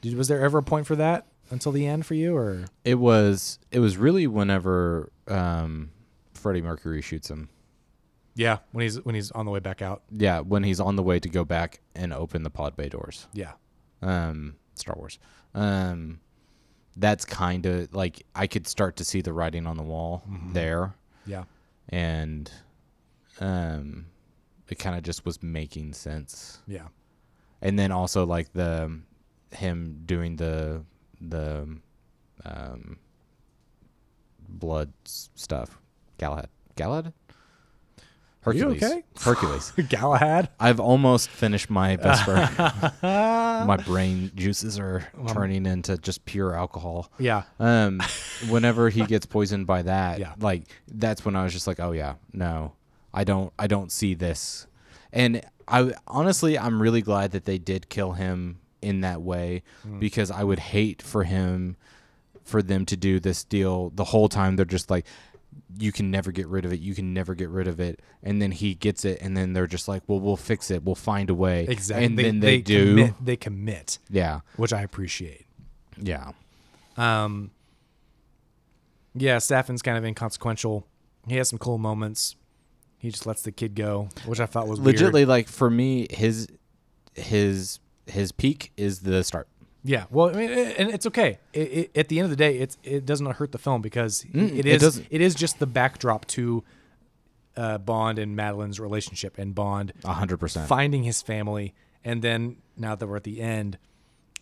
[SPEAKER 1] Did, was there ever a point for that until the end for you or
[SPEAKER 2] It was it was really whenever um, Freddie Mercury shoots him.
[SPEAKER 1] yeah when he's when he's on the way back out
[SPEAKER 2] Yeah, when he's on the way to go back and open the pod bay doors.
[SPEAKER 1] yeah
[SPEAKER 2] um Star Wars. Um that's kind of like I could start to see the writing on the wall
[SPEAKER 1] Mm-hmm.
[SPEAKER 2] there
[SPEAKER 1] yeah
[SPEAKER 2] and um it kind of just was making sense.
[SPEAKER 1] yeah
[SPEAKER 2] And then also like the him doing the the um blood s- stuff. Galahad. Galahad?
[SPEAKER 1] Are you
[SPEAKER 2] Hercules.
[SPEAKER 1] okay?
[SPEAKER 2] Hercules.
[SPEAKER 1] Galahad
[SPEAKER 2] I've almost finished my Vesper. my brain juices are turning into just pure alcohol.
[SPEAKER 1] yeah
[SPEAKER 2] Um, whenever he gets poisoned by that,
[SPEAKER 1] Yeah.
[SPEAKER 2] like that's when I was just like, oh yeah, no, I don't, I don't see this. And I honestly, I'm really glad that they did kill him in that way
[SPEAKER 1] Mm.
[SPEAKER 2] because I would hate for him, for them to do this deal the whole time. They're just like, you can never get rid of it. You can never get rid of it. And then he gets it, and then they're just like, well, we'll fix it. We'll find a way.
[SPEAKER 1] exactly
[SPEAKER 2] And then they, do.
[SPEAKER 1] commit, they commit
[SPEAKER 2] Yeah.
[SPEAKER 1] which I appreciate
[SPEAKER 2] Yeah.
[SPEAKER 1] Um, yeah, Staffin's kind of inconsequential. He has some cool moments. He just lets the kid go, which I thought was weird.
[SPEAKER 2] legitly like for me his his his peak is the start
[SPEAKER 1] Yeah, well, I mean, i- and it's okay. It, it, at the end of the day, it's it doesn't hurt the film because it
[SPEAKER 2] Mm, it
[SPEAKER 1] is
[SPEAKER 2] doesn't.
[SPEAKER 1] it is just the backdrop to uh, Bond and Madeline's relationship and Bond
[SPEAKER 2] 100%
[SPEAKER 1] finding his family, and then now that we're at the end,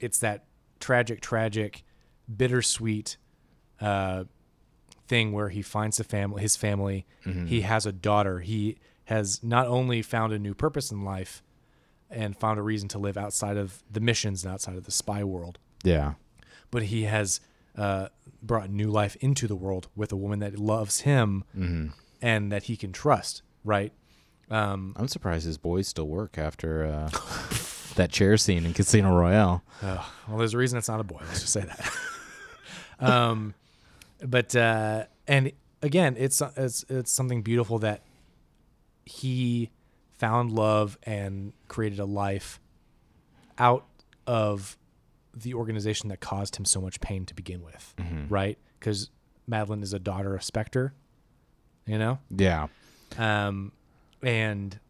[SPEAKER 1] it's that tragic, tragic, bittersweet uh, thing where he finds the family, his family. He has a daughter. He has not only found a new purpose in life and found a reason to live outside of the missions and outside of the spy world,
[SPEAKER 2] yeah
[SPEAKER 1] but he has uh, brought new life into the world with a woman that loves him and that he can trust. Right?
[SPEAKER 2] i'm surprised his boys still work after uh, that chair scene in casino royale
[SPEAKER 1] Well, there's a reason it's not a boy. Let's just say that. um, but uh, and again, it's it's it's something beautiful that he found love and created a life out of the organization that caused him so much pain to begin with, right? Because Madeline is a daughter of Spectre, you know
[SPEAKER 2] yeah
[SPEAKER 1] um, and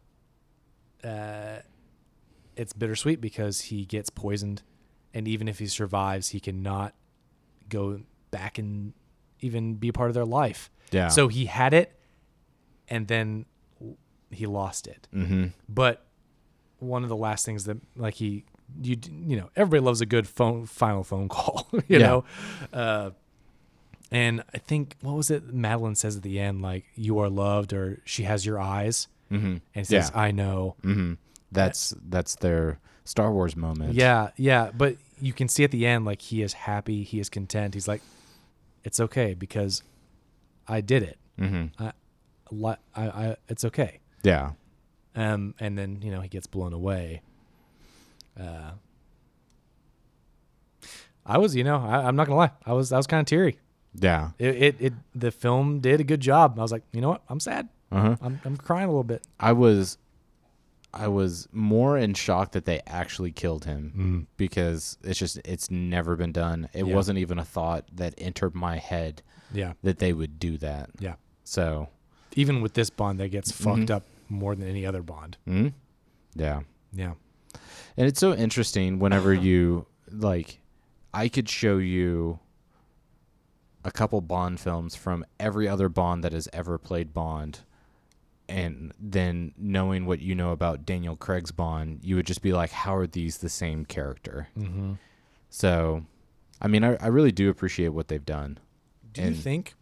[SPEAKER 1] uh, it's bittersweet because he gets poisoned, and even if he survives, he cannot go back and even be a part of their life.
[SPEAKER 2] Yeah.
[SPEAKER 1] So he had it, and then w- he lost it.
[SPEAKER 2] Mm-hmm.
[SPEAKER 1] But one of the last things that like he you d- you know everybody loves a good phone final phone call you
[SPEAKER 2] Yeah.
[SPEAKER 1] know, uh, and I think what was it Madeline says at the end like you are loved or she has your eyes
[SPEAKER 2] Mm-hmm.
[SPEAKER 1] and says
[SPEAKER 2] Yeah.
[SPEAKER 1] I know
[SPEAKER 2] Mm-hmm. That's that's their Star Wars moment.
[SPEAKER 1] yeah yeah but you can see at the end like he is happy he is content he's like it's okay because I did it
[SPEAKER 2] Mm-hmm.
[SPEAKER 1] I li- I, I it's okay
[SPEAKER 2] Yeah.
[SPEAKER 1] um, and then you know he gets blown away. Uh, I was, you know, I, I'm not gonna lie, I was, I was kind of teary.
[SPEAKER 2] Yeah.
[SPEAKER 1] It, it, it, the film did a good job. I was like, you know what, I'm sad.
[SPEAKER 2] Uh-huh.
[SPEAKER 1] I'm, I'm crying a little bit.
[SPEAKER 2] I was I was more in shock that they actually killed him because it's just it's never been done. It
[SPEAKER 1] Mm. Yeah.
[SPEAKER 2] wasn't even a thought that entered my head
[SPEAKER 1] Yeah,
[SPEAKER 2] that they would do that.
[SPEAKER 1] yeah. Mm-hmm.
[SPEAKER 2] So,
[SPEAKER 1] Even with this bond that gets fucked up more than any other bond.
[SPEAKER 2] mm, yeah.
[SPEAKER 1] Yeah,
[SPEAKER 2] And it's so interesting whenever you like I could show you a couple Bond films from every other Bond that has ever played Bond and then knowing what you know about Daniel Craig's Bond, you would just be like how are these the same character? Mm-hmm. So, I mean, I, I really do appreciate what they've done.
[SPEAKER 1] Do
[SPEAKER 2] And-
[SPEAKER 1] you think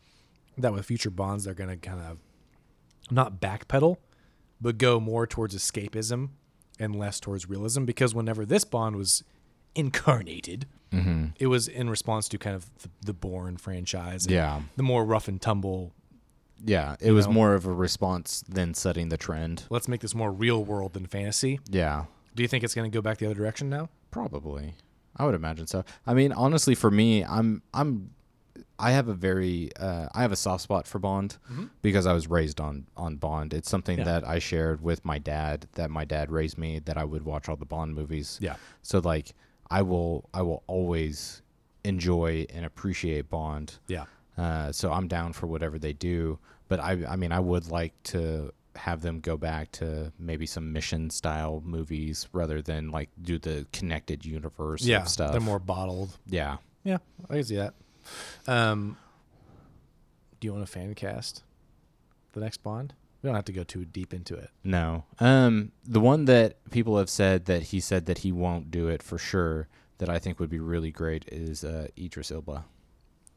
[SPEAKER 1] that with future bonds they're going to kind of not backpedal, but go more towards escapism and less towards realism? Because whenever this bond was incarnated,
[SPEAKER 2] Mm-hmm.
[SPEAKER 1] it was in response to kind of the, the Bourne franchise, and
[SPEAKER 2] Yeah.
[SPEAKER 1] the more rough and tumble.
[SPEAKER 2] Yeah, it was more of a response than setting the trend.
[SPEAKER 1] Let's make this more real world than fantasy.
[SPEAKER 2] Yeah.
[SPEAKER 1] Do you think it's going to go back the other direction now?
[SPEAKER 2] Probably. I would imagine so. I mean, honestly, for me, I'm I'm I have a very uh, I have a soft spot for Bond because I was raised on on Bond. It's something
[SPEAKER 1] Mm-hmm. Yeah.
[SPEAKER 2] that I shared with my dad that my dad raised me that I would watch all the Bond movies.
[SPEAKER 1] Yeah.
[SPEAKER 2] So like I will I will always enjoy and appreciate Bond.
[SPEAKER 1] Yeah,
[SPEAKER 2] Uh, so I'm down for whatever they do. But I, I mean, I would like to have them go back to maybe some mission style movies rather than like do the connected universe
[SPEAKER 1] yeah.
[SPEAKER 2] of stuff.
[SPEAKER 1] They're more bottled.
[SPEAKER 2] yeah.
[SPEAKER 1] Yeah, I can see that. Um, do you want to fan cast the next Bond? We don't have to go too deep into it.
[SPEAKER 2] No. Um, the one that people have said that he said that he won't do it for sure that I think would be really great is uh, Idris Ilba.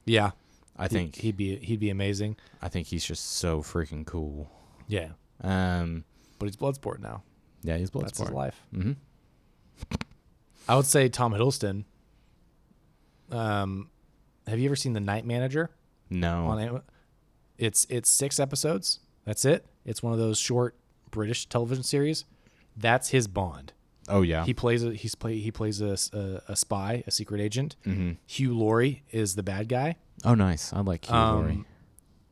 [SPEAKER 1] Yeah,
[SPEAKER 2] I think
[SPEAKER 1] he'd be he'd be amazing.
[SPEAKER 2] I think he's just so freaking cool.
[SPEAKER 1] Yeah,
[SPEAKER 2] Um,
[SPEAKER 1] but he's Bloodsport now.
[SPEAKER 2] yeah, he's Bloodsport.
[SPEAKER 1] That's his life.
[SPEAKER 2] Mhm.
[SPEAKER 1] I would say Tom Hiddleston. Um, have you ever seen The Night Manager
[SPEAKER 2] No.
[SPEAKER 1] on Am- It's it's six episodes. That's it. It's one of those short British television series. That's his Bond.
[SPEAKER 2] Oh yeah.
[SPEAKER 1] He plays a he's play he plays a s- a, a spy, a secret agent.
[SPEAKER 2] Mm-hmm.
[SPEAKER 1] Hugh Laurie is the bad guy.
[SPEAKER 2] oh nice. I like Hugh Laurie.
[SPEAKER 1] Um,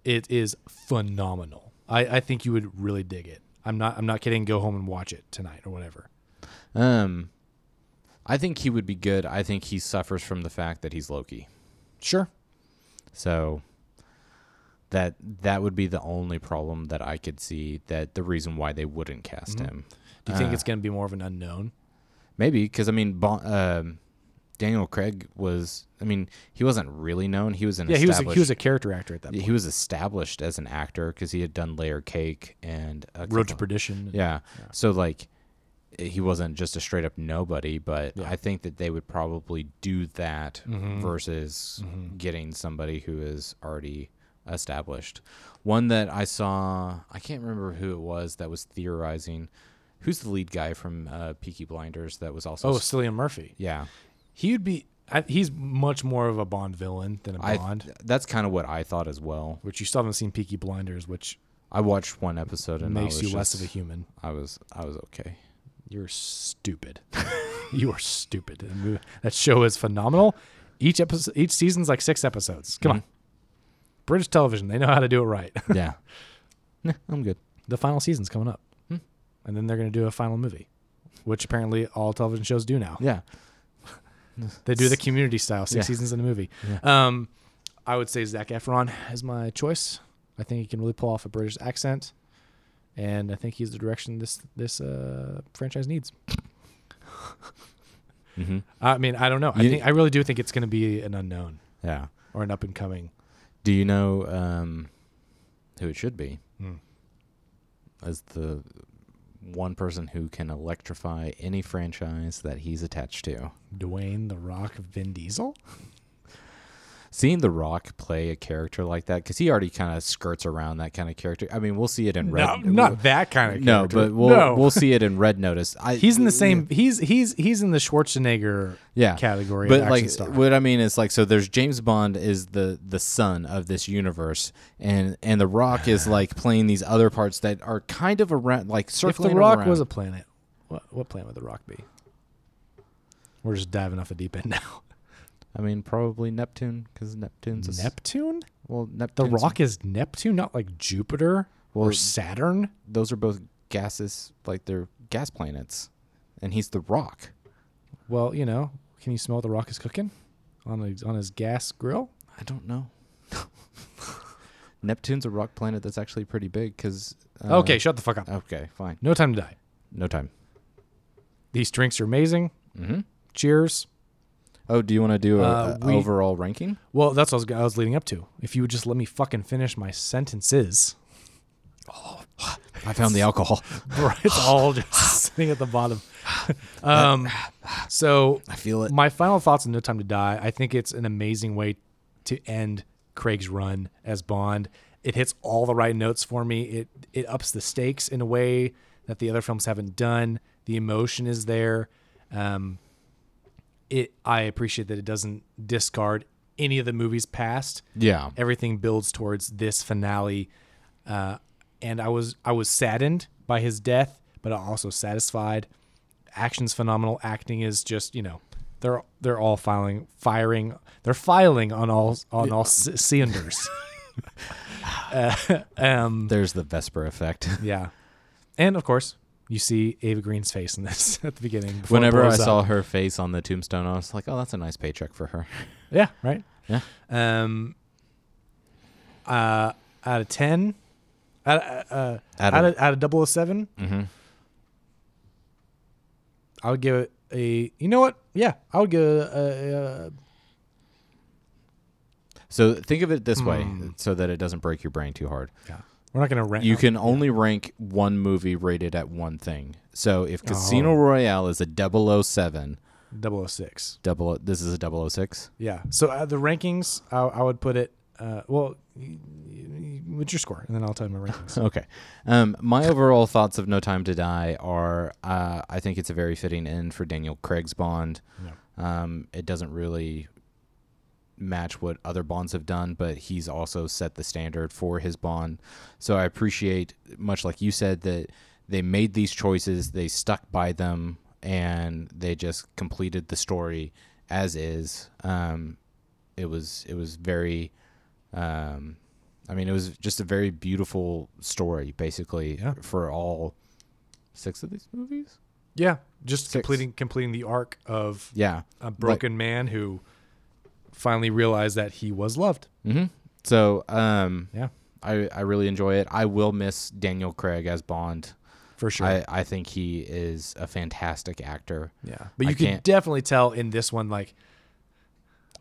[SPEAKER 1] it is phenomenal. I, I think you would really dig it. I'm not I'm not kidding. Go home and watch it tonight or whatever.
[SPEAKER 2] Um, I think he would be good. I think he suffers from the fact that he's Loki,
[SPEAKER 1] Sure.
[SPEAKER 2] so that that would be the only problem that I could see. That the reason why they wouldn't cast
[SPEAKER 1] Mm-hmm.
[SPEAKER 2] him,
[SPEAKER 1] Do
[SPEAKER 2] Uh,
[SPEAKER 1] you think it's going to be more of an unknown?
[SPEAKER 2] maybe because I mean, bon- um, Daniel Craig was. I mean, he wasn't really known. He was an
[SPEAKER 1] Yeah, he was a,
[SPEAKER 2] established.
[SPEAKER 1] he was a character actor at that point.
[SPEAKER 2] he was established as an actor because he had done Layer Cake and a
[SPEAKER 1] Road to
[SPEAKER 2] couple-
[SPEAKER 1] Perdition.
[SPEAKER 2] Yeah. So like he wasn't just a straight up nobody, but
[SPEAKER 1] Yeah. Mm-hmm.
[SPEAKER 2] I think that they would probably do that versus getting somebody who is already established. One that I saw, I can't remember who it was that was theorizing. Who's the lead guy from uh, Peaky Blinders that was also?
[SPEAKER 1] Oh, Cillian Murphy.
[SPEAKER 2] yeah.
[SPEAKER 1] He would be. I, he's much more of a Bond villain than a
[SPEAKER 2] I,
[SPEAKER 1] Bond.
[SPEAKER 2] that's kind of what I thought as well.
[SPEAKER 1] which you still haven't seen Peaky Blinders, which
[SPEAKER 2] I watched one episode and I
[SPEAKER 1] makes
[SPEAKER 2] was
[SPEAKER 1] you less of
[SPEAKER 2] just-
[SPEAKER 1] a human.
[SPEAKER 2] I was I was okay.
[SPEAKER 1] You're stupid. you are stupid. And we- That show is phenomenal. Each episode, each season's like six episodes. Come on, British television. They know how to do it right.
[SPEAKER 2] Yeah. Nah, I'm good.
[SPEAKER 1] the final season's coming up, and then they're going to do a final movie, which apparently all television shows do now.
[SPEAKER 2] Yeah.
[SPEAKER 1] They do the community style, six
[SPEAKER 2] Yeah.
[SPEAKER 1] seasons in a movie. Um, I would say Zach Efron is my choice. I think he can really pull off a British accent, and I think he's the direction this this uh, franchise needs.
[SPEAKER 2] Mm-hmm.
[SPEAKER 1] I mean, I don't know. I
[SPEAKER 2] You-
[SPEAKER 1] think I really do think it's going to be an unknown
[SPEAKER 2] Yeah.
[SPEAKER 1] or an up and coming.
[SPEAKER 2] Do you know um, who it should be?
[SPEAKER 1] Hmm.
[SPEAKER 2] As the one person who can electrify any franchise that he's attached to.
[SPEAKER 1] Dwayne the Rock Vin Diesel.
[SPEAKER 2] Seeing The Rock play a character like that, because he already kind of skirts around that kind of character. I mean, we'll see it in Red.
[SPEAKER 1] no, not that kind of
[SPEAKER 2] no,
[SPEAKER 1] character.
[SPEAKER 2] but we'll
[SPEAKER 1] No.
[SPEAKER 2] we'll see it in Red Notice. I,
[SPEAKER 1] he's in the same. He's he's he's in the Schwarzenegger
[SPEAKER 2] yeah
[SPEAKER 1] category.
[SPEAKER 2] But
[SPEAKER 1] of action
[SPEAKER 2] like,
[SPEAKER 1] star.
[SPEAKER 2] what I mean is like, so there's James Bond is the the son of this universe, and and The Rock is like playing these other parts that are kind of around, like
[SPEAKER 1] if the
[SPEAKER 2] circling.
[SPEAKER 1] Rock
[SPEAKER 2] around.
[SPEAKER 1] was a planet, what what planet would the Rock be? We're just diving off the deep end now.
[SPEAKER 2] I mean, probably Neptune because Neptune's a s-
[SPEAKER 1] Neptune.
[SPEAKER 2] well,
[SPEAKER 1] The
[SPEAKER 2] Neptune.
[SPEAKER 1] Rock is Neptune, not like Jupiter
[SPEAKER 2] Well,
[SPEAKER 1] or Saturn.
[SPEAKER 2] Those are both gases, like they're gas planets, and he's The Rock.
[SPEAKER 1] Well, you know, can you smell what the Rock is cooking on his, on his gas grill?
[SPEAKER 2] I don't know. Neptune's a rock planet that's actually pretty big because. Uh,
[SPEAKER 1] okay, shut the fuck up.
[SPEAKER 2] Okay, fine.
[SPEAKER 1] No time to die.
[SPEAKER 2] No time.
[SPEAKER 1] These drinks are amazing.
[SPEAKER 2] Mm-hmm.
[SPEAKER 1] Cheers.
[SPEAKER 2] Oh, do you want to do a,
[SPEAKER 1] Uh,
[SPEAKER 2] a
[SPEAKER 1] we-
[SPEAKER 2] overall ranking?
[SPEAKER 1] Well, that's what I was, I was leading up to. If you would just let me fucking finish my sentences,
[SPEAKER 2] I found the alcohol.
[SPEAKER 1] Right, it's all just sitting at the bottom. Um, so
[SPEAKER 2] I feel it.
[SPEAKER 1] my final thoughts on No Time to Die. I think it's an amazing way to end Craig's run as Bond. It hits all the right notes for me. It it ups the stakes in a way that the other films haven't done. The emotion is there. Um, it I appreciate that it doesn't discard any of the movies past
[SPEAKER 2] Yeah.
[SPEAKER 1] everything builds towards this finale. Uh, and I was I was saddened by his death, but also satisfied. Action's phenomenal. Acting is just you know they're they're all filing firing they're filing on all on all c- cylinders. uh, um,
[SPEAKER 2] There's the Vesper effect.
[SPEAKER 1] yeah, and of course you see Ava Green's face in this at the beginning. before it
[SPEAKER 2] Whenever I
[SPEAKER 1] blows up.
[SPEAKER 2] saw her face on the tombstone, I was like, "Oh, that's a nice paycheck for her."
[SPEAKER 1] yeah, right.
[SPEAKER 2] Yeah.
[SPEAKER 1] Um. Uh, out of ten, out, uh,
[SPEAKER 2] Out
[SPEAKER 1] out
[SPEAKER 2] of-
[SPEAKER 1] of out of 7 I would give it a. You know what? Yeah, I would give it a. a, a
[SPEAKER 2] So think of it this way, so that it doesn't break your brain too hard.
[SPEAKER 1] yeah. We're not gonna rank.
[SPEAKER 2] You can only rank one movie rated at one thing. So if Casino
[SPEAKER 1] Oh.
[SPEAKER 2] Royale is a 007,
[SPEAKER 1] 006.
[SPEAKER 2] double, oh, this is a 006.
[SPEAKER 1] Yeah. So uh, the rankings, I, I would put it. Uh, well, y- y- what's your score? And then I'll tell you my rankings.
[SPEAKER 2] Okay. Um, my overall thoughts of No Time to Die are uh, I think it's a very fitting end for Daniel Craig's Bond. Um, it doesn't really match what other Bonds have done, but he's also set the standard for his Bond. So I appreciate, much like you said, that they made these choices, they stuck by them, and they just completed the story as is. Um, it was it was very um, I mean, it was just a very beautiful story, basically,
[SPEAKER 1] Yeah.
[SPEAKER 2] for all six of these movies.
[SPEAKER 1] yeah. Just
[SPEAKER 2] Six.
[SPEAKER 1] completing completing the arc of
[SPEAKER 2] Yeah.
[SPEAKER 1] a broken man who finally realized that he was loved.
[SPEAKER 2] hmm So, um,
[SPEAKER 1] Yeah,
[SPEAKER 2] I, I really enjoy it. I will miss Daniel Craig as Bond.
[SPEAKER 1] for sure.
[SPEAKER 2] I, I think he is a fantastic actor.
[SPEAKER 1] Yeah, but
[SPEAKER 2] I
[SPEAKER 1] you can
[SPEAKER 2] can't-
[SPEAKER 1] definitely tell in this one, like,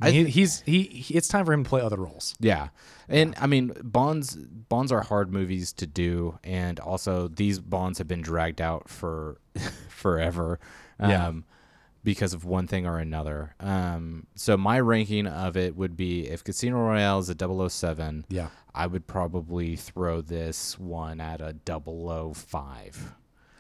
[SPEAKER 1] I mean, he, he's he, he. It's time for him to play other roles.
[SPEAKER 2] Yeah. And I mean, Bonds Bonds are hard movies to do and also these Bonds have been dragged out for forever. Um
[SPEAKER 1] Yeah.
[SPEAKER 2] because of one thing or another. Um so my ranking of it would be if Casino Royale is a 007,
[SPEAKER 1] Yeah.
[SPEAKER 2] I would probably throw this one at a 005.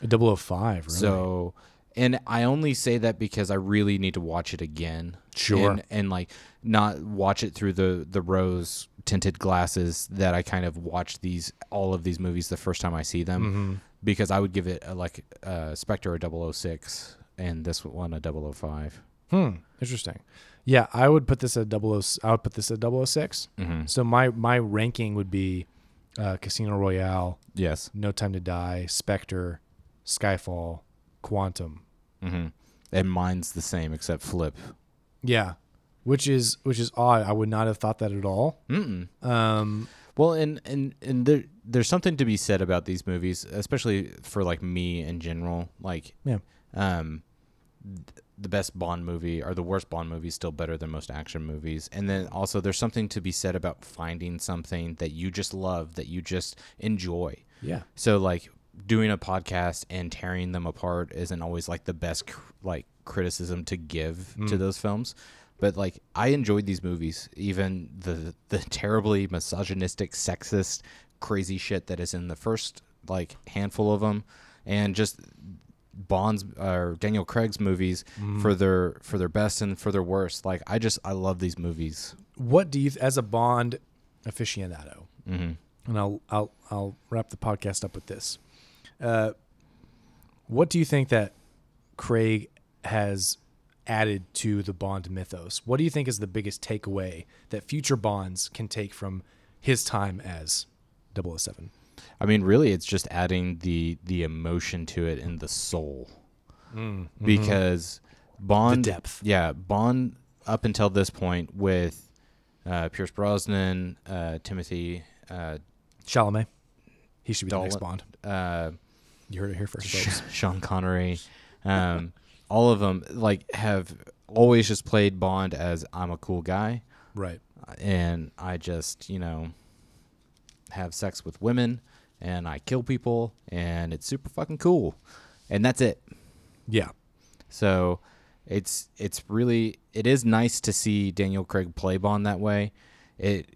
[SPEAKER 1] A 005, really.
[SPEAKER 2] So, and I only say that because I really need to watch it again.
[SPEAKER 1] Sure.
[SPEAKER 2] And, and like not watch it through the the rose tinted glasses that I kind of watch these all of these movies the first time I see them because I would give it a, like uh, Spectre a 006 and this one a 005.
[SPEAKER 1] hmm, interesting. Yeah, I would put this at double. oh I would put this at 6 So my my ranking would be uh, Casino Royale,
[SPEAKER 2] Yes.
[SPEAKER 1] No Time to Die, Spectre, Skyfall, Quantum.
[SPEAKER 2] hmm And mine's the same except flip.
[SPEAKER 1] Yeah, which is which is odd. I would not have thought that at all.
[SPEAKER 2] Mm-mm.
[SPEAKER 1] Um,
[SPEAKER 2] Well, and and and there there's something to be said about these movies, especially for like me in general. Like
[SPEAKER 1] yeah,
[SPEAKER 2] um, the best Bond movie or the worst Bond movie is still better than most action movies. And then also, there's something to be said about finding something that you just love, that you just enjoy.
[SPEAKER 1] Yeah.
[SPEAKER 2] So like doing a podcast and tearing them apart isn't always like the best cr- like criticism to give to those films. But like I enjoyed these movies, even the the terribly misogynistic, sexist, crazy shit that is in the first like handful of them, and just Bond's or Daniel Craig's movies for their for their best and for their worst. Like I just I love these movies.
[SPEAKER 1] What do you, as a Bond aficionado, and I'll I'll I'll wrap the podcast up with this. Uh, what do you think that Craig has added to the Bond mythos? What do you think is the biggest takeaway that future Bonds can take from his time as 007?
[SPEAKER 2] I mean, really, it's just adding the the emotion to it and the soul, because Bond
[SPEAKER 1] Mm, mm-hmm. The depth.
[SPEAKER 2] Yeah, Bond up until this point with uh, Pierce Brosnan, uh, Timothy, uh,
[SPEAKER 1] Chalamet, he should be the next
[SPEAKER 2] Dolan-
[SPEAKER 1] Bond.
[SPEAKER 2] uh,
[SPEAKER 1] You heard it here first, folks.
[SPEAKER 2] Sh- Sean Connery, um, all of them like have always just played Bond as I'm a cool guy,
[SPEAKER 1] right?
[SPEAKER 2] and I just you know have sex with women and I kill people and it's super fucking cool, and that's it.
[SPEAKER 1] Yeah,
[SPEAKER 2] So it's it's really it is nice to see Daniel Craig play Bond that way. It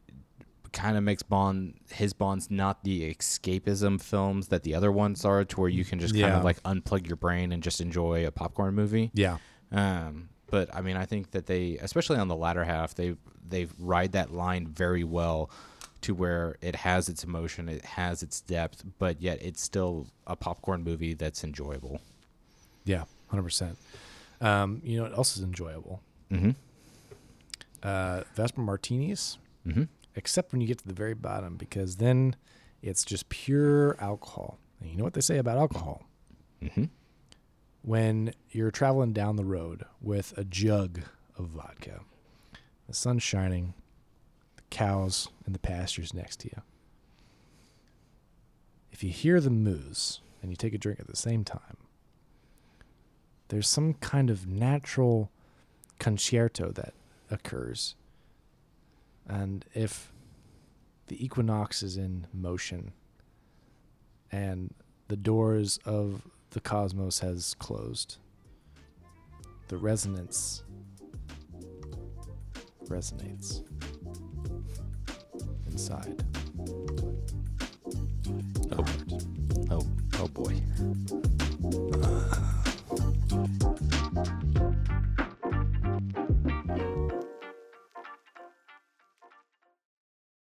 [SPEAKER 2] kind of makes Bond his Bond's not the escapism films that the other ones are to where you can just kind
[SPEAKER 1] Yeah.
[SPEAKER 2] of like unplug your brain and just enjoy a popcorn movie.
[SPEAKER 1] yeah,
[SPEAKER 2] Um but I mean I think that they especially on the latter half they they ride that line very well to where it has its emotion, it has its depth, but yet it's still a popcorn movie that's enjoyable.
[SPEAKER 1] yeah, hundred percent. Um, you know what else is enjoyable?
[SPEAKER 2] Mhm.
[SPEAKER 1] Uh, Vesper martinis.
[SPEAKER 2] Mhm.
[SPEAKER 1] except when you get to the very bottom because then it's just pure alcohol. And you know what they say about alcohol?
[SPEAKER 2] Mhm.
[SPEAKER 1] When you're traveling down the road with a jug of vodka, the sun's shining, the cows in the pastures next to you. If you hear the moose and you take a drink at the same time, there's some kind of natural concerto that occurs. And if the equinox is in motion and the doors of the cosmos has closed, the resonance resonates inside.
[SPEAKER 2] Oh, oh, oh boy.